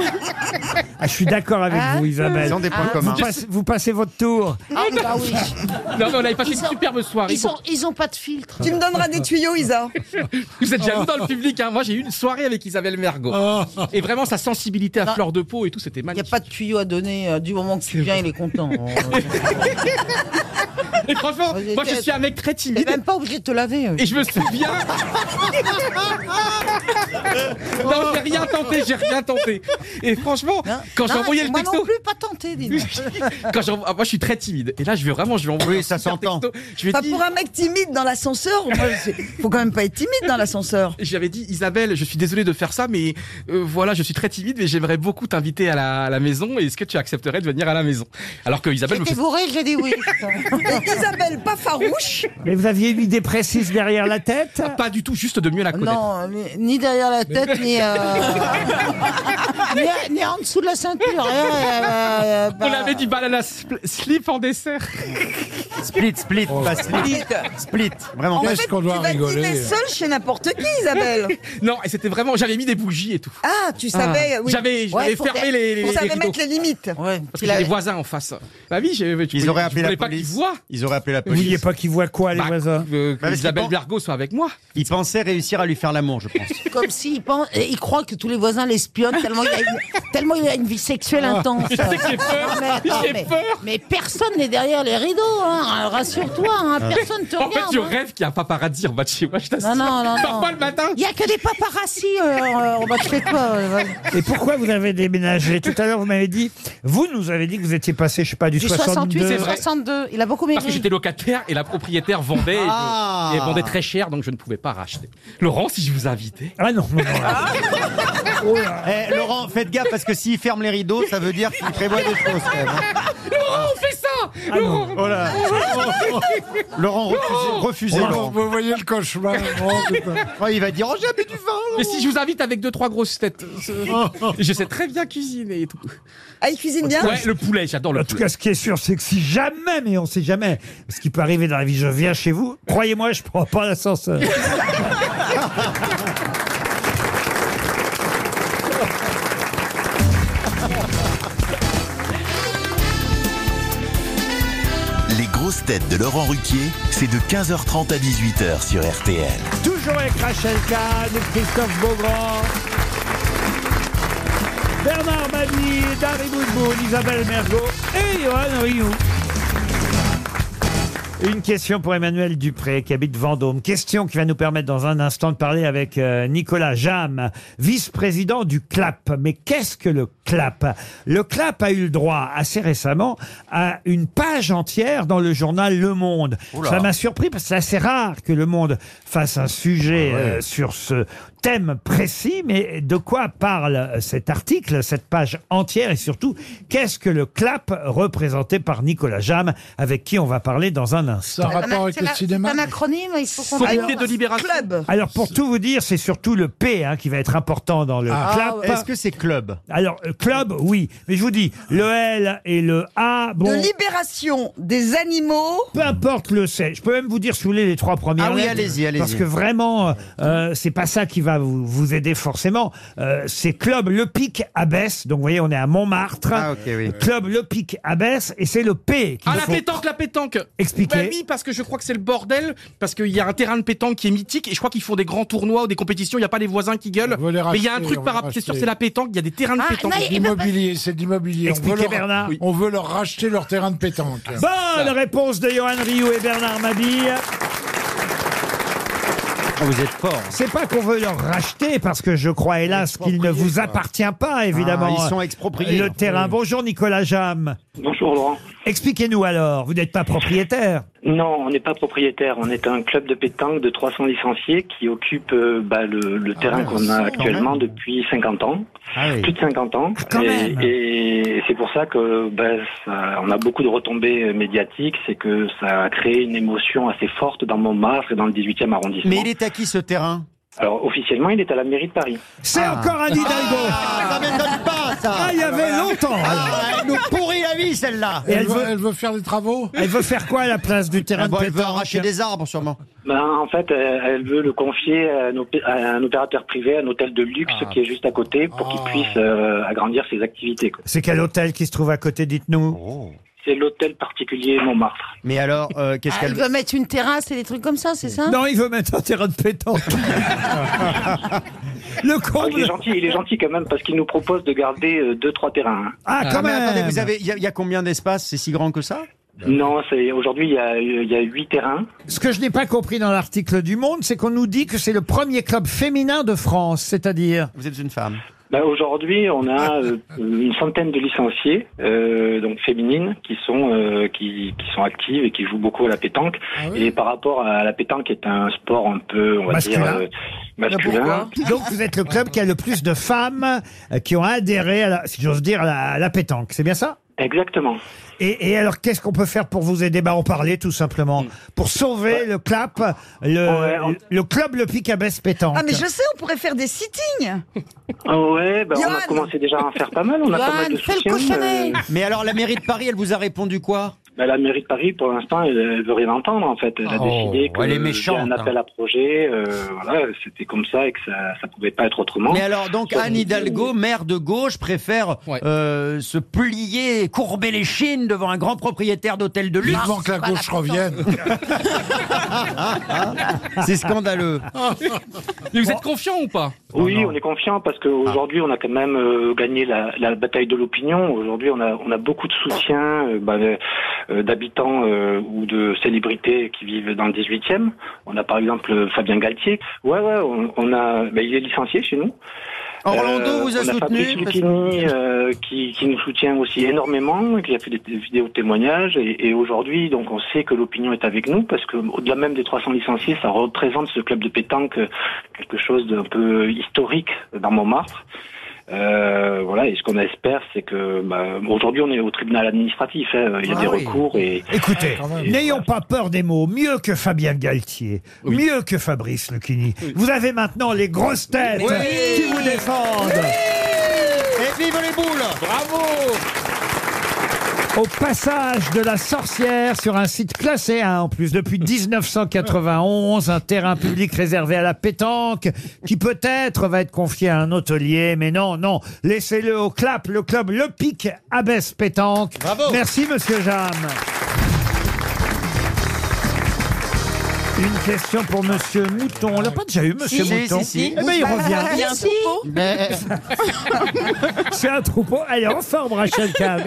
Speaker 2: Ah, je suis d'accord avec
Speaker 8: Ah.
Speaker 2: vous, Isabelle. Ah,
Speaker 8: Ils ont des points
Speaker 2: vous,
Speaker 8: communs.
Speaker 2: passez, vous passez votre tour.
Speaker 8: Ah bah oui.
Speaker 7: Non, mais on avait passé une superbe soirée.
Speaker 8: Ils ont, ils ont pas de filtre.
Speaker 4: Tu me donneras Ah, des tuyaux, Isa.
Speaker 7: Vous êtes jaloux dans le public, hein. Moi, j'ai eu une soirée avec Isabelle Mergot. Et vraiment, sa sensibilité à fleur de peau et tout, c'était
Speaker 8: Il n'y a
Speaker 7: magnifique.
Speaker 8: pas de tuyau à donner. euh, Du moment que tu viens, il est content.
Speaker 7: Et franchement, moi, je suis un mec très timide.
Speaker 8: même pas obligé de te laver. euh.
Speaker 7: Et je me souviens. Non, j'ai rien tenté, j'ai rien tenté. Et franchement, quand j'ai
Speaker 8: Non,
Speaker 7: envoyé le
Speaker 8: moi
Speaker 7: texto.
Speaker 8: non plus, pas tenté, dis
Speaker 7: Quand j'envoie- ah, moi je suis très timide et là je vais vraiment je vais envoyer ça s'entend je vais
Speaker 4: Enfin,
Speaker 7: dire
Speaker 4: pour un mec timide dans l'ascenseur, moi, je- faut quand même pas être timide dans l'ascenseur.
Speaker 7: j'avais dit Isabelle je suis désolé de faire ça mais euh, voilà je suis très timide mais j'aimerais beaucoup t'inviter à la, à la maison et est-ce que tu accepterais de venir à la maison alors que Isabelle me
Speaker 8: J'étais
Speaker 7: fait
Speaker 8: bourré, j'ai dit oui.
Speaker 4: Et Isabelle, pas farouche.
Speaker 2: Mais vous aviez une idée précise derrière la tête
Speaker 7: pas du tout juste de mieux la connaître
Speaker 8: Non, ni- ni derrière la tête, ni, euh, ni, ni en dessous de la ceinture. hein, euh, euh, bah,
Speaker 7: on avait dit banana spl- slip en dessert
Speaker 3: Split, split, pas split. Split, vraiment.
Speaker 4: Oh. En fait, tu vas dîner seule chez n'importe qui, Isabelle.
Speaker 7: non et c'était vraiment j'avais mis des bougies et tout
Speaker 4: Ah, tu savais...
Speaker 7: Ah.
Speaker 4: oui.
Speaker 7: J'avais- j'avais
Speaker 4: faut
Speaker 7: fermé
Speaker 4: faire-
Speaker 7: les- les-
Speaker 4: On savait
Speaker 7: les rideaux.
Speaker 4: mettre les limites.
Speaker 7: parce que j'ai des voisins en face bah oui j'ai je
Speaker 3: Ils
Speaker 7: voulais-
Speaker 3: auraient
Speaker 7: je
Speaker 3: appelé la
Speaker 7: voulais pas qu'ils
Speaker 3: police.
Speaker 7: voient
Speaker 3: Ils auraient appelé la
Speaker 2: Vous vouliez
Speaker 3: police.
Speaker 2: pas qu'ils voient quoi, les
Speaker 7: Bah,
Speaker 2: voisins
Speaker 7: euh,
Speaker 3: parce qu'ils
Speaker 7: Isabelle
Speaker 3: pensent-
Speaker 7: Bergot soit avec moi
Speaker 3: Ils pensaient réussir à lui faire l'amour, je pense.
Speaker 8: Comme s'ils pensent, et ils croient que tous les voisins l'espionnent tellement il a une, tellement il a une vie sexuelle intense.
Speaker 7: Je Ah. sais que j'ai peur,
Speaker 8: Non, mais attends,
Speaker 7: j'ai
Speaker 8: mais-
Speaker 7: peur.
Speaker 8: mais personne n'est derrière les rideaux, hein, rassure-toi, hein, personne te
Speaker 7: Ah. en fait,
Speaker 8: regarde.
Speaker 7: je
Speaker 8: hein.
Speaker 7: rêve qu'il y a un paparazzi en bas de chez moi, je t'assure.
Speaker 8: Non, non, non, non.
Speaker 7: Parfois, le matin.
Speaker 8: Il n'y a que des paparazzi euh, en bas de chez toi. euh,
Speaker 2: Et pourquoi vous avez déménagé Tout à l'heure, vous m'avez dit, vous nous avez dit que vous étiez passé, je sais pas, du,
Speaker 8: Du 68
Speaker 2: 62.
Speaker 8: au
Speaker 7: vrai.
Speaker 8: 62, il a beaucoup
Speaker 7: Parce que
Speaker 8: maigri.
Speaker 7: j'étais locataire et la propriétaire vendait et, je-
Speaker 8: Ah.
Speaker 7: et elle vendait très cher, donc je ne pouvais pas racheter. Laurent, si je vous invitais.
Speaker 2: Ah non, non, non.
Speaker 3: Eh, Laurent, faites gaffe parce que s'il ferme les rideaux, ça veut dire qu'il prévoit des choses. quand même, hein.
Speaker 7: Laurent, on fait ça Laurent
Speaker 3: Oh là. Laurent, refusez, refusez
Speaker 5: Oh,
Speaker 3: Laurent.
Speaker 5: vous voyez le cauchemar. Oh, putain.
Speaker 3: Oh, il va dire, oh, j'ai bu du vin.
Speaker 7: Mais si je vous invite avec deux, trois grosses têtes, c'est- je sais très bien cuisiner et tout.
Speaker 4: Ah, il cuisine bien
Speaker 7: Ouais, le poulet, j'adore le
Speaker 2: En tout
Speaker 7: poulet.
Speaker 2: cas, ce qui est sûr, c'est que si jamais, mais on sait jamais, ce qui peut arriver dans la vie, je viens chez vous, croyez-moi, je prends pas l'ascenseur.
Speaker 1: Les grosses têtes de Laurent Ruquier, c'est de 15h30 à 18h sur RTL.
Speaker 2: Toujours avec Rachel Kahn, Christophe Beaugrand, Bernard Mabie, Dari Boudboul, Isabelle Mergot et Johan Rioux. Une question pour Emmanuel Dupré qui habite Vendôme. Question qui va nous permettre dans un instant de parler avec euh, Nicolas Jam, vice-président du CLAP. Mais qu'est-ce que le CLAP Le CLAP a eu le droit assez récemment à une page entière dans le journal Le Monde.
Speaker 16: Oula.
Speaker 2: Ça m'a surpris parce que c'est assez rare que Le Monde fasse un sujet euh, sur ce thème précis, mais de quoi parle euh, cet article, cette page entière et surtout, qu'est-ce que le clap représenté par Nicolas Jam, avec qui on va parler dans un instant
Speaker 8: Ah,
Speaker 6: C'est la- C'est un acronyme, il faut qu'on
Speaker 2: Club. Alors pour tout vous dire, c'est surtout le P hein, qui va être important dans le
Speaker 3: Ah,
Speaker 2: clap.
Speaker 3: ouais. Est-ce que
Speaker 2: c'est club Alors euh, club, oui. Mais je vous dis, le L et le A, bon.
Speaker 4: De libération des animaux.
Speaker 2: Peu importe le C. Je peux même vous dire, si vous voulez, les trois premières
Speaker 3: Ah oui,
Speaker 2: lettres,
Speaker 3: allez-y, allez-y.
Speaker 2: Parce que vraiment, euh, euh, c'est pas ça qui va vous, vous aider forcément. Euh, c'est Club Le Pic Abbesse. Donc, vous voyez, on est à Montmartre.
Speaker 3: Ah,
Speaker 2: Club Le Pic Abbesse. Et c'est le P. qu'il
Speaker 7: Ah, la
Speaker 2: faut-
Speaker 7: pétanque, la pétanque
Speaker 2: Expliquez.
Speaker 7: Bah oui, parce que je crois que c'est le bordel, parce qu'il y a un terrain de pétanque qui est mythique, et je crois qu'ils font des grands tournois ou des compétitions, il n'y a pas les voisins qui gueulent. mais il y a un
Speaker 5: racheter,
Speaker 7: truc
Speaker 5: on
Speaker 7: par
Speaker 5: va
Speaker 7: rapport, c'est sûr,
Speaker 5: racheter.
Speaker 7: c'est la pétanque, il y a des terrains de
Speaker 4: Ah,
Speaker 7: pétanque.
Speaker 5: C'est de l'immobilier, c'est de l'immobilier. On veut
Speaker 7: Expliquez,
Speaker 5: leur-
Speaker 7: Bernard.
Speaker 5: On veut leur racheter leur terrain de pétanque.
Speaker 2: Bonne réponse de Johan Rioux et Bernard Mabille.
Speaker 3: vous êtes fort.
Speaker 2: C'est pas qu'on veut leur racheter, parce que je crois, hélas, qu'il ne vous appartient pas, évidemment.
Speaker 3: Ah, ils sont expropriés.
Speaker 2: Le terrain.
Speaker 3: Oui.
Speaker 2: Bonjour, Nicolas Jam.
Speaker 18: Bonjour Laurent.
Speaker 2: Expliquez-nous alors, vous n'êtes pas propriétaire
Speaker 18: Non, on n'est pas propriétaire. On est un club de pétanque de 300 licenciés qui occupe euh, bah, le,
Speaker 2: Ah
Speaker 18: le terrain qu'on a actuellement depuis 50 ans, plus de 50 ans. et et c'est pour ça que bah, ça- on a beaucoup de retombées euh, médiatiques. C'est que ça a créé une émotion assez forte dans Montmartre et dans le 18e arrondissement.
Speaker 3: Mais il est à qui ce terrain
Speaker 18: Alors officiellement, il est à la mairie de Paris. Ah.
Speaker 2: C'est encore un Hidalgo
Speaker 3: Ah, Ça m'étonne pas, ça
Speaker 2: Ah, il y avait longtemps
Speaker 3: Ah, elle nous pourrit la vie, celle-là
Speaker 2: Et elle veut-
Speaker 5: faire des travaux
Speaker 2: Elle veut faire quoi à la place du terrain
Speaker 3: Ah bon,
Speaker 2: de
Speaker 3: elle veut
Speaker 2: pétanque
Speaker 3: arracher des arbres, sûrement.
Speaker 18: Ben, en fait, euh, elle veut le confier à un, opé- à un opérateur privé, un hôtel de luxe qui est juste à côté, pour qu'il puisse euh, agrandir ses activités. quoi.
Speaker 2: C'est quel hôtel qui se trouve à côté, dites-nous
Speaker 18: C'est l'hôtel particulier Montmartre.
Speaker 3: Oh. Mais alors, euh, qu'est-ce
Speaker 8: Ah,
Speaker 3: qu'elle
Speaker 8: il veut mettre une terrasse et des trucs comme ça, c'est ça
Speaker 2: Non, il veut mettre un terrain de pétanque. le
Speaker 18: Ah, il est gentil, il est gentil quand même parce qu'il nous propose de garder euh, deux trois terrains. hein.
Speaker 2: Ah,
Speaker 3: Ah, mais attendez, vous avez, il y, a- il y a combien d'espace C'est si grand que ça
Speaker 18: Non, c'est aujourd'hui il y a euh, il y a huit terrains.
Speaker 2: Ce que je n'ai pas compris dans l'article du Monde, c'est qu'on nous dit que c'est le premier club féminin de France, c'est-à-dire.
Speaker 3: Vous êtes une femme.
Speaker 18: Ben, aujourd'hui, on a euh, une centaine de licenciés, euh, donc féminines, qui sont euh, qui, qui sont actives et qui jouent beaucoup à la pétanque.
Speaker 3: Ah
Speaker 18: Et par rapport à la pétanque, qui est un sport un peu, on va
Speaker 2: Masculin.
Speaker 18: dire euh, masculin.
Speaker 2: Donc vous êtes le club qui a le plus de femmes euh, qui ont adhéré, à la, si j'ose dire, à la, à la pétanque. C'est bien ça
Speaker 18: Exactement.
Speaker 2: Et, et alors, qu'est-ce qu'on peut faire pour vous aider Bah, en parler tout simplement. Pour sauver le clap, le, le club Le Pic à Baisse Pétanque.
Speaker 4: Ah, mais je sais, on pourrait faire des sittings.
Speaker 18: Ah ouais, ben, on
Speaker 4: Johan
Speaker 18: a commencé déjà à en faire pas mal. On a pas mal de soutien. euh,
Speaker 3: Mais alors, la mairie de Paris, elle vous a répondu quoi
Speaker 18: Bah, la mairie de Paris, pour l'instant, elle, elle veut rien entendre, en fait. Elle a
Speaker 3: Oh,
Speaker 18: décidé que
Speaker 3: elle est
Speaker 18: il y a
Speaker 3: méchante, hein.
Speaker 18: un appel à projet, euh, voilà, c'était comme ça et que ça, ça pouvait pas être autrement.
Speaker 3: Mais alors, donc, Anne Hidalgo, maire de gauche, préfère euh, se plier, courber les chines devant un grand propriétaire d'hôtel de luxe.
Speaker 5: Vivement que la gauche revienne.
Speaker 3: C'est scandaleux.
Speaker 7: Mais vous êtes confiant ou pas
Speaker 18: Oui, on est confiant parce qu'aujourd'hui, on a quand même euh, gagné la, la bataille de l'opinion. Aujourd'hui, on a, on a beaucoup de soutien euh, bah, euh, d'habitants euh, ou de célébrités qui vivent dans le 18e. On a par exemple euh, Fabien Galtier. Ouais, ouais, on, on a, bah, il est licencié chez nous.
Speaker 3: Orlando
Speaker 18: Euh,
Speaker 3: vous a
Speaker 18: on
Speaker 3: soutenu
Speaker 18: Fabrice
Speaker 3: parce-
Speaker 18: Lucchini, euh, qui, qui nous soutient aussi énormément, qui a fait des, des vidéos de témoignages. Et, et aujourd'hui, donc, on sait que l'opinion est avec nous parce que au-delà même des 300 licenciés, ça représente ce club de pétanque euh, quelque chose d'un peu historique dans Montmartre. Euh, voilà, et ce qu'on espère, c'est que bah, aujourd'hui, on est au tribunal administratif. hein, il y a
Speaker 2: Ah
Speaker 18: des
Speaker 2: oui.
Speaker 18: recours et Ah,
Speaker 2: Écoutez, n'ayons pas peur des mots. Mieux que Fabien Galtier, mieux que Fabrice Lucchini. Vous avez maintenant les grosses têtes
Speaker 3: Oui.
Speaker 2: qui vous défendent.
Speaker 3: Et vive les boules Bravo
Speaker 2: Au passage de la sorcière sur un site classé hein, en plus depuis 1991, un terrain public réservé à la pétanque qui peut-être va être confié à un hôtelier, mais non, non, laissez-le au clap, le club Le Pic Abbesse Pétanque. Merci Monsieur Jam. Une question pour Monsieur Mouton. On l'a pas déjà eu, Monsieur
Speaker 3: Si, si,
Speaker 2: Mouton
Speaker 3: si, si.
Speaker 2: Eh ben, il revient.
Speaker 3: Il y a un Si. Ben,
Speaker 2: C'est un troupeau. Elle est en forme, Rachel Kahn.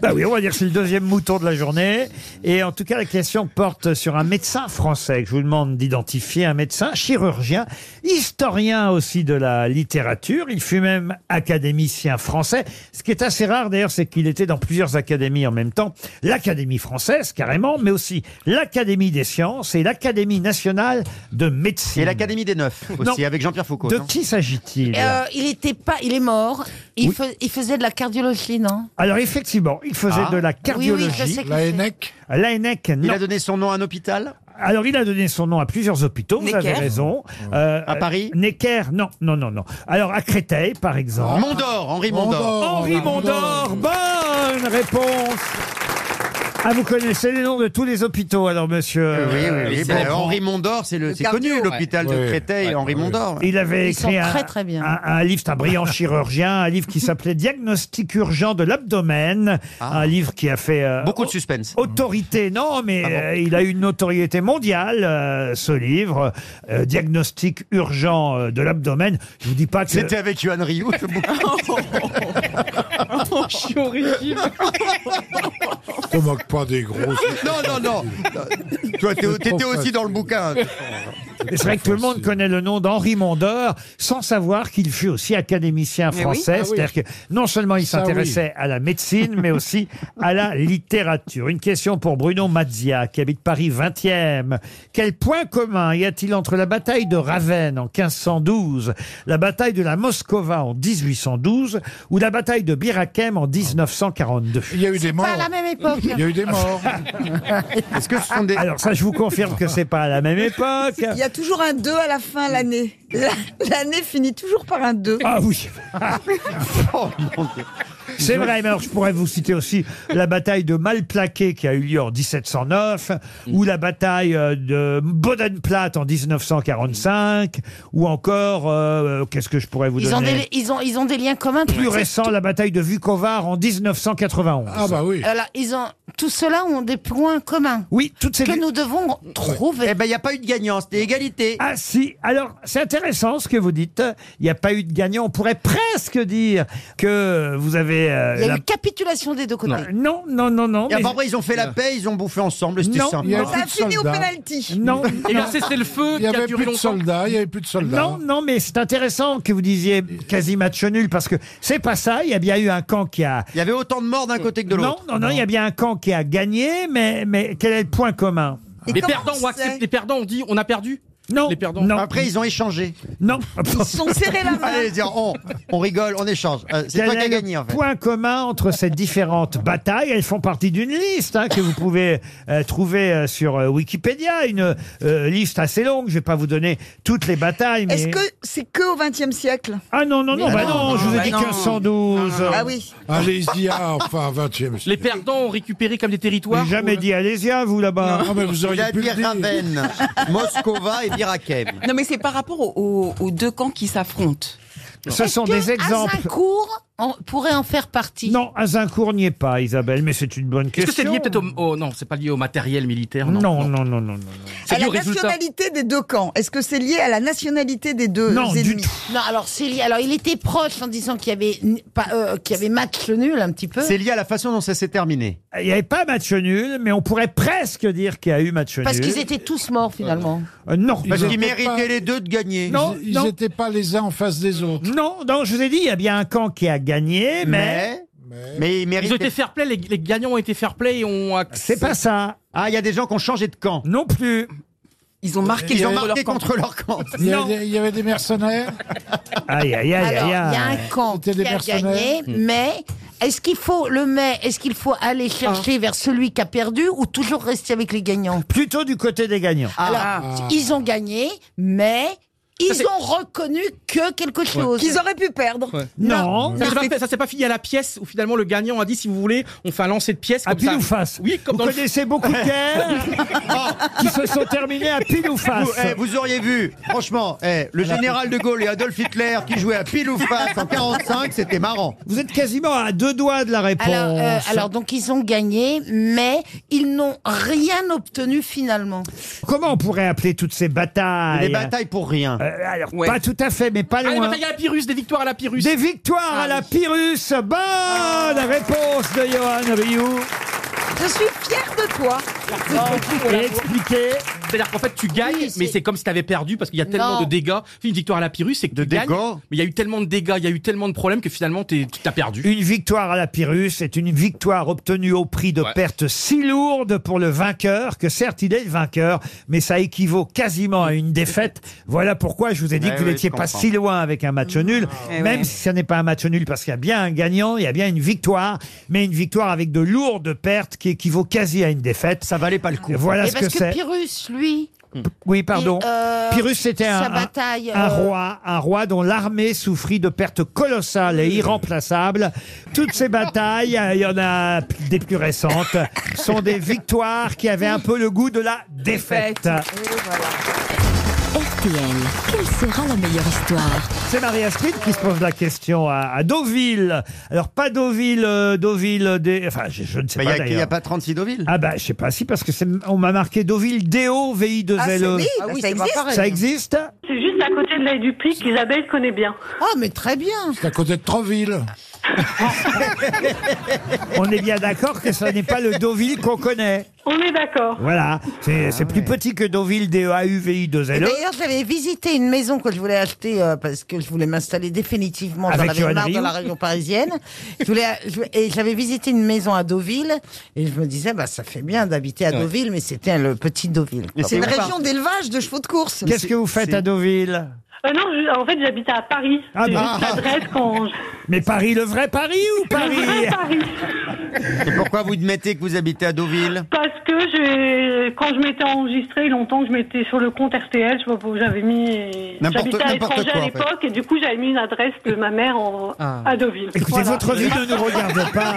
Speaker 2: Bah oui, on va dire que c'est le deuxième mouton de la journée. Et en tout cas, la question porte sur un médecin français que je vous demande d'identifier, un médecin, chirurgien, historien aussi de la littérature. Il fut même académicien français. Ce qui est assez rare d'ailleurs, c'est qu'il était dans plusieurs académies en même temps. L'Académie française, carrément, mais aussi l'Académie des sciences et l'Académie nationale de médecine.
Speaker 3: Et l'Académie des Neufs aussi,
Speaker 2: Non.
Speaker 3: avec Jean-Pierre Foucault.
Speaker 2: De
Speaker 3: non
Speaker 2: qui s'agit-il
Speaker 8: Euh, il était pas, il est mort. Il, fais- il faisait de la cardiologie, non
Speaker 2: Alors effectivement, il faisait
Speaker 8: Ah.
Speaker 2: de la
Speaker 8: Oui, oui, je
Speaker 2: cardiologie.
Speaker 8: sais qui c'est. L'ANEC.
Speaker 2: L'ANEC, non.
Speaker 3: Il a donné son nom à un hôpital
Speaker 2: Alors, il a donné son nom à plusieurs hôpitaux, vous avez
Speaker 3: Necker.
Speaker 2: raison. à Paris Necker, non, non, non, non. Alors, à Créteil, par exemple.
Speaker 3: Ah. Mondor, Henri Mondor. Mondor,
Speaker 2: Henri
Speaker 3: Mondor.
Speaker 2: Mondor, bonne réponse ah, vous connaissez les noms de tous les hôpitaux, alors, monsieur
Speaker 3: Oui,
Speaker 2: euh,
Speaker 3: oui, oui.
Speaker 2: Bonprand.
Speaker 3: bah, Henri Mondor, c'est le-
Speaker 2: Le
Speaker 3: c'est
Speaker 2: cardio,
Speaker 3: connu,
Speaker 2: ouais.
Speaker 3: l'hôpital
Speaker 2: Ouais.
Speaker 3: de Créteil,
Speaker 2: Ouais,
Speaker 3: Henri
Speaker 2: ouais.
Speaker 3: Mondor.
Speaker 2: Il avait
Speaker 8: Ils
Speaker 2: écrit
Speaker 8: sont
Speaker 2: un,
Speaker 8: très, très bien.
Speaker 2: un- un livre, c'est un brillant chirurgien, un livre qui s'appelait Diagnostic urgent de l'abdomen, un livre qui a fait... Beaucoup de
Speaker 3: Ah. suspense. Mmh. Ah
Speaker 2: Autorité, non, mais euh, il a eu une notoriété mondiale, euh, ce livre, euh, Diagnostic urgent euh, de l'abdomen. Je vous dis pas que...
Speaker 3: C'était avec Johan Rioux. ce bouquin.
Speaker 9: Oh,
Speaker 7: Je suis horrible.
Speaker 5: On manque pas des gros.
Speaker 3: non,
Speaker 7: Oh,
Speaker 3: non, non. Toi, t'es-
Speaker 5: C'est trop
Speaker 3: t'étais aussi
Speaker 5: facile.
Speaker 3: dans le bouquin. hein,
Speaker 2: Mais C'est vrai que tout le monde connaît le nom d'Henri Mondor sans savoir qu'il fut aussi académicien
Speaker 3: Mais oui.
Speaker 2: français.
Speaker 3: Ah oui.
Speaker 2: C'est-à-dire que non seulement il
Speaker 3: Ça,
Speaker 2: s'intéressait à la médecine, mais aussi à la littérature. Une question pour Bruno Mazzia, qui habite Paris 20e. Quel point commun y a-t-il entre la bataille de Ravenne en 1512, la bataille de la Moscova en 1812 ou la bataille de Birakem en 1942 Il y a eu des
Speaker 8: Pas à la même époque.
Speaker 3: Est-ce que ce sont des...
Speaker 2: Alors ça, je vous confirme que c'est pas à la même époque.
Speaker 4: Il y a toujours un 2 à la fin l'année. La- L'année finit toujours par un 2.
Speaker 2: Ah oui. C'est vrai, mais alors je pourrais vous citer aussi la bataille de Malplaquet qui a eu lieu en 1709,
Speaker 3: Mm.
Speaker 2: ou la bataille euh, de Bodenplatte en 1945, ou encore, euh, qu'est-ce que je pourrais vous
Speaker 8: Ils ont,
Speaker 2: donner
Speaker 8: des, ils, ont, ils ont des liens communs.
Speaker 2: Plus
Speaker 8: tout-
Speaker 2: récent, la bataille de Vukovar en 1991. Ah bah
Speaker 8: Euh, là, ils ont, tout cela ont des points communs.
Speaker 2: Oui, toutes ces
Speaker 8: que nous devons trouver.
Speaker 3: Eh ben, il n'y a pas eu de gagnant, c'était égalité.
Speaker 2: Ah si, alors c'est intéressant ce que vous dites. Il n'y a pas eu de gagnant. On pourrait presque dire que vous avez... euh,
Speaker 8: Il y a
Speaker 2: la-
Speaker 8: eu capitulation des deux côtés.
Speaker 2: Non, non, non, non.
Speaker 3: Et
Speaker 2: mais-
Speaker 3: après, ils ont fait la paix, hein ils ont bouffé ensemble, c'était
Speaker 2: Non,
Speaker 3: simple.
Speaker 2: il y a Ça plus a de fini au soldats.
Speaker 4: penalty.
Speaker 2: Non.
Speaker 7: Eh bien,
Speaker 2: non.
Speaker 7: cessez le feu
Speaker 5: Il y
Speaker 7: qui a
Speaker 5: avait
Speaker 7: duré
Speaker 5: plus de
Speaker 7: longtemps.
Speaker 5: soldats, il y avait plus de soldats.
Speaker 2: Non, non, mais c'est intéressant que vous disiez quasi match nul parce que c'est pas ça. Il y a bien eu un camp qui a.
Speaker 3: Il y avait autant de morts d'un côté que de
Speaker 2: Non,
Speaker 3: l'autre.
Speaker 2: non, non, il y a bien un camp qui a gagné, mais, mais quel est le point commun
Speaker 7: Les perdants, on accepte. Les perdants, on dit on a perdu.
Speaker 2: Non.
Speaker 7: Les perdants.
Speaker 2: Non.
Speaker 3: Après, ils ont échangé.
Speaker 2: Non. oh.
Speaker 3: Allez, dire, on, on rigole, on échange. Euh, c'est
Speaker 2: Quel
Speaker 3: toi qui
Speaker 2: est
Speaker 3: as
Speaker 2: le
Speaker 3: gagné, en fait.
Speaker 2: point commun entre ces différentes batailles Elles font partie d'une liste hein, que vous pouvez euh, trouver euh, sur euh, Wikipédia, une euh, liste assez longue. Je vais pas vous donner toutes les batailles. Mais...
Speaker 4: Est-ce que c'est que au XXe siècle
Speaker 2: Ah non, non, non,
Speaker 4: Mais
Speaker 2: bah
Speaker 4: non,
Speaker 2: non, je vous ai
Speaker 4: bah
Speaker 2: dit
Speaker 4: non.
Speaker 2: 1512.
Speaker 4: Ah oui.
Speaker 5: Alésia, enfin, 20e siècle.
Speaker 7: Les perdants ont récupéré comme des territoires. euh,
Speaker 2: J'ai jamais dit Alésia, vous, là-bas.
Speaker 5: Non, Ah, mais vous auriez
Speaker 3: Il a
Speaker 5: pu
Speaker 3: dit
Speaker 5: le dire.
Speaker 3: Ravenne, Moscova et Birakem.
Speaker 10: Non, mais c'est par rapport au- au- aux deux camps qui s'affrontent.
Speaker 2: Ce sont des exemples.
Speaker 8: Azincourt en- pourrait en faire partie.
Speaker 2: Non, Azincourt n'y est pas, Isabelle, mais c'est une bonne
Speaker 7: Est-ce
Speaker 2: question.
Speaker 7: que c'est lié peut-être au, au- Non, c'est pas lié au matériel militaire. Non,
Speaker 2: Non, non, non, non. non.
Speaker 7: C'est
Speaker 4: À
Speaker 7: lié
Speaker 4: la
Speaker 7: au résultat.
Speaker 4: nationalité des deux camps. Est-ce que c'est lié à la nationalité des deux
Speaker 2: Non, du
Speaker 4: ennemis
Speaker 8: Non, alors c'est lié. Alors il était proche en disant qu'il y avait n- pas, euh, qu'il y avait match nul un petit peu.
Speaker 3: C'est lié à la façon dont ça s'est terminé.
Speaker 2: Il n'y avait pas match nul, mais on pourrait presque dire qu'il y a eu match nul.
Speaker 8: Parce qu'ils étaient tous morts finalement.
Speaker 2: Euh, non.
Speaker 3: Parce
Speaker 5: Ils étaient
Speaker 3: qu'ils méritaient
Speaker 5: pas-
Speaker 3: les deux de gagner.
Speaker 2: Non,
Speaker 5: Ils
Speaker 2: non.
Speaker 5: n'étaient pas les uns en face des autres.
Speaker 2: Non, non, je vous ai dit, il y a bien un camp qui a gagné, mais...
Speaker 3: Mais, mais ils
Speaker 7: Ils ont été
Speaker 3: méritaient.
Speaker 7: fair play, les, les gagnants ont été fair play et ont
Speaker 2: C'est pas ça.
Speaker 3: Ah, il y a des gens qui ont changé de camp.
Speaker 2: Non plus.
Speaker 10: Ils ont marqué,
Speaker 3: Ils ont
Speaker 10: contre
Speaker 3: marqué
Speaker 10: leur camp.
Speaker 3: contre leur camp.
Speaker 5: Il y,
Speaker 2: Non.
Speaker 5: avait des, il y avait des mercenaires.
Speaker 2: Aïe, aïe, aïe,
Speaker 8: Alors,
Speaker 2: aïe,
Speaker 8: il y a
Speaker 2: aïe.
Speaker 8: un camp qui
Speaker 5: C'était des
Speaker 8: a gagné, Mm.
Speaker 5: mercenaires.
Speaker 8: mais est-ce qu'il faut le mais Est-ce qu'il faut aller chercher vers celui qui a perdu ou toujours rester avec les gagnants
Speaker 2: Plutôt du côté des gagnants.
Speaker 8: Ah. Alors,
Speaker 2: Ah.
Speaker 3: Ah.
Speaker 8: ils ont gagné, mais ils
Speaker 7: c'est-
Speaker 8: ont reconnu que quelque chose.
Speaker 4: Qu'ils auraient pu perdre.
Speaker 2: Non.
Speaker 7: Ça, c'est pas fait- ça s'est pas fini à la pièce où finalement le gagnant a dit si vous voulez, on fait un lancer de pièce.
Speaker 2: À
Speaker 7: comme
Speaker 2: pile
Speaker 7: ça.
Speaker 2: ou face.
Speaker 7: Oui, comme
Speaker 2: Vous
Speaker 7: dans le-
Speaker 2: connaissez beaucoup de guerres qui se sont terminées à pile ou face.
Speaker 3: Vous, eh, vous auriez vu, franchement, eh, le général de Gaulle et Adolf Hitler qui jouaient à pile ou face en 45, c'était marrant.
Speaker 2: Vous êtes quasiment à deux doigts de la réponse.
Speaker 8: Alors, euh, alors, donc ils ont gagné, mais ils n'ont rien obtenu finalement.
Speaker 2: Comment on pourrait appeler toutes ces batailles
Speaker 3: Les batailles pour rien.
Speaker 2: Euh, alors,
Speaker 10: Ouais.
Speaker 2: pas tout à fait, mais pas
Speaker 7: Ah, les
Speaker 2: loin.
Speaker 7: batailles à la Pyrrhus, des victoires à la Pyrrhus.
Speaker 2: Des victoires à la Pyrrhus. Bonne réponse réponse de Johan Rioux.
Speaker 4: Je suis fière de toi.
Speaker 2: expliquer.
Speaker 7: C'est-à-dire qu'en fait, tu gagnes, mais c'est comme si tu avais perdu parce qu'il y a tellement
Speaker 2: Non.
Speaker 7: de dégâts. Une victoire à la Pyrrhus, c'est que tu gagnes. Mais il y a eu tellement de dégâts, il y a eu tellement de problèmes que finalement, t'es- tu as perdu.
Speaker 2: Une victoire à la Pyrrhus est une victoire obtenue au prix de pertes si lourdes pour le vainqueur que certes il est le vainqueur, mais ça équivaut quasiment à une défaite. Voilà pourquoi je vous ai dit
Speaker 19: Ouais,
Speaker 2: que vous
Speaker 19: ouais,
Speaker 2: n'étiez
Speaker 19: Eh je
Speaker 2: pas
Speaker 19: comprends.
Speaker 2: si loin avec un match nul,
Speaker 19: Eh
Speaker 2: même
Speaker 19: ouais.
Speaker 2: si ce n'est pas un match nul parce qu'il y a bien un gagnant, il y a bien une victoire, mais une victoire avec de lourdes pertes qui équivaut quasi à une défaite. Ça valait pas le coup. Voilà
Speaker 6: Et
Speaker 2: ce
Speaker 6: parce
Speaker 2: que c'est.
Speaker 6: Pyrrhus, lui.
Speaker 2: Oui, pardon.
Speaker 6: Et, euh,
Speaker 2: Pyrrhus, c'était un,
Speaker 6: sa
Speaker 2: un-
Speaker 6: bataille,
Speaker 2: un
Speaker 6: euh,
Speaker 2: roi, un roi dont l'armée souffrit de pertes colossales et irremplaçables. Toutes ces batailles, euh, il y en a p- des plus récentes, sont des victoires qui avaient un peu le goût de la défaite.
Speaker 11: RTL, quelle sera la meilleure histoire
Speaker 2: C'est Marie-Astrid qui se pose la question à, à Deauville. Alors, pas Deauville, euh, Deauville, des... enfin, je, je ne sais
Speaker 3: Mais il
Speaker 2: pas
Speaker 3: y a- il y a
Speaker 2: d'ailleurs.
Speaker 3: pas 36 Deauville
Speaker 2: Ah bah, je sais pas si, parce que c'est, on m'a marqué Deauville, D-O-V-I-2-L-E.
Speaker 20: Ah, c'est- oui, Ah oui, ça c'est pas existe. pareil.
Speaker 2: E. Ça existe
Speaker 20: C'est juste à côté de la Dupic, Isabelle connaît bien.
Speaker 6: Ah, mais très bien.
Speaker 5: C'est à côté de Troville.
Speaker 2: On est bien d'accord que ce n'est pas le Deauville qu'on connaît.
Speaker 20: On est d'accord.
Speaker 2: Voilà, c'est c'est plus petit que Deauville, E
Speaker 20: Eh ben,
Speaker 8: Et
Speaker 2: D-E-A-U-V-I-2-L-E.
Speaker 8: D'ailleurs, j'avais visité une maison que je voulais acheter euh, parce que je voulais m'installer définitivement
Speaker 2: Avec
Speaker 8: dans, la
Speaker 2: Johan
Speaker 8: marre
Speaker 2: Rioux.
Speaker 8: dans la région parisienne. je voulais, je- et j'avais visité une maison à Deauville et je me disais, bah, ça fait bien d'habiter à
Speaker 4: Ouais.
Speaker 8: Deauville, mais c'était le petit Deauville.
Speaker 4: C'est une région d'élevage de chevaux de course.
Speaker 2: Qu'est-ce que vous faites à Deauville
Speaker 8: Ah,
Speaker 20: Euh, non, je- en fait, j'habite à Paris.
Speaker 2: Ah
Speaker 20: c'est
Speaker 2: bah.
Speaker 20: juste l'adresse quand je...
Speaker 2: Mais Paris, le vrai Paris ou Paris
Speaker 20: Le vrai Paris.
Speaker 3: Et pourquoi vous admettez que vous habitez à Deauville
Speaker 20: Parce que je, quand je m'étais enregistrée, longtemps que je m'étais sur le compte RTL, je sais pas où j'avais mis.
Speaker 3: N'importe-
Speaker 20: J'habitais à
Speaker 3: n'importe
Speaker 20: l'étranger
Speaker 3: quoi,
Speaker 20: à
Speaker 3: en fait.
Speaker 20: l'époque et du coup j'avais mis une adresse de ma mère en-
Speaker 3: Ah.
Speaker 20: à Deauville.
Speaker 2: Écoutez,
Speaker 20: Voilà.
Speaker 2: votre vie ne nous regarde pas.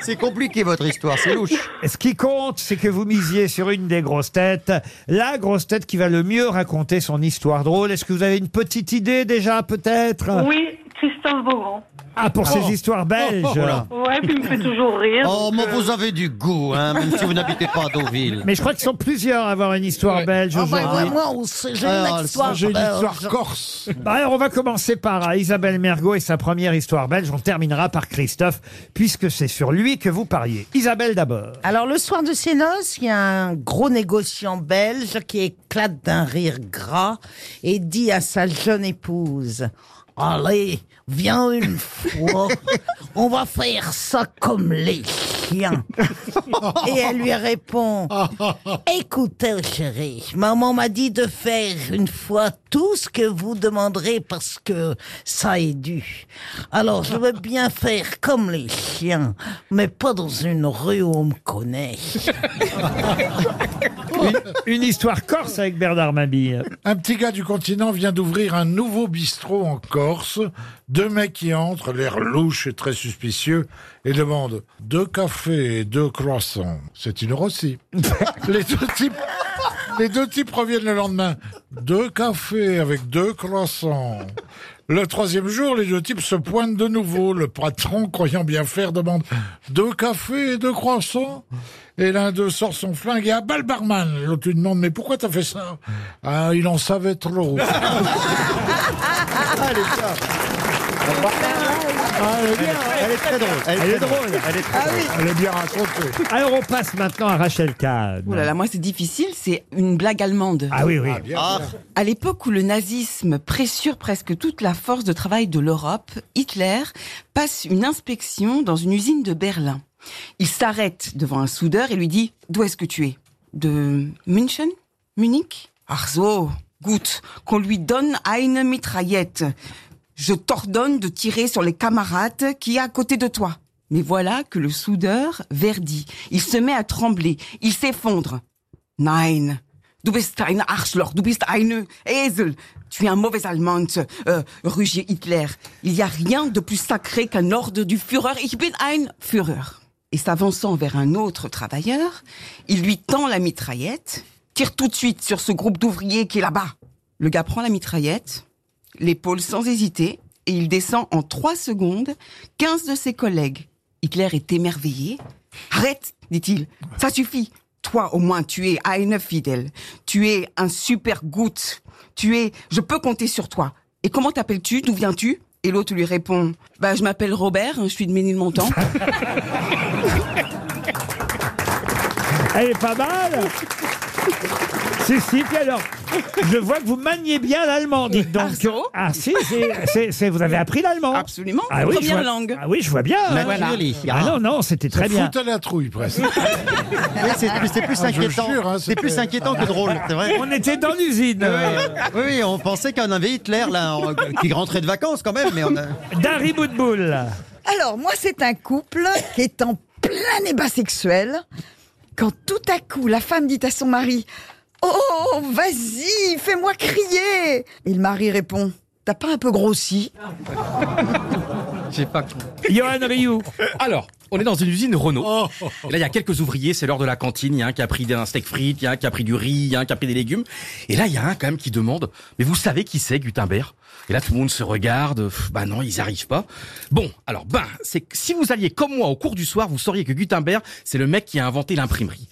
Speaker 3: C'est compliqué votre histoire, c'est louche.
Speaker 2: Et Ce qui compte, c'est que vous misiez sur une des grosses têtes, la grosse tête qui va le mieux raconter son histoire drôle. Est-ce que vous avez une petite idée déjà, peut-être
Speaker 20: Oui, Christophe Beaugrand.
Speaker 2: Ah, pour
Speaker 3: Oh.
Speaker 2: ces histoires belges.
Speaker 3: Oh, oh là.
Speaker 20: Ouais, puis il me fait toujours rire.
Speaker 3: Oh,
Speaker 20: donc,
Speaker 3: mais
Speaker 20: euh,
Speaker 3: vous avez du goût, hein, même si vous n'habitez pas à Deauville.
Speaker 2: Mais je crois qu'ils sont plusieurs à avoir une histoire belge
Speaker 3: Ah, bah,
Speaker 2: aujourd'hui.
Speaker 3: ouais, moi, on sait, j'ai une Ah, histoire j'ai une
Speaker 8: euh,
Speaker 3: belge. histoire
Speaker 2: corse. Bah, alors, on va commencer par euh, Isabelle Mergot et sa première histoire belge. On terminera par Christophe, puisque c'est sur lui que vous pariez. Isabelle d'abord.
Speaker 8: Euh, Alors, le soir de ses noces, il y a un gros négociant belge qui éclate d'un rire gras et dit à sa jeune épouse Allez, viens une fois, on va faire ça comme les chiens. Et elle lui répond Écoutez, chérie, maman m'a dit de faire une fois tout ce que vous demanderez parce que ça est dû. Alors, je veux bien faire comme les chiens, mais pas dans une rue où on me connaît.
Speaker 2: Une, une histoire corse avec Bernard Mabille.
Speaker 5: Un petit gars du continent vient d'ouvrir un nouveau bistrot en Corse. Deux mecs qui entrent, l'air louche et très suspicieux, et demandent deux cafés et deux croissants. C'est une rossie. les, deux types, les deux types reviennent le lendemain. Deux cafés avec deux croissants. Le troisième jour, les deux types se pointent de nouveau. Le patron, croyant bien faire, demande deux cafés et deux croissants. Et l'un d'eux sort son flingue et abat le barman. L'autre lui demande, mais pourquoi t'as fait ça Ah, il en savait trop.
Speaker 2: Ah,
Speaker 3: Elle est très drôle.
Speaker 2: Elle est drôle. Elle est,
Speaker 10: Ah
Speaker 5: bien racontée.
Speaker 2: Alors, on passe maintenant à Rachel Kahn.
Speaker 10: Oh là là, moi c'est difficile, c'est une blague allemande.
Speaker 2: Ah oui, oui.
Speaker 10: Ah,
Speaker 2: Ah, bien, bien.
Speaker 10: À l'époque où le nazisme pressure presque toute la force de travail de l'Europe, Hitler passe une inspection dans une usine de Berlin. Il s'arrête devant un soudeur et lui dit D'où est-ce que tu es De München Munich Ach so, gut, qu'on lui donne une mitraillette. Je t'ordonne de tirer sur les camarades qui est à côté de toi. Mais voilà que le soudeur verdit. Il se met à trembler. Il s'effondre. Nein. Du bist ein Arschloch. Du bist ein Esel. Tu es un mauvais Allemand, euh, rugit Hitler. Il n'y a rien de plus sacré qu'un ordre du Führer. Ich bin ein Führer. Et s'avançant vers un autre travailleur, il lui tend la mitraillette. Tire tout de suite sur ce groupe d'ouvriers qui est là-bas. Le gars prend la mitraillette l'épaule sans hésiter, et il descend en trois secondes 15 de ses collègues. Hitler est émerveillé. Arrête, dit-il, ça suffit. Toi, au moins, tu es une fidèle. Tu es un super goutte. Tu es, je peux compter sur toi. Et comment t'appelles-tu D'où viens-tu Et l'autre lui répond Bah, je m'appelle Robert, je suis de Ménilmontant.
Speaker 2: Elle est pas mal Si, si, puis alors, je vois que vous maniez bien l'allemand, dites donc. Ah, si, si, c'est- c'est- vous avez appris l'allemand
Speaker 10: Absolument,
Speaker 2: ah, oui, je
Speaker 10: première
Speaker 2: vois-
Speaker 10: langue.
Speaker 2: Ah oui, je vois bien. hein.
Speaker 10: Naturally.
Speaker 2: Ah non, non, c'était très bien.
Speaker 5: Fout à la trouille, presque.
Speaker 16: Oui, c'est- c'est plus
Speaker 5: Ah, je
Speaker 16: inquiétant.
Speaker 5: jure, hein,
Speaker 16: c'est plus
Speaker 5: c'était-
Speaker 16: inquiétant que drôle, c'est vrai.
Speaker 2: On était dans l'usine.
Speaker 16: Oui, oui, on pensait qu'on avait Hitler là, en- qui rentrait de vacances quand même, mais on a.
Speaker 2: Dari Boudboul.
Speaker 4: Alors, moi, c'est un couple qui est en plein débat sexuel. Quand tout à coup, la femme dit à son mari Oh, vas-y, fais-moi crier Et le mari répond T'as pas un peu grossi
Speaker 7: J'ai pas
Speaker 2: Johan Rioux. Oh.
Speaker 7: Alors, on est dans une usine Renault. Et là, il y a quelques ouvriers, c'est l'heure de la cantine. Il y a un qui a pris un steak frites, il y a un qui a pris du riz, il y a un qui a pris des légumes. Et là, il y a un quand même qui demande Mais vous savez qui c'est, Gutenberg Et là, tout le monde se regarde. Pff, Bah non, ils arrivent pas. Bon, alors, ben, c'est que si vous alliez comme moi au cours du soir, vous sauriez que Gutenberg, c'est le mec qui a inventé l'imprimerie.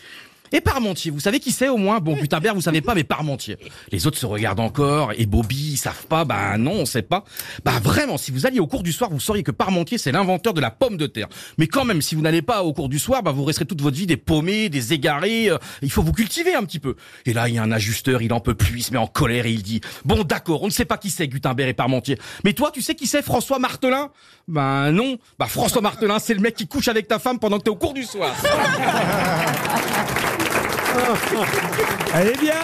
Speaker 7: Et Parmentier, vous savez qui c'est au moins Bon, Gutenberg, vous savez pas, mais Parmentier. Les autres se regardent encore, et Bobby, ils savent pas, bah non, on sait pas. Bah vraiment, si vous alliez au cours du soir, vous sauriez que Parmentier, c'est l'inventeur de la pomme de terre. Mais quand même, si vous n'allez pas au cours du soir, bah vous resterez toute votre vie des paumés, des égarés, euh, il faut vous cultiver un petit peu. Et là, il y a un ajusteur, il en peut plus, il se met en colère et il dit, bon d'accord, on ne sait pas qui c'est Gutenberg et Parmentier, mais toi, tu sais qui c'est François Martelin Bah non, bah François Martelin, c'est le mec qui couche avec ta femme pendant que t'es au cours du soir.
Speaker 9: Ah,
Speaker 2: Elle est bien.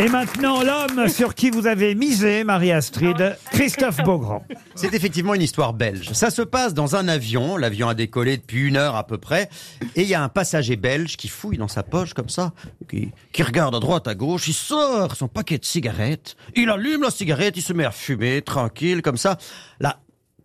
Speaker 2: Et maintenant, l'homme sur qui vous avez misé, Marie-Astrid, Christophe Beaugrand.
Speaker 3: C'est effectivement une histoire belge. Ça se passe dans un avion. L'avion a décollé depuis une heure à peu près. Et il y a un passager belge qui fouille dans sa poche comme ça, qui, qui regarde à droite, à gauche. Il sort son paquet de cigarettes. Il allume la cigarette. Il se met à fumer tranquille comme ça. Là,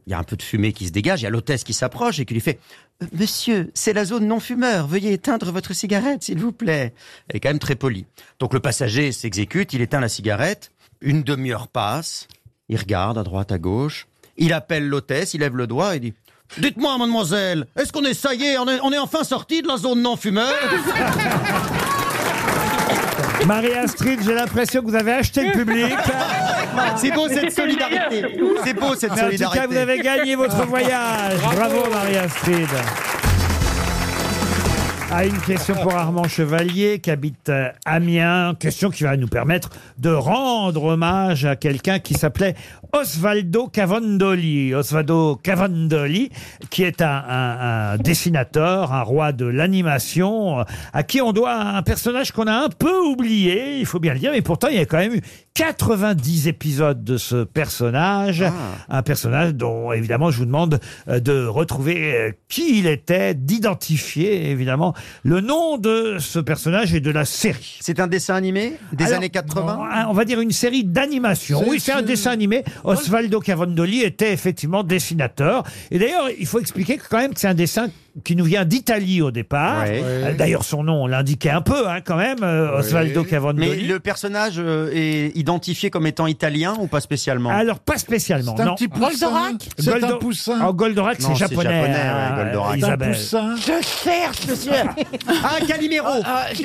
Speaker 3: il y a un peu de fumée qui se dégage. Il y a l'hôtesse qui s'approche et qui lui fait Euh, Monsieur, c'est la zone non fumeur. Veuillez éteindre votre cigarette, s'il vous plaît. Elle est quand même très polie. Donc le passager s'exécute. Il éteint la cigarette. Une demi-heure passe. Il regarde à droite, à gauche. Il appelle l'hôtesse, il lève le doigt et dit Dites-moi, mademoiselle, est-ce qu'on est, ça y est, on est, on est enfin sorti de la zone non-fumeur
Speaker 2: Marie-Astrid, j'ai l'impression que vous avez acheté le public.
Speaker 16: C'est beau cette solidarité. C'est beau cette
Speaker 2: Mais
Speaker 16: solidarité.
Speaker 2: En tout cas, vous avez gagné votre voyage. Bravo, Marie-Astrid. À Ah, une question pour Armand Chevalier qui habite euh, Amiens, question qui va nous permettre de rendre hommage à quelqu'un qui s'appelait Osvaldo Cavandoli. Osvaldo Cavandoli, qui est un, un- un dessinateur, un roi de l'animation, euh, à qui on doit un personnage qu'on a un peu oublié, il faut bien le dire, mais pourtant il y a quand même eu 90 épisodes de ce personnage,
Speaker 3: Ah.
Speaker 2: un personnage dont évidemment je vous demande euh, de retrouver euh, qui il était, d'identifier évidemment le nom de ce personnage et de la série. hein,
Speaker 3: C'est un dessin animé des années 80?
Speaker 2: On va dire une série d'animation.
Speaker 3: C'est-
Speaker 2: Oui, c'est un
Speaker 3: c'est-
Speaker 2: dessin animé. Osvaldo Cavandoli était effectivement dessinateur. Et d'ailleurs, il faut expliquer que quand même que c'est un dessin qui nous vient d'Italie au départ.
Speaker 3: Ouais.
Speaker 2: Euh, D'ailleurs, son nom, on l'indiquait un peu hein, quand même, euh, Osvaldo Cavandoli.
Speaker 3: Mais le personnage euh, est identifié comme étant italien ou pas spécialement
Speaker 2: Ah, Alors, pas spécialement.
Speaker 3: C'est un
Speaker 2: non.
Speaker 3: petit poussin. Goldorak
Speaker 5: C'est un
Speaker 2: Goldo-
Speaker 5: poussin.
Speaker 2: Ah, Goldorak, c'est
Speaker 3: Non, c'est
Speaker 2: japonais.
Speaker 3: japonais,
Speaker 2: hein,
Speaker 3: ouais, Goldorak.
Speaker 5: C'est un
Speaker 2: Isabelle.
Speaker 5: poussin.
Speaker 8: Je cherche, monsieur. Euh,
Speaker 3: Ah, Calimero.
Speaker 8: je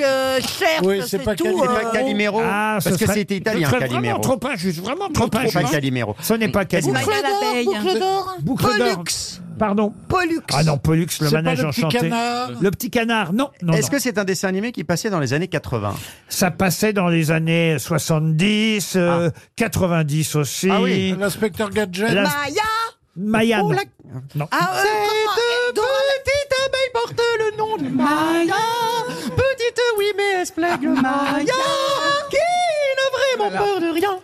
Speaker 8: cherche,
Speaker 3: Oui, c'est
Speaker 8: c'est
Speaker 3: pas
Speaker 8: tout.
Speaker 3: Cali- c'est pas Calimero.
Speaker 2: Ah, ce
Speaker 3: Parce que
Speaker 2: serait-
Speaker 3: c'était italien,
Speaker 2: ce serait
Speaker 3: Calimero.
Speaker 2: Vraiment trop injuste, vraiment trop
Speaker 3: Trop
Speaker 2: injuste.
Speaker 3: pas Calimero.
Speaker 2: hein. Ce n'est pas Calimero.
Speaker 6: Boucle d'or, boucle d'or.
Speaker 2: Boucle d'or. Pardon.
Speaker 4: Pollux.
Speaker 2: Ah non, Pollux, le
Speaker 3: C'est pas
Speaker 2: manège
Speaker 3: le petit
Speaker 2: enchanté.
Speaker 3: canard
Speaker 2: Le petit canard, non. non
Speaker 3: Est-ce
Speaker 2: non.
Speaker 3: que c'est un dessin animé qui passait dans les années 80
Speaker 2: Ça passait dans les années 70, euh, 90 aussi.
Speaker 3: Ah oui.
Speaker 5: L'inspecteur Gadget.
Speaker 2: La- Maya.
Speaker 5: Oh,
Speaker 2: non.
Speaker 5: la-
Speaker 2: Non.
Speaker 5: Ah, euh,
Speaker 16: Dans la petite abeille porte le nom de Maya. Petite oui mais esplègue Maya. Qui n'a vraiment peur de rien.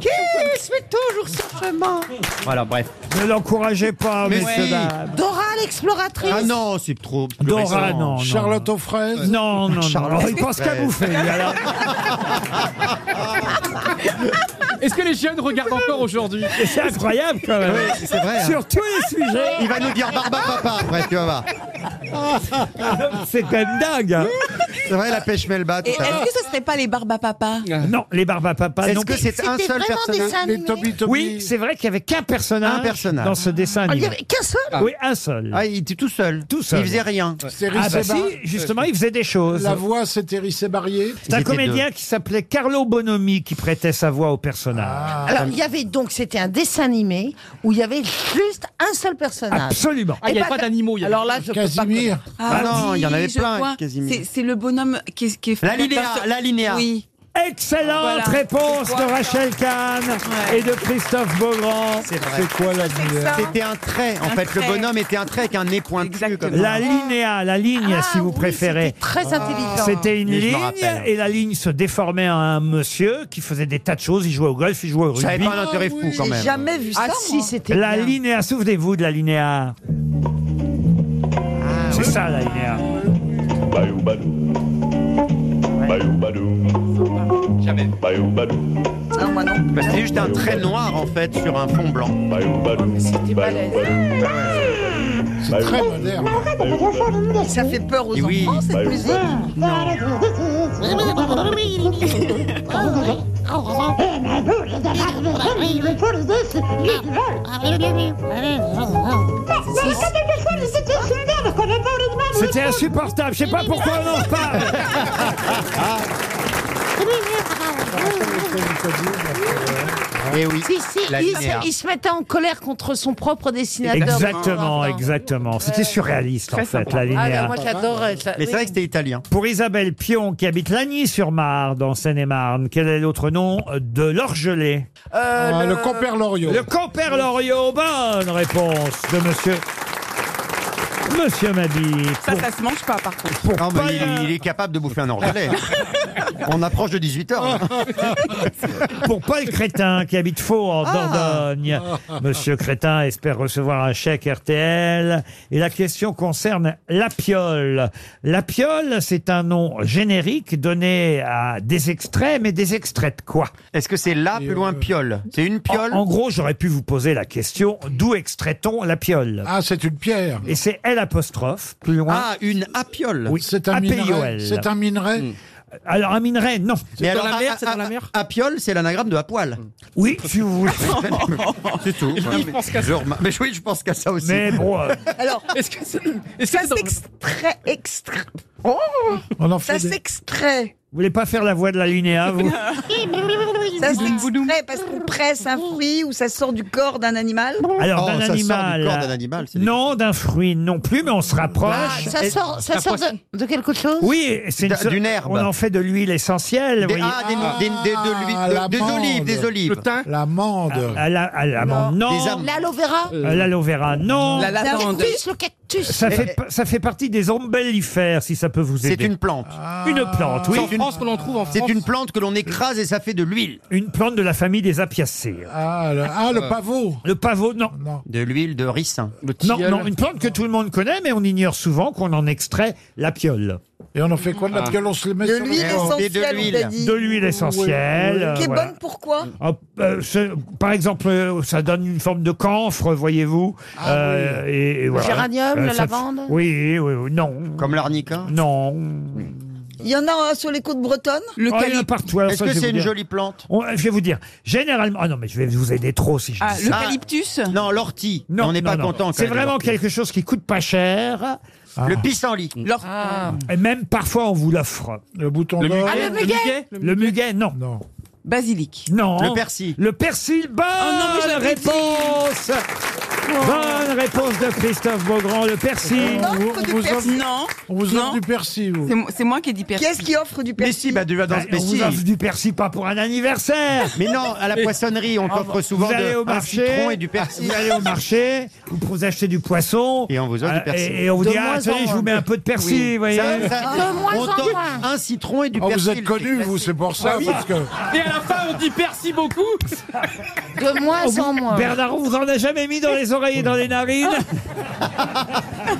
Speaker 16: Qui suit toujours son chemin.
Speaker 3: Voilà, bref.
Speaker 2: Ne l'encouragez pas,
Speaker 3: Mais
Speaker 2: messieurs,
Speaker 3: si.
Speaker 2: dames.
Speaker 8: Dora l'exploratrice.
Speaker 3: bah. Ah non, c'est trop. plus
Speaker 2: Dora,
Speaker 3: récent.
Speaker 2: non, non. Charlotte
Speaker 5: aux fraises
Speaker 2: Non, non, non.
Speaker 3: Charlotte.
Speaker 2: Oh, il pense qu'à
Speaker 3: Ouais.
Speaker 2: bouffer. lui, alors.
Speaker 7: Est-ce que les jeunes regardent encore aujourd'hui
Speaker 2: C'est incroyable quand même.
Speaker 3: Oui, c'est vrai, hein.
Speaker 2: Sur tous les sujets.
Speaker 3: Il va nous dire Barba Papa après, tu vas voir.
Speaker 2: C'est quand même dingue. hein.
Speaker 3: C'est vrai, la pêche melba, tout
Speaker 10: Et
Speaker 3: à l'heure.
Speaker 10: est-ce que ce serait pas les Barbapapa
Speaker 2: Non, les Barbapapa.
Speaker 3: Euh, Est-ce
Speaker 2: non
Speaker 3: que
Speaker 2: plus.
Speaker 3: c'est un C'était seul vraiment personnage dessin Les animé Toby Toby.
Speaker 2: Oui, c'est vrai qu'il y avait qu'un personnage,
Speaker 3: Un personnage.
Speaker 2: dans ce dessin
Speaker 3: Ah, il y
Speaker 2: animé.
Speaker 3: avait qu'un seul Ah.
Speaker 2: Oui, un seul.
Speaker 3: Ah, il était tout seul.
Speaker 2: Tout seul.
Speaker 3: Il faisait rien.
Speaker 2: Ah bah si, justement, il faisait des choses.
Speaker 5: La voix, c'était Ricébarrier.
Speaker 2: C'est un comédien qui s'appelait Carlo Bonomi qui prêtait sa voix au
Speaker 5: Ah.
Speaker 2: personnage.
Speaker 8: Alors, il y avait donc, c'était un dessin animé où il y avait juste un seul personnage.
Speaker 2: Absolument.
Speaker 10: Ah, il y avait pas d'animaux, il y avait-
Speaker 8: Alors là, je
Speaker 5: Casimir.
Speaker 10: Ah,
Speaker 3: non,
Speaker 10: oui,
Speaker 3: il y en avait
Speaker 10: je
Speaker 3: plein,
Speaker 10: vois.
Speaker 3: Casimir.
Speaker 10: C'est- C'est le bonhomme qui est, qui est
Speaker 3: La linéa,
Speaker 10: Parce-
Speaker 3: la linéa.
Speaker 10: Oui.
Speaker 2: Excellente
Speaker 10: Voilà.
Speaker 2: réponse
Speaker 10: C'est quoi,
Speaker 2: de Rachel Kahn et de Christophe Beaugrand. C'est
Speaker 3: quoi
Speaker 2: la
Speaker 10: ça.
Speaker 3: C'était un trait. En
Speaker 2: Un
Speaker 3: fait,
Speaker 2: trait.
Speaker 3: le bonhomme était un trait avec un nez pointu. Comme ça.
Speaker 2: La linéa, la ligne,
Speaker 3: Ah
Speaker 2: si vous préférez.
Speaker 5: Ah.
Speaker 8: très intelligent.
Speaker 2: C'était une
Speaker 3: Oui, je me
Speaker 2: ligne
Speaker 3: rappelle.
Speaker 2: et la ligne se déformait à un monsieur qui faisait des tas de choses. Il jouait au golf, il jouait au rugby.
Speaker 3: Ça avait pas un intérêt fou, quand même.
Speaker 8: jamais vu ça. Ah si, c'était
Speaker 2: La
Speaker 8: bien.
Speaker 2: linéa, souvenez-vous de la linéa.
Speaker 8: Ah.
Speaker 2: C'est ça la linéa.
Speaker 19: Bayou Badou. Bayou Badou. Jamais. Bayou Badou.
Speaker 4: Ah,
Speaker 3: Bah, c'était juste un trait noir, en fait, sur un fond blanc.
Speaker 19: C'était
Speaker 4: Bah
Speaker 5: C'est très moderne.
Speaker 4: Ça fait peur aux
Speaker 3: Et oui.
Speaker 4: enfants, cette
Speaker 3: Bah,
Speaker 4: musique.
Speaker 16: Ah,
Speaker 2: C'était insupportable, je sais pas pourquoi on en parle.
Speaker 3: Et Eh oui.
Speaker 8: Si, si,
Speaker 3: la
Speaker 8: il,
Speaker 3: linéa.
Speaker 8: se- il se mettait en colère contre son propre dessinateur.
Speaker 2: Exactement, exactement. C'était surréaliste en
Speaker 8: Très
Speaker 2: fait,
Speaker 8: sympa.
Speaker 2: la
Speaker 8: Ah,
Speaker 2: linéa.
Speaker 8: mais moi, j'adorais ça. Mais c'est Oui. vrai que
Speaker 3: c'était italien.
Speaker 2: Pour Isabelle Pion, qui habite Lagny-sur-Marne, dans Seine-et-Marne, quel est l'autre nom de l'orgelet
Speaker 8: Euh,
Speaker 5: Ah, le- le compère Loriot.
Speaker 2: Le compère Loriot. Bonne réponse de monsieur. Monsieur Mabille.
Speaker 10: Ça, ça se mange pas, par contre.
Speaker 3: Non, mais il, il est capable de bouffer un orgelet. On approche de 18 heures.
Speaker 2: pour Paul Crétin qui habite Faux en
Speaker 3: Ah.
Speaker 2: Dordogne. Monsieur Crétin espère recevoir un chèque RTL. Et la question concerne la piole. La piole, c'est un nom générique donné à des extraits, mais des extraits de quoi euh,
Speaker 3: Est-ce que c'est là plus loin piole C'est une piole
Speaker 2: en, en gros, j'aurais pu vous poser la question d'où extrait-on la piole
Speaker 5: Ah, c'est une pierre.
Speaker 2: Et c'est L apostrophe plus loin.
Speaker 3: Ah, une apiole.
Speaker 2: oui,
Speaker 5: C'est un minerai.
Speaker 2: APIOL.
Speaker 5: C'est un minerai.
Speaker 2: Hmm. Alors un minerai, non.
Speaker 3: Mais alors, a- a- Apiole, c'est l'anagramme de à poil.
Speaker 2: Oui, si vous voulez.
Speaker 3: c'est tout.
Speaker 2: Je pense qu'à ça.
Speaker 3: Je remar- Mais oui, je pense qu'à ça aussi.
Speaker 2: Mais bon, euh,
Speaker 4: Alors,
Speaker 7: est-ce que c'est
Speaker 4: ça s'extrait, extra... Oh
Speaker 2: On en
Speaker 4: Ça
Speaker 2: fait des-
Speaker 4: s'extrait.
Speaker 2: vous voulez pas faire la voix de la linéa, vous
Speaker 4: Ça s'extrait parce qu'on presse un fruit ou ça sort du corps d'un animal.
Speaker 2: Alors,
Speaker 3: Oh,
Speaker 2: d'un
Speaker 3: ça sort du
Speaker 2: animal.
Speaker 3: corps d'un animal, c'est
Speaker 2: non, d'un fruit non plus, mais on se rapproche.
Speaker 8: Ah, ça sort, ça sort de, de quelque chose
Speaker 2: Oui, c'est une
Speaker 3: D'un-
Speaker 2: so-
Speaker 3: d'une herbe.
Speaker 2: On en fait de l'huile essentielle.
Speaker 3: Des-
Speaker 2: vous
Speaker 3: ah, des,
Speaker 2: voyez. Ah,
Speaker 3: des- des- de l'huile-
Speaker 10: Ah,
Speaker 3: de- des olives, des olives.
Speaker 5: L'amande.
Speaker 2: À la- à l'amande, non.
Speaker 3: Des am-
Speaker 8: L'aloe vera
Speaker 2: À L'aloe vera, non.
Speaker 10: La lavande.
Speaker 8: Le cactus, le cactus. Eh.
Speaker 2: Ça fait, pa- ça fait partie des ombellifères, si ça peut vous
Speaker 3: Euh, C'est
Speaker 2: aider. Ah.
Speaker 3: une plante.
Speaker 2: Une plante, oui.
Speaker 7: En France, qu'on en trouve en
Speaker 3: C'est
Speaker 7: France.
Speaker 3: une plante que l'on écrase et ça fait de l'huile.
Speaker 2: Une plante de la famille des apiacées.
Speaker 5: Ah, le, ah,
Speaker 7: Euh.
Speaker 5: le pavot.
Speaker 2: Le pavot, non.
Speaker 3: Euh, De l'huile de ricin.
Speaker 2: Non,
Speaker 7: tilleul.
Speaker 2: non, une plante que tout le monde connaît, mais on ignore souvent qu'on en extrait la piole.
Speaker 5: Et on en fait quoi de la
Speaker 3: Ah.
Speaker 5: piole On se les met
Speaker 4: De
Speaker 5: sur
Speaker 4: l'huile
Speaker 5: le corps.
Speaker 3: Et de
Speaker 4: essentielle, on
Speaker 3: l'huile.
Speaker 4: t'a dit.
Speaker 2: De l'huile essentielle. euh,
Speaker 4: Qui est
Speaker 2: voilà.
Speaker 4: bonne pourquoi
Speaker 2: Ah, euh, ce- par exemple, euh, ça donne une forme de camphre, voyez-vous.
Speaker 10: Ah
Speaker 2: Euh, et, et voilà. Euh,
Speaker 8: Géranium, la
Speaker 2: ça-
Speaker 8: lavande
Speaker 2: Oui, oui, oui, non.
Speaker 3: Comme l'arnica.
Speaker 2: Non.
Speaker 4: Il y en a euh, sur les côtes bretonnes
Speaker 2: Ah, il
Speaker 10: Le
Speaker 2: y en a
Speaker 10: cali-
Speaker 2: partout. alors
Speaker 3: Est-ce
Speaker 2: ça,
Speaker 3: que
Speaker 2: je vais
Speaker 3: c'est
Speaker 2: vous
Speaker 3: une
Speaker 2: dire.
Speaker 3: jolie plante
Speaker 2: On- je vais vous dire, généralement. Ah non, mais je vais vous aider trop si je
Speaker 10: Ah,
Speaker 2: dis ça.
Speaker 10: l'eucalyptus
Speaker 3: Non, l'ortie.
Speaker 2: Non,
Speaker 3: on n'est
Speaker 2: non,
Speaker 3: pas
Speaker 2: non.
Speaker 3: content. quand
Speaker 2: C'est
Speaker 3: il y a de
Speaker 2: vraiment
Speaker 3: l'ortie.
Speaker 2: quelque chose qui coûte pas cher.
Speaker 3: Le pissenlit.
Speaker 10: L'or-
Speaker 2: Ah. Et même parfois, on vous l'offre.
Speaker 5: Le bouton
Speaker 7: Le
Speaker 5: d'or.
Speaker 7: muguet, le muguet.
Speaker 2: Ah, Le muguet, non.
Speaker 5: Non.
Speaker 10: Basilic.
Speaker 2: Non.
Speaker 3: Le persil.
Speaker 2: Le persil, bonne
Speaker 10: non, mais j'avais dit.
Speaker 2: réponse Bonne réponse de Christophe Beaugrand, le persil.
Speaker 4: Non,
Speaker 5: vous-
Speaker 4: faut
Speaker 5: on
Speaker 4: du
Speaker 5: vous
Speaker 4: persil.
Speaker 5: offre-
Speaker 10: Non,
Speaker 5: On vous offre
Speaker 10: Non.
Speaker 5: du persil, vous.
Speaker 10: c'est mo- c'est moi qui ai dit
Speaker 4: Qui
Speaker 10: persil.
Speaker 4: est-ce qui offre du
Speaker 3: Mais
Speaker 4: persil
Speaker 3: si, bah, déjà dans
Speaker 2: Bah,
Speaker 3: ce
Speaker 2: on vous
Speaker 3: persil.
Speaker 2: offre du persil pas pour un anniversaire Ah,
Speaker 3: Mais non, à la poissonnerie, on t'offre souvent
Speaker 2: vous
Speaker 3: de-
Speaker 2: allez au
Speaker 3: un
Speaker 2: marché,
Speaker 3: citron et du persil.
Speaker 2: Vous allez au marché, vous pouvez acheter du poisson.
Speaker 3: Et on vous offre du
Speaker 2: euh,
Speaker 3: persil.
Speaker 2: Et, et on vous
Speaker 8: De
Speaker 2: dit, ah,
Speaker 8: moins
Speaker 2: attendez,
Speaker 8: en
Speaker 2: je vous
Speaker 8: moins.
Speaker 2: mets un peu de persil, vous voyez. Oh,
Speaker 3: Ça, ça-
Speaker 8: De moins
Speaker 3: on
Speaker 8: en
Speaker 3: t'offre
Speaker 8: moins.
Speaker 3: un citron et du
Speaker 5: Ah,
Speaker 3: persil.
Speaker 5: vous êtes connus,
Speaker 3: c'est
Speaker 5: vous, c'est pour ça. parce que...
Speaker 7: Et à la fin, on dit merci beaucoup.
Speaker 8: De moins en moins.
Speaker 2: Bernard, on vous en a jamais mis dans les oreilles et dans les narines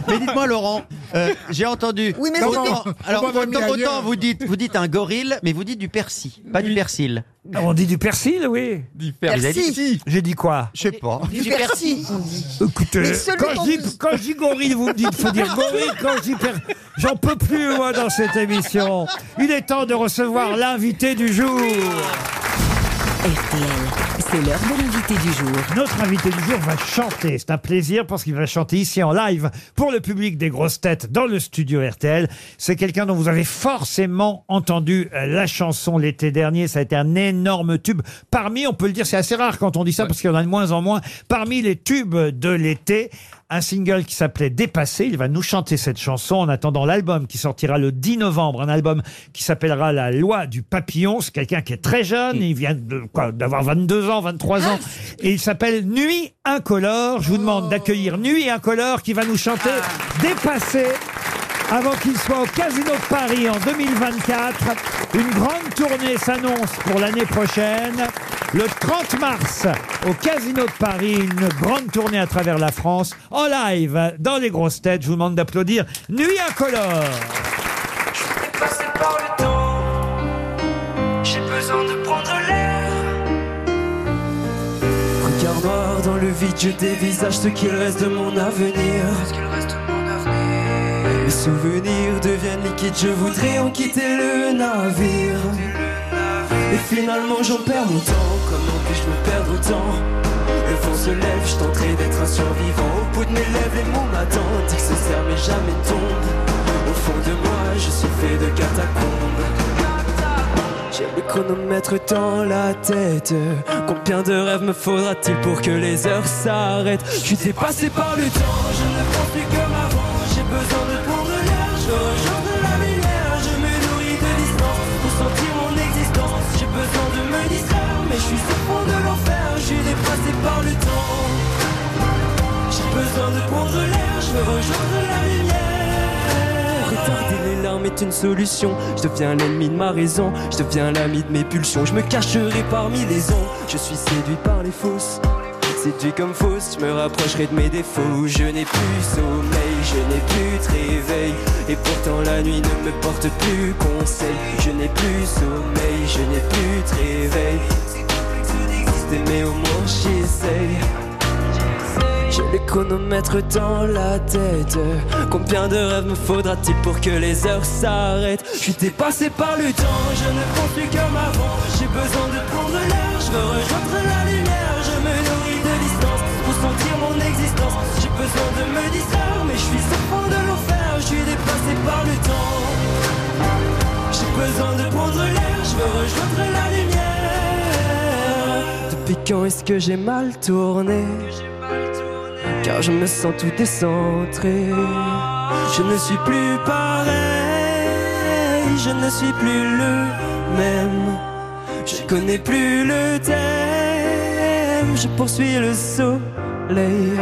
Speaker 3: Mais dites-moi, Laurent, euh, j'ai entendu.
Speaker 4: Oui, mais
Speaker 3: autant,
Speaker 5: c'était-
Speaker 3: alors,
Speaker 5: On va
Speaker 3: autant,
Speaker 5: venir
Speaker 3: autant
Speaker 5: ailleurs.
Speaker 3: vous dites, vous dites un gorille, mais vous dites du persil, pas du persil.
Speaker 2: Ah, On dit du persil, oui.
Speaker 3: Vous avez dit-
Speaker 4: Persil.
Speaker 2: J'ai dit quoi
Speaker 3: Je sais pas.
Speaker 4: Du persil.
Speaker 2: Écoutez,
Speaker 4: Mais celui
Speaker 2: Euh, quand
Speaker 4: qu'on
Speaker 2: je, dis,
Speaker 4: vous-
Speaker 2: quand je dis gorille, vous me dites faut dire gorille. Quand je dis per- J'en peux plus, moi, dans cette émission. Il est temps de recevoir l'invité du jour.
Speaker 11: C'est l'heure de l'invité du jour.
Speaker 2: Notre invité du jour va chanter. C'est un plaisir parce qu'il va chanter ici en live pour le public des grosses têtes dans le studio RTL. C'est quelqu'un dont vous avez forcément entendu euh, la chanson l'été dernier. Ça a été un énorme tube. Parmi, on peut le dire, c'est assez rare quand on dit ça parce qu'il y en a de moins en moins. Parmi les tubes de l'été, un single qui s'appelait Dépassé. Il va nous chanter cette chanson en attendant l'album qui sortira le 10 novembre. Un album qui s'appellera La loi du papillon. C'est quelqu'un qui est très jeune. Il vient de- quoi, d'avoir 22 ans, 23 ans. Et il s'appelle Nuit incolore. Je vous demande d'accueillir Nuit incolore qui va nous chanter Dépassé. Avant qu'il soit au Casino de Paris en 2024, une grande tournée s'annonce pour l'année prochaine. Le 30 mars, au Casino de Paris, une grande tournée à travers la France, en live, dans les grosses têtes. Je vous demande d'applaudir Nuit Incolore.
Speaker 16: Passé par le temps, j'ai besoin de prendre l'air.
Speaker 9: Regard noir dans le vide, je dévisage ce qu'il reste de mon avenir. Mes souvenirs deviennent liquides, je voudrais en quitter le navire. Et finalement j'en perds mon temps, comment puis-je me perdre autant Le vent se lève, je tenterai d'être un survivant. Au bout de mes lèvres, les mots m'attendent, Dix se serre mais jamais tombe. Au fond de moi, je suis fait de catacombes. J'ai le chronomètre dans la tête. Combien de rêves me faudra-t-il pour que les heures s'arrêtent Je suis dépassé par le temps, je ne pense plus comme avant. J'ai besoin de prendre l'air, je rejoins de la lumière. Je me nourris de distance pour sentir mon existence. J'ai besoin de me distraire, mais je suis au fond de l'enfer. Je suis dépassé par le temps. J'ai besoin de prendre l'air, je veux rejoindre la lumière. Retarder les larmes est une solution. Je deviens l'ennemi de ma raison, je deviens l'ami de mes pulsions. Je me cacherai parmi les ondes, je suis séduit par les fausses. Séduit comme fausse, je me rapprocherai de mes défauts. Je n'ai plus sommeil, je n'ai plus de réveil. Et pourtant la nuit ne me porte plus conseil. Je n'ai plus sommeil, je n'ai plus de réveil. Mais au moins j'essaye. J'ai le chronomètre dans la tête. Combien de rêves me faudra-t-il pour que les heures s'arrêtent Je suis dépassé par le temps, je ne pense plus comme avant. J'ai besoin de prendre l'air, je veux rejoindre la lumière. Je me nourris de distance pour sentir mon existence. J'ai besoin de me distraire, mais je suis au fond de l'enfer. Je suis dépassé par le temps. J'ai besoin de prendre l'air, je veux rejoindre la lumière. Depuis quand est-ce que j'ai mal tourné car je me sens tout décentré. Je ne suis plus pareil, je ne suis plus le même. Je connais plus le thème, je poursuis le soleil.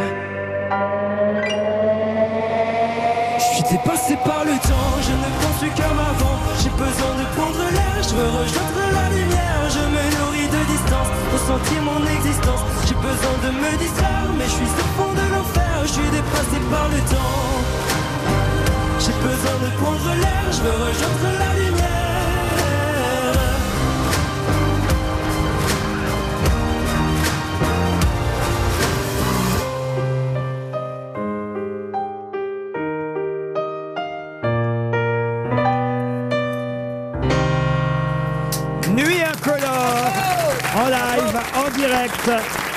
Speaker 9: Je suis dépassé par le temps, je ne pense plus comme avant. J'ai besoin de prendre l'air, je veux rejoindre la lumière. Je me nourris de distance pour sentir mon existence. J'ai besoin de me distraire, mais je suis au fond de l'enfer. Je suis dépassé par le temps. J'ai besoin de prendre l'air, je veux rejoindre la lumière.
Speaker 2: Nuit incolore en live, en direct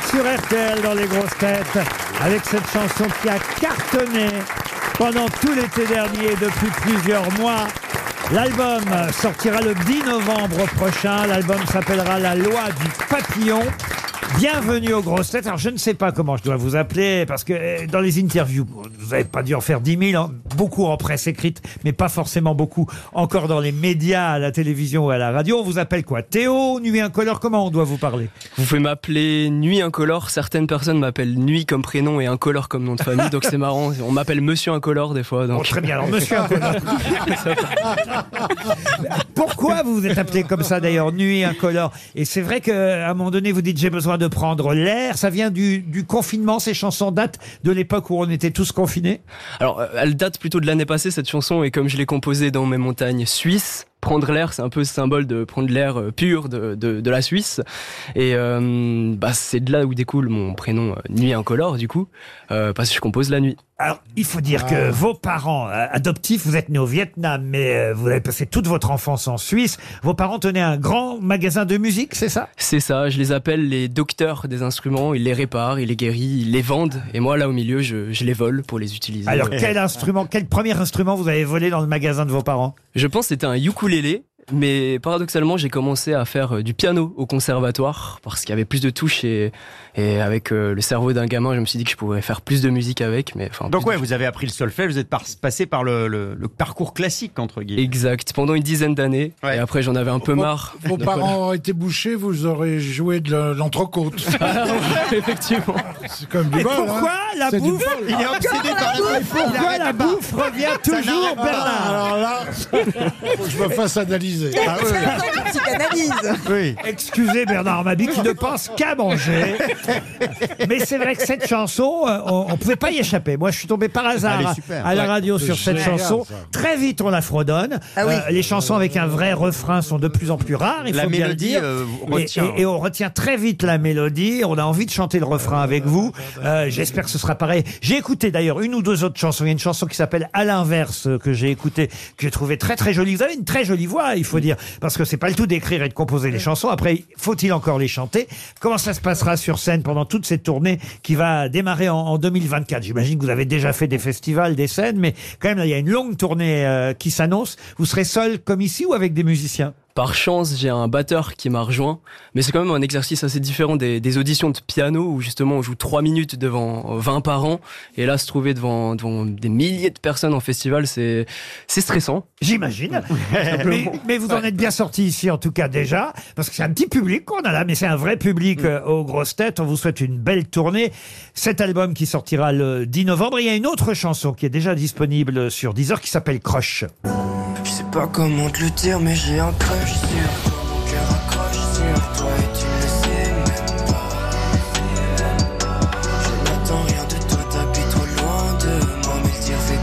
Speaker 2: sur RTL dans les grosses têtes avec cette chanson qui a cartonné pendant tout l'été dernier depuis plusieurs mois. L'album sortira le 10 novembre prochain. L'album s'appellera La loi du papillon. Bienvenue aux grosses têtes. Alors, je ne sais pas comment je dois vous appeler, parce que euh, dans les interviews, vous n'avez pas dû en faire 10 000, hein. beaucoup en presse écrite, mais pas forcément beaucoup encore dans les médias, à la télévision ou à la radio. On vous appelle quoi Théo, Nuit Incolore, comment on doit vous parler
Speaker 9: Vous pouvez m'appeler Nuit Incolore. Certaines personnes m'appellent Nuit comme prénom et Incolore comme nom de famille. Donc c'est marrant. On m'appelle Monsieur Incolore des fois. Donc.
Speaker 2: très bien. Alors, Monsieur Incolore. Pourquoi vous vous êtes appelé comme ça d'ailleurs, Nuit Incolore Et c'est vrai qu'à un moment donné, vous dites j'ai besoin de prendre l'air. Ça vient du, du confinement, ces chansons datent de l'époque où on était tous confinés
Speaker 9: Alors, euh, elle date plutôt de l'année passée, cette chanson, et comme je l'ai composée dans mes montagnes suisses,
Speaker 21: prendre l'air, c'est un peu le symbole de prendre l'air euh, pur de, de- de la Suisse. Et euh, bah, c'est de là où découle mon prénom euh, Nuit Incolore, du coup, euh, parce que je compose la nuit.
Speaker 2: Alors, il faut dire
Speaker 16: Ah.
Speaker 2: que vos parents euh, adoptifs, vous êtes né au Vietnam, mais euh, vous avez passé toute votre enfance en Suisse. Vos parents tenaient un grand magasin de musique, c'est ça
Speaker 21: C'est ça, je les appelle les docteurs des instruments, ils les réparent, ils les guérissent, ils les vendent, et moi là au milieu, je, je les vole pour les utiliser.
Speaker 2: Alors, quel instrument, quel premier instrument vous avez volé dans le magasin de vos parents
Speaker 21: Je pense que c'était un ukulélé, mais paradoxalement, j'ai commencé à faire euh, du piano au conservatoire parce qu'il y avait plus de touches et, et avec euh, le cerveau d'un gamin, je me suis dit que je pourrais faire plus de musique avec. Mais enfin,
Speaker 3: Donc ouais, vous avez appris le solfège, vous êtes par- passé par le, le- le parcours classique entre guillemets.
Speaker 21: exact. Pendant une dizaine d'années, et après j'en avais un peu marre.
Speaker 5: Vos
Speaker 21: Donc,
Speaker 5: parents auraient été bouchés, vous aurez joué de la- l'entrecôte.
Speaker 21: Ah Effectivement.
Speaker 5: C'est comme du
Speaker 16: Et
Speaker 5: bol,
Speaker 16: pourquoi
Speaker 5: hein.
Speaker 16: la
Speaker 5: C'est du
Speaker 16: bouffe-
Speaker 5: bol.
Speaker 16: Il est obsédé Encore par la la bouffe. bouffe. Il Pourquoi la arrête pas. bouffe revient
Speaker 5: Ça
Speaker 16: toujours,
Speaker 5: n'arrête pas.
Speaker 16: Bernard
Speaker 5: Alors là, faut que je me fasse analyser.
Speaker 2: Ah oui. Excusez Bernard Mabi qui ne pense qu'à manger. Mais c'est vrai que cette chanson, euh, on ne pouvait pas y échapper. Moi, je suis tombé par
Speaker 16: Ah, Elle est
Speaker 2: hasard
Speaker 16: super.
Speaker 2: à la
Speaker 16: Ouais.
Speaker 2: radio sur
Speaker 16: C'est
Speaker 2: cette
Speaker 16: génial,
Speaker 2: chanson.
Speaker 16: ça.
Speaker 2: Très vite, on la fredonne. Euh,
Speaker 16: Ah oui.
Speaker 2: les chansons avec un vrai refrain sont de plus en plus rares. Il
Speaker 3: La
Speaker 2: faut bien le
Speaker 3: mélodie,
Speaker 2: dire.
Speaker 3: euh,
Speaker 2: Et-
Speaker 3: retient.
Speaker 2: et, et on retient très vite la mélodie. On a envie de chanter le refrain avec vous. Euh, J'espère que ce sera pareil. J'ai écouté d'ailleurs une ou deux autres chansons. Il y a une chanson qui s'appelle À l'inverse euh, que j'ai écoutée, que j'ai trouvée très très jolie. Vous avez une très jolie voix, il faut dire, parce que c'est pas le tout d'écrire et de composer les chansons. Après, faut-il encore les chanter Comment ça se passera sur scène pendant toute cette tournée qui va démarrer en, en 2024 J'imagine que vous avez déjà fait des festivals, des scènes, mais quand même, là, il y a une longue tournée euh, qui s'annonce. Vous serez seul comme ici ou avec des musiciens
Speaker 21: Par chance, j'ai un batteur qui m'a rejoint, mais c'est quand même un exercice assez différent des, des auditions de piano où justement on joue 3 minutes devant euh, 20 parents, et là se trouver devant, devant des milliers de personnes en festival, c'est c'est stressant.
Speaker 2: J'imagine. mais, mais vous en êtes bien sorti ici, en tout cas déjà, parce que c'est un petit public qu'on a là, mais c'est un vrai public
Speaker 3: Mm.
Speaker 2: euh, aux grosses têtes. On vous souhaite une belle tournée. Cet album qui sortira le 10 novembre, il y a une autre chanson qui est déjà disponible sur Deezer qui s'appelle Crush.
Speaker 22: Je sais pas comment te le dire, mais j'ai un crush sur toi. Mon cœur accroche sur toi et tu le sais même pas. Je n'attends rien de toi, t'habites trop loin de moi, mais le tir fait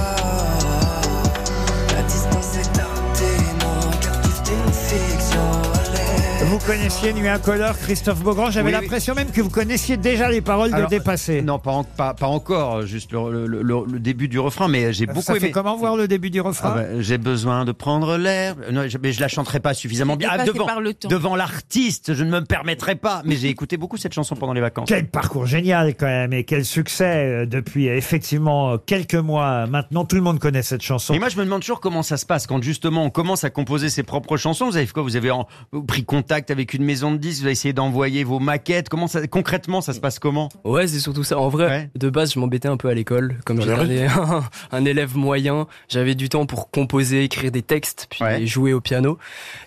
Speaker 22: contrepoids. La distance est un témoin, car tout est une fiction.
Speaker 2: Vous connaissiez Nuit Incolore, Christophe Beaugrand. J'avais
Speaker 3: Oui, oui.
Speaker 2: l'impression même que vous connaissiez déjà les paroles
Speaker 3: Alors,
Speaker 2: de Dépassé.
Speaker 3: Non, pas, en- pas, pas encore, juste le, le- le- le début du refrain, mais j'ai beaucoup
Speaker 2: Ça fait
Speaker 3: aimé.
Speaker 2: comment voir le début du refrain
Speaker 3: Ah bah, j'ai besoin de prendre l'air. Non, je- mais je la chanterai pas suffisamment bien. Ah,
Speaker 2: dépassé
Speaker 3: devant
Speaker 2: par le temps.
Speaker 3: devant l'artiste, je ne me permettrai pas. Mais j'ai écouté beaucoup cette chanson pendant les vacances.
Speaker 2: Quel parcours génial quand même et quel succès euh, depuis euh, effectivement euh, quelques mois euh, maintenant. Tout le monde connaît cette chanson.
Speaker 3: Et moi, je me demande toujours comment ça se passe quand justement on commence à composer ses propres chansons. Vous avez fait quoi Vous avez en- pris contact avec une maison de disques, vous avez essayé d'envoyer vos maquettes. Comment ça, concrètement, ça se passe comment
Speaker 21: Ouais, c'est surtout ça. En vrai, de base, je m'embêtais un peu à l'école, comme
Speaker 3: Dans les
Speaker 21: j'étais
Speaker 3: rues.
Speaker 21: un, un élève moyen. J'avais du temps pour composer, écrire des textes, puis jouer au piano.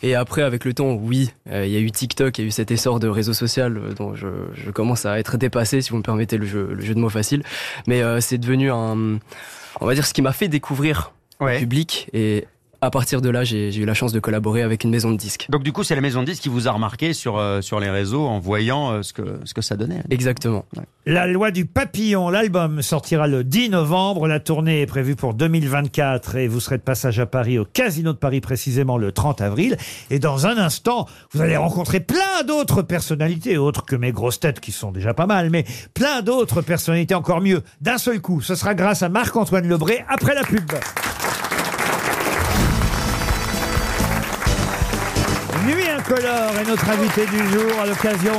Speaker 21: Et après, avec le temps, oui, euh, il y a eu TikTok, il y a eu cet essor de réseau social euh, dont je, je commence à être dépassé, si vous me permettez le jeu, le jeu de mots facile. Mais euh, c'est devenu un, on va dire, ce qui m'a fait découvrir le public et à partir de là, j'ai j'ai eu la chance de collaborer avec une maison de disques.
Speaker 3: Donc du coup, c'est la maison de disques qui vous a remarqué sur, euh, sur les réseaux en voyant euh, ce, que, ce que ça donnait.
Speaker 21: Exactement.
Speaker 2: La loi du papillon, l'album sortira le 10 novembre. La tournée est prévue pour 2024 et vous serez de passage à Paris, au Casino de Paris précisément le 30 avril. Et dans un instant, vous allez rencontrer plein d'autres personnalités, autres que mes grosses têtes qui sont déjà pas mal, mais plein d'autres personnalités encore mieux. D'un seul coup, ce sera grâce à Marc-Antoine Lebré après la pub. Nuit incolore est notre invité du jour à l'occasion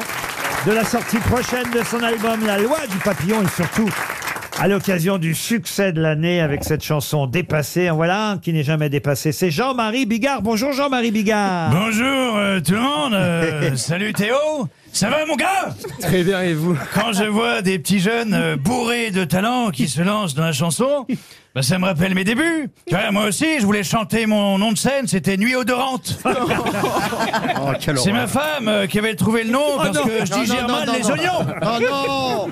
Speaker 2: de la sortie prochaine de son album La loi du papillon et surtout à l'occasion du succès de l'année avec cette chanson dépassée. En voilà un qui n'est jamais dépassé. C'est Jean-Marie Bigard. Bonjour Jean-Marie Bigard.
Speaker 23: Bonjour euh, tout le monde, Euh, salut Théo, ça va mon gars Très bien et vous Quand je vois des petits jeunes euh, bourrés de talent qui se lancent dans la chanson, bah, ça me rappelle mes débuts. Tu vois, moi aussi je voulais chanter mon nom de scène, c'était Nuit odorante.
Speaker 3: Oh, quelle
Speaker 23: C'est
Speaker 3: horreur.
Speaker 23: ma femme euh, qui avait trouvé le nom
Speaker 3: Oh
Speaker 23: parce
Speaker 3: non.
Speaker 23: que je
Speaker 3: Non, non,
Speaker 23: digère
Speaker 3: non,
Speaker 23: mal
Speaker 3: non,
Speaker 23: les
Speaker 3: non.
Speaker 23: oignons.
Speaker 3: Oh non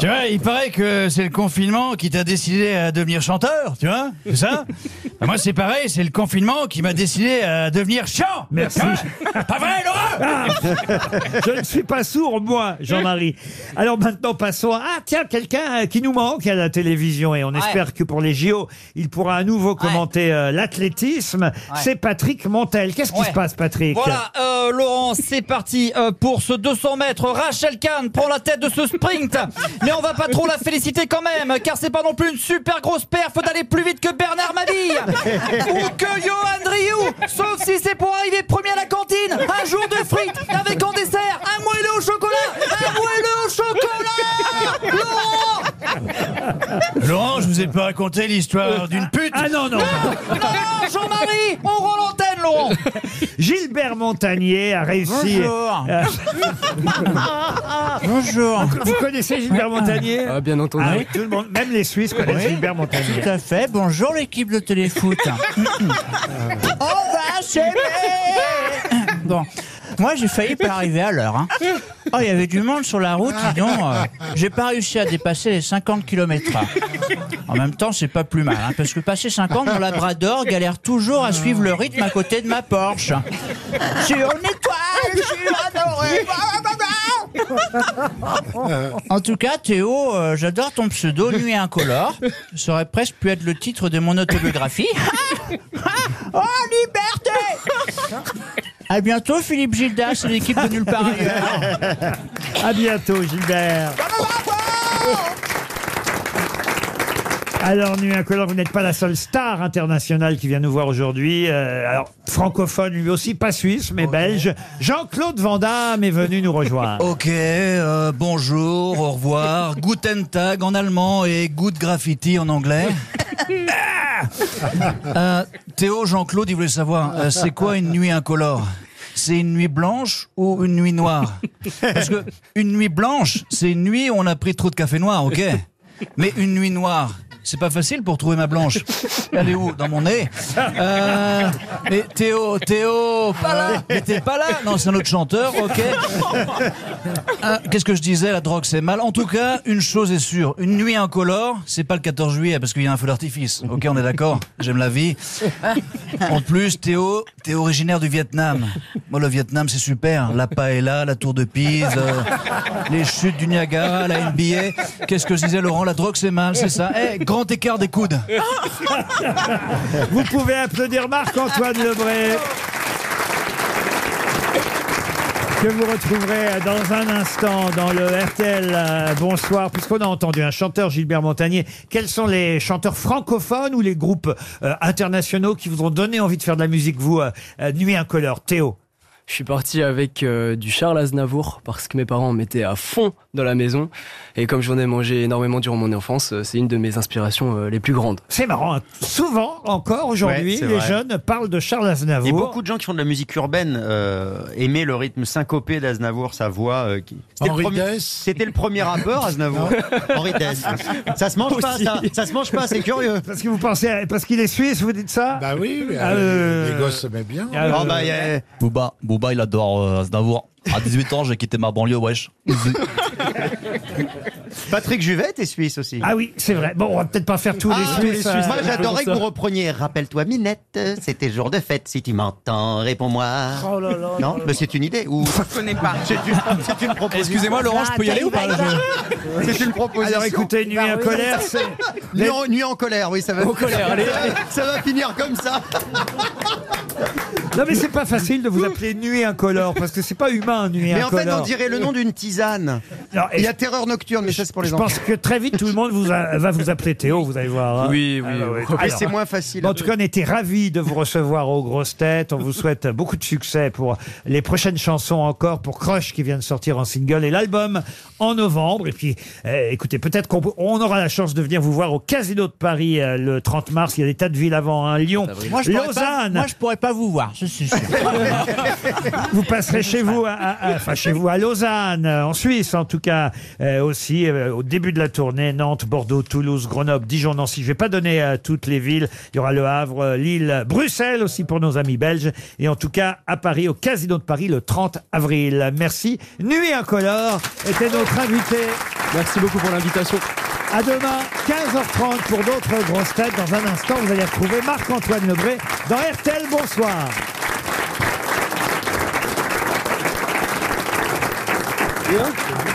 Speaker 23: Tu vois, il paraît que c'est le confinement qui t'a décidé à devenir chanteur, tu vois C'est ça Bah, Moi, c'est pareil, c'est le confinement qui m'a décidé à devenir chiant Merci Pas vrai, Laurent
Speaker 2: Ah, Je ne suis pas sourd, moi, Jean-Marie. Alors maintenant, passons à... Ah, tiens, quelqu'un euh, qui nous manque à la télévision, et on
Speaker 12: Ouais.
Speaker 2: espère que pour les JO, il pourra à nouveau commenter euh, l'athlétisme. C'est Patrick Montel. Qu'est-ce qui
Speaker 12: Ouais.
Speaker 2: se passe, Patrick
Speaker 12: Voilà, euh, Laurent, c'est parti euh, pour ce 200 mètres. Rachel Kahn prend la tête de ce sprint, mais on va pas trop la féliciter quand même, car c'est pas non plus une super grosse perf d'aller plus vite que Bernard Mabille ou que Johan Rioux, sauf si c'est pour arriver premier à la cantine, un jour de frites avec en dessert un moelleux au chocolat, un moelleux au chocolat. Laurent,
Speaker 23: Laurent, je vous ai pas raconté l'histoire d'une pute. Ah
Speaker 2: non, non.
Speaker 12: non,
Speaker 9: Ah,
Speaker 12: non, Jean-Marie, on rend l'antenne, Laurent.
Speaker 2: Gilbert Montagnier a réussi...
Speaker 12: Bonjour.
Speaker 2: Euh,
Speaker 23: Bonjour.
Speaker 2: Vous connaissez
Speaker 9: Ah.
Speaker 2: Gilbert Montagnier
Speaker 23: Bien entendu.
Speaker 2: Ah oui, tout le monde, même les Suisses connaissent
Speaker 23: Oui,
Speaker 2: Gilbert Montagnier.
Speaker 23: tout à
Speaker 2: fait. Bonjour l'équipe de téléfoot.
Speaker 23: On va s'aimer Bon. Moi, j'ai failli pas arriver à l'heure. hein. Oh, il y avait du monde sur la route, dis donc. euh, j'ai pas réussi à dépasser les 50 km. En même temps, c'est pas plus mal, hein, parce que passer 50, mon labrador galère toujours à suivre le rythme à côté de ma Porsche. Sur une étoile, je suis adoré. En tout cas, Théo, euh, j'adore ton pseudo Nuit incolore. Ça aurait presque pu être le titre de mon autobiographie.
Speaker 16: Oh, liberté
Speaker 23: À bientôt, Philippe Gildas et l'équipe de Nulle part ailleurs.
Speaker 2: À bientôt, Gilbert. Alors, Nuit Incolore, vous n'êtes pas la seule star internationale qui vient nous voir aujourd'hui. Euh, alors, francophone lui aussi, pas suisse, mais belge. Jean-Claude Van Damme est venu nous rejoindre.
Speaker 23: Ok, euh, bonjour, au revoir. Guten Tag en allemand et Good Graffiti en anglais. Euh, Théo, Jean-Claude, il voulait savoir, euh, c'est quoi une nuit incolore c'est une nuit blanche ou une nuit noire Parce que une nuit blanche, c'est une nuit où on a pris trop de café noir, ok Mais une nuit noire, c'est pas facile pour trouver ma blanche. Elle est où Dans mon nez Euh, Mais Théo, Théo, Oh, pas là Mais t'es Ah. pas là Non, c'est un autre chanteur, ok ah, Qu'est-ce que je disais La drogue, c'est mal. En tout cas, une chose est sûre. Une nuit incolore, c'est pas le 14 juillet parce qu'il y a un feu d'artifice. Ok, on est d'accord. J'aime la vie.
Speaker 2: Ah.
Speaker 23: En plus, Théo, t'es originaire du Vietnam. Moi, le Vietnam, c'est super. La paella, la tour de Pise, euh, les chutes du Niagara, la NBA. Qu'est-ce que je disais, Laurent La drogue, c'est mal, c'est ça. Eh, grand écart des coudes.
Speaker 2: Vous pouvez applaudir Marc-Antoine Lebré. Que vous retrouverez dans un instant dans le RTL euh, Bonsoir, puisqu'on a entendu un chanteur, Gilbert Montagnier. Quels sont les chanteurs francophones ou les groupes euh, internationaux qui vous ont donné envie de faire de la musique, vous, euh, euh, Nuit Incolore, Théo
Speaker 21: Je suis parti avec euh, du Charles Aznavour parce que mes parents mettaient à fond dans la maison. Et comme j'en ai mangé énormément durant mon enfance, euh, c'est une de mes inspirations euh, les plus grandes.
Speaker 2: C'est marrant, hein. souvent encore aujourd'hui,
Speaker 21: Ouais, c'est
Speaker 2: les
Speaker 21: vrai.
Speaker 2: jeunes parlent de Charles Aznavour.
Speaker 3: Et beaucoup de gens qui font de la musique urbaine euh, aimaient le rythme syncopé d'Aznavour, sa voix. euh, qui... C'était
Speaker 2: Oh.
Speaker 5: Henri
Speaker 3: le premier- C'était le premier rappeur, Aznavour. Henri Dess. Ça se mange pas,
Speaker 2: Aussi.
Speaker 3: ça, ça se mange pas, c'est curieux.
Speaker 2: Parce que vous pensez, à- parce qu'il est suisse, vous dites ça
Speaker 5: Bah oui, mais,
Speaker 2: Ah,
Speaker 5: euh,
Speaker 2: euh,
Speaker 5: les gosses s'aimaient bien.
Speaker 2: Ah,
Speaker 5: Euh,
Speaker 2: bah, il y a-
Speaker 13: Booba, Booba, il adore euh, Aznavour. À 18 ans, j'ai quitté ma banlieue, wesh.
Speaker 3: Patrick Juvet est suisse aussi.
Speaker 2: Ah oui, c'est vrai. Bon, on va peut-être pas faire tous les
Speaker 3: Ah,
Speaker 2: Suisses. euh,
Speaker 3: Moi, j'adorais que vous repreniez. Rappelle-toi, Minette, c'était jour de fête. Si tu m'entends, réponds-moi.
Speaker 2: Oh là là
Speaker 3: non,
Speaker 2: là
Speaker 3: mais c'est une idée. Ou... Je connais pas. C'est une, c'est une proposition.
Speaker 21: Excusez-moi, Laurent, je peux y aller ou pas, là,
Speaker 3: je- C'est une proposition.
Speaker 2: Alors
Speaker 3: Bah
Speaker 2: écoutez, Nuit en colère, c'est...
Speaker 3: Nuit en, nuit en colère, oui, ça va.
Speaker 21: En colère, allez.
Speaker 3: Ça va finir comme ça.
Speaker 2: Non mais c'est pas facile de vous appeler Nuit Incolore, parce que c'est pas humain, Nuit
Speaker 3: Mais en
Speaker 2: Incolore.
Speaker 3: fait, on dirait le nom d'une tisane.
Speaker 2: Non, et
Speaker 3: Il y a Terreur Nocturne, mais ça, c'est pour les
Speaker 2: Je
Speaker 3: enfants.
Speaker 2: pense que très vite, tout le monde vous a- va vous appeler Théo, vous allez voir. hein.
Speaker 21: Oui, oui.
Speaker 2: Ah, ouais.
Speaker 21: oui.
Speaker 2: Alors,
Speaker 3: c'est moins facile.
Speaker 2: En
Speaker 23: hein,
Speaker 2: tout cas, on était ravis de vous recevoir aux grosses têtes. On vous souhaite beaucoup de succès pour les prochaines chansons encore, pour Crush qui vient de sortir en single et l'album en novembre. Et puis, euh, écoutez, peut-être qu'on peut- on aura la chance de venir vous voir au Casino de Paris euh, le 30 mars. Il y a des tas de villes avant, hein, Lyon,
Speaker 23: Moi, je pourrais pas,
Speaker 2: Lausanne.
Speaker 23: moi, je pourrais pas vous voir, je suis sûr.
Speaker 2: Vous passerez chez vous, à, à- à- enfin, chez vous à Lausanne, euh, en Suisse en tout cas, euh, aussi euh, au début de la tournée, Nantes, Bordeaux, Toulouse, Grenoble, Dijon, Nancy. Je vais pas donner euh, toutes les villes. Il y aura Le Havre, euh, Lille, Bruxelles aussi pour nos amis belges. Et en tout cas à Paris, au Casino de Paris le 30 avril. Merci. Nuit incolore était notre invité.
Speaker 21: Merci beaucoup pour l'invitation.
Speaker 2: À demain, 15h30 pour d'autres grosses têtes. Dans un instant, vous allez retrouver Marc-Antoine Lebré dans RTL. Bonsoir. donc.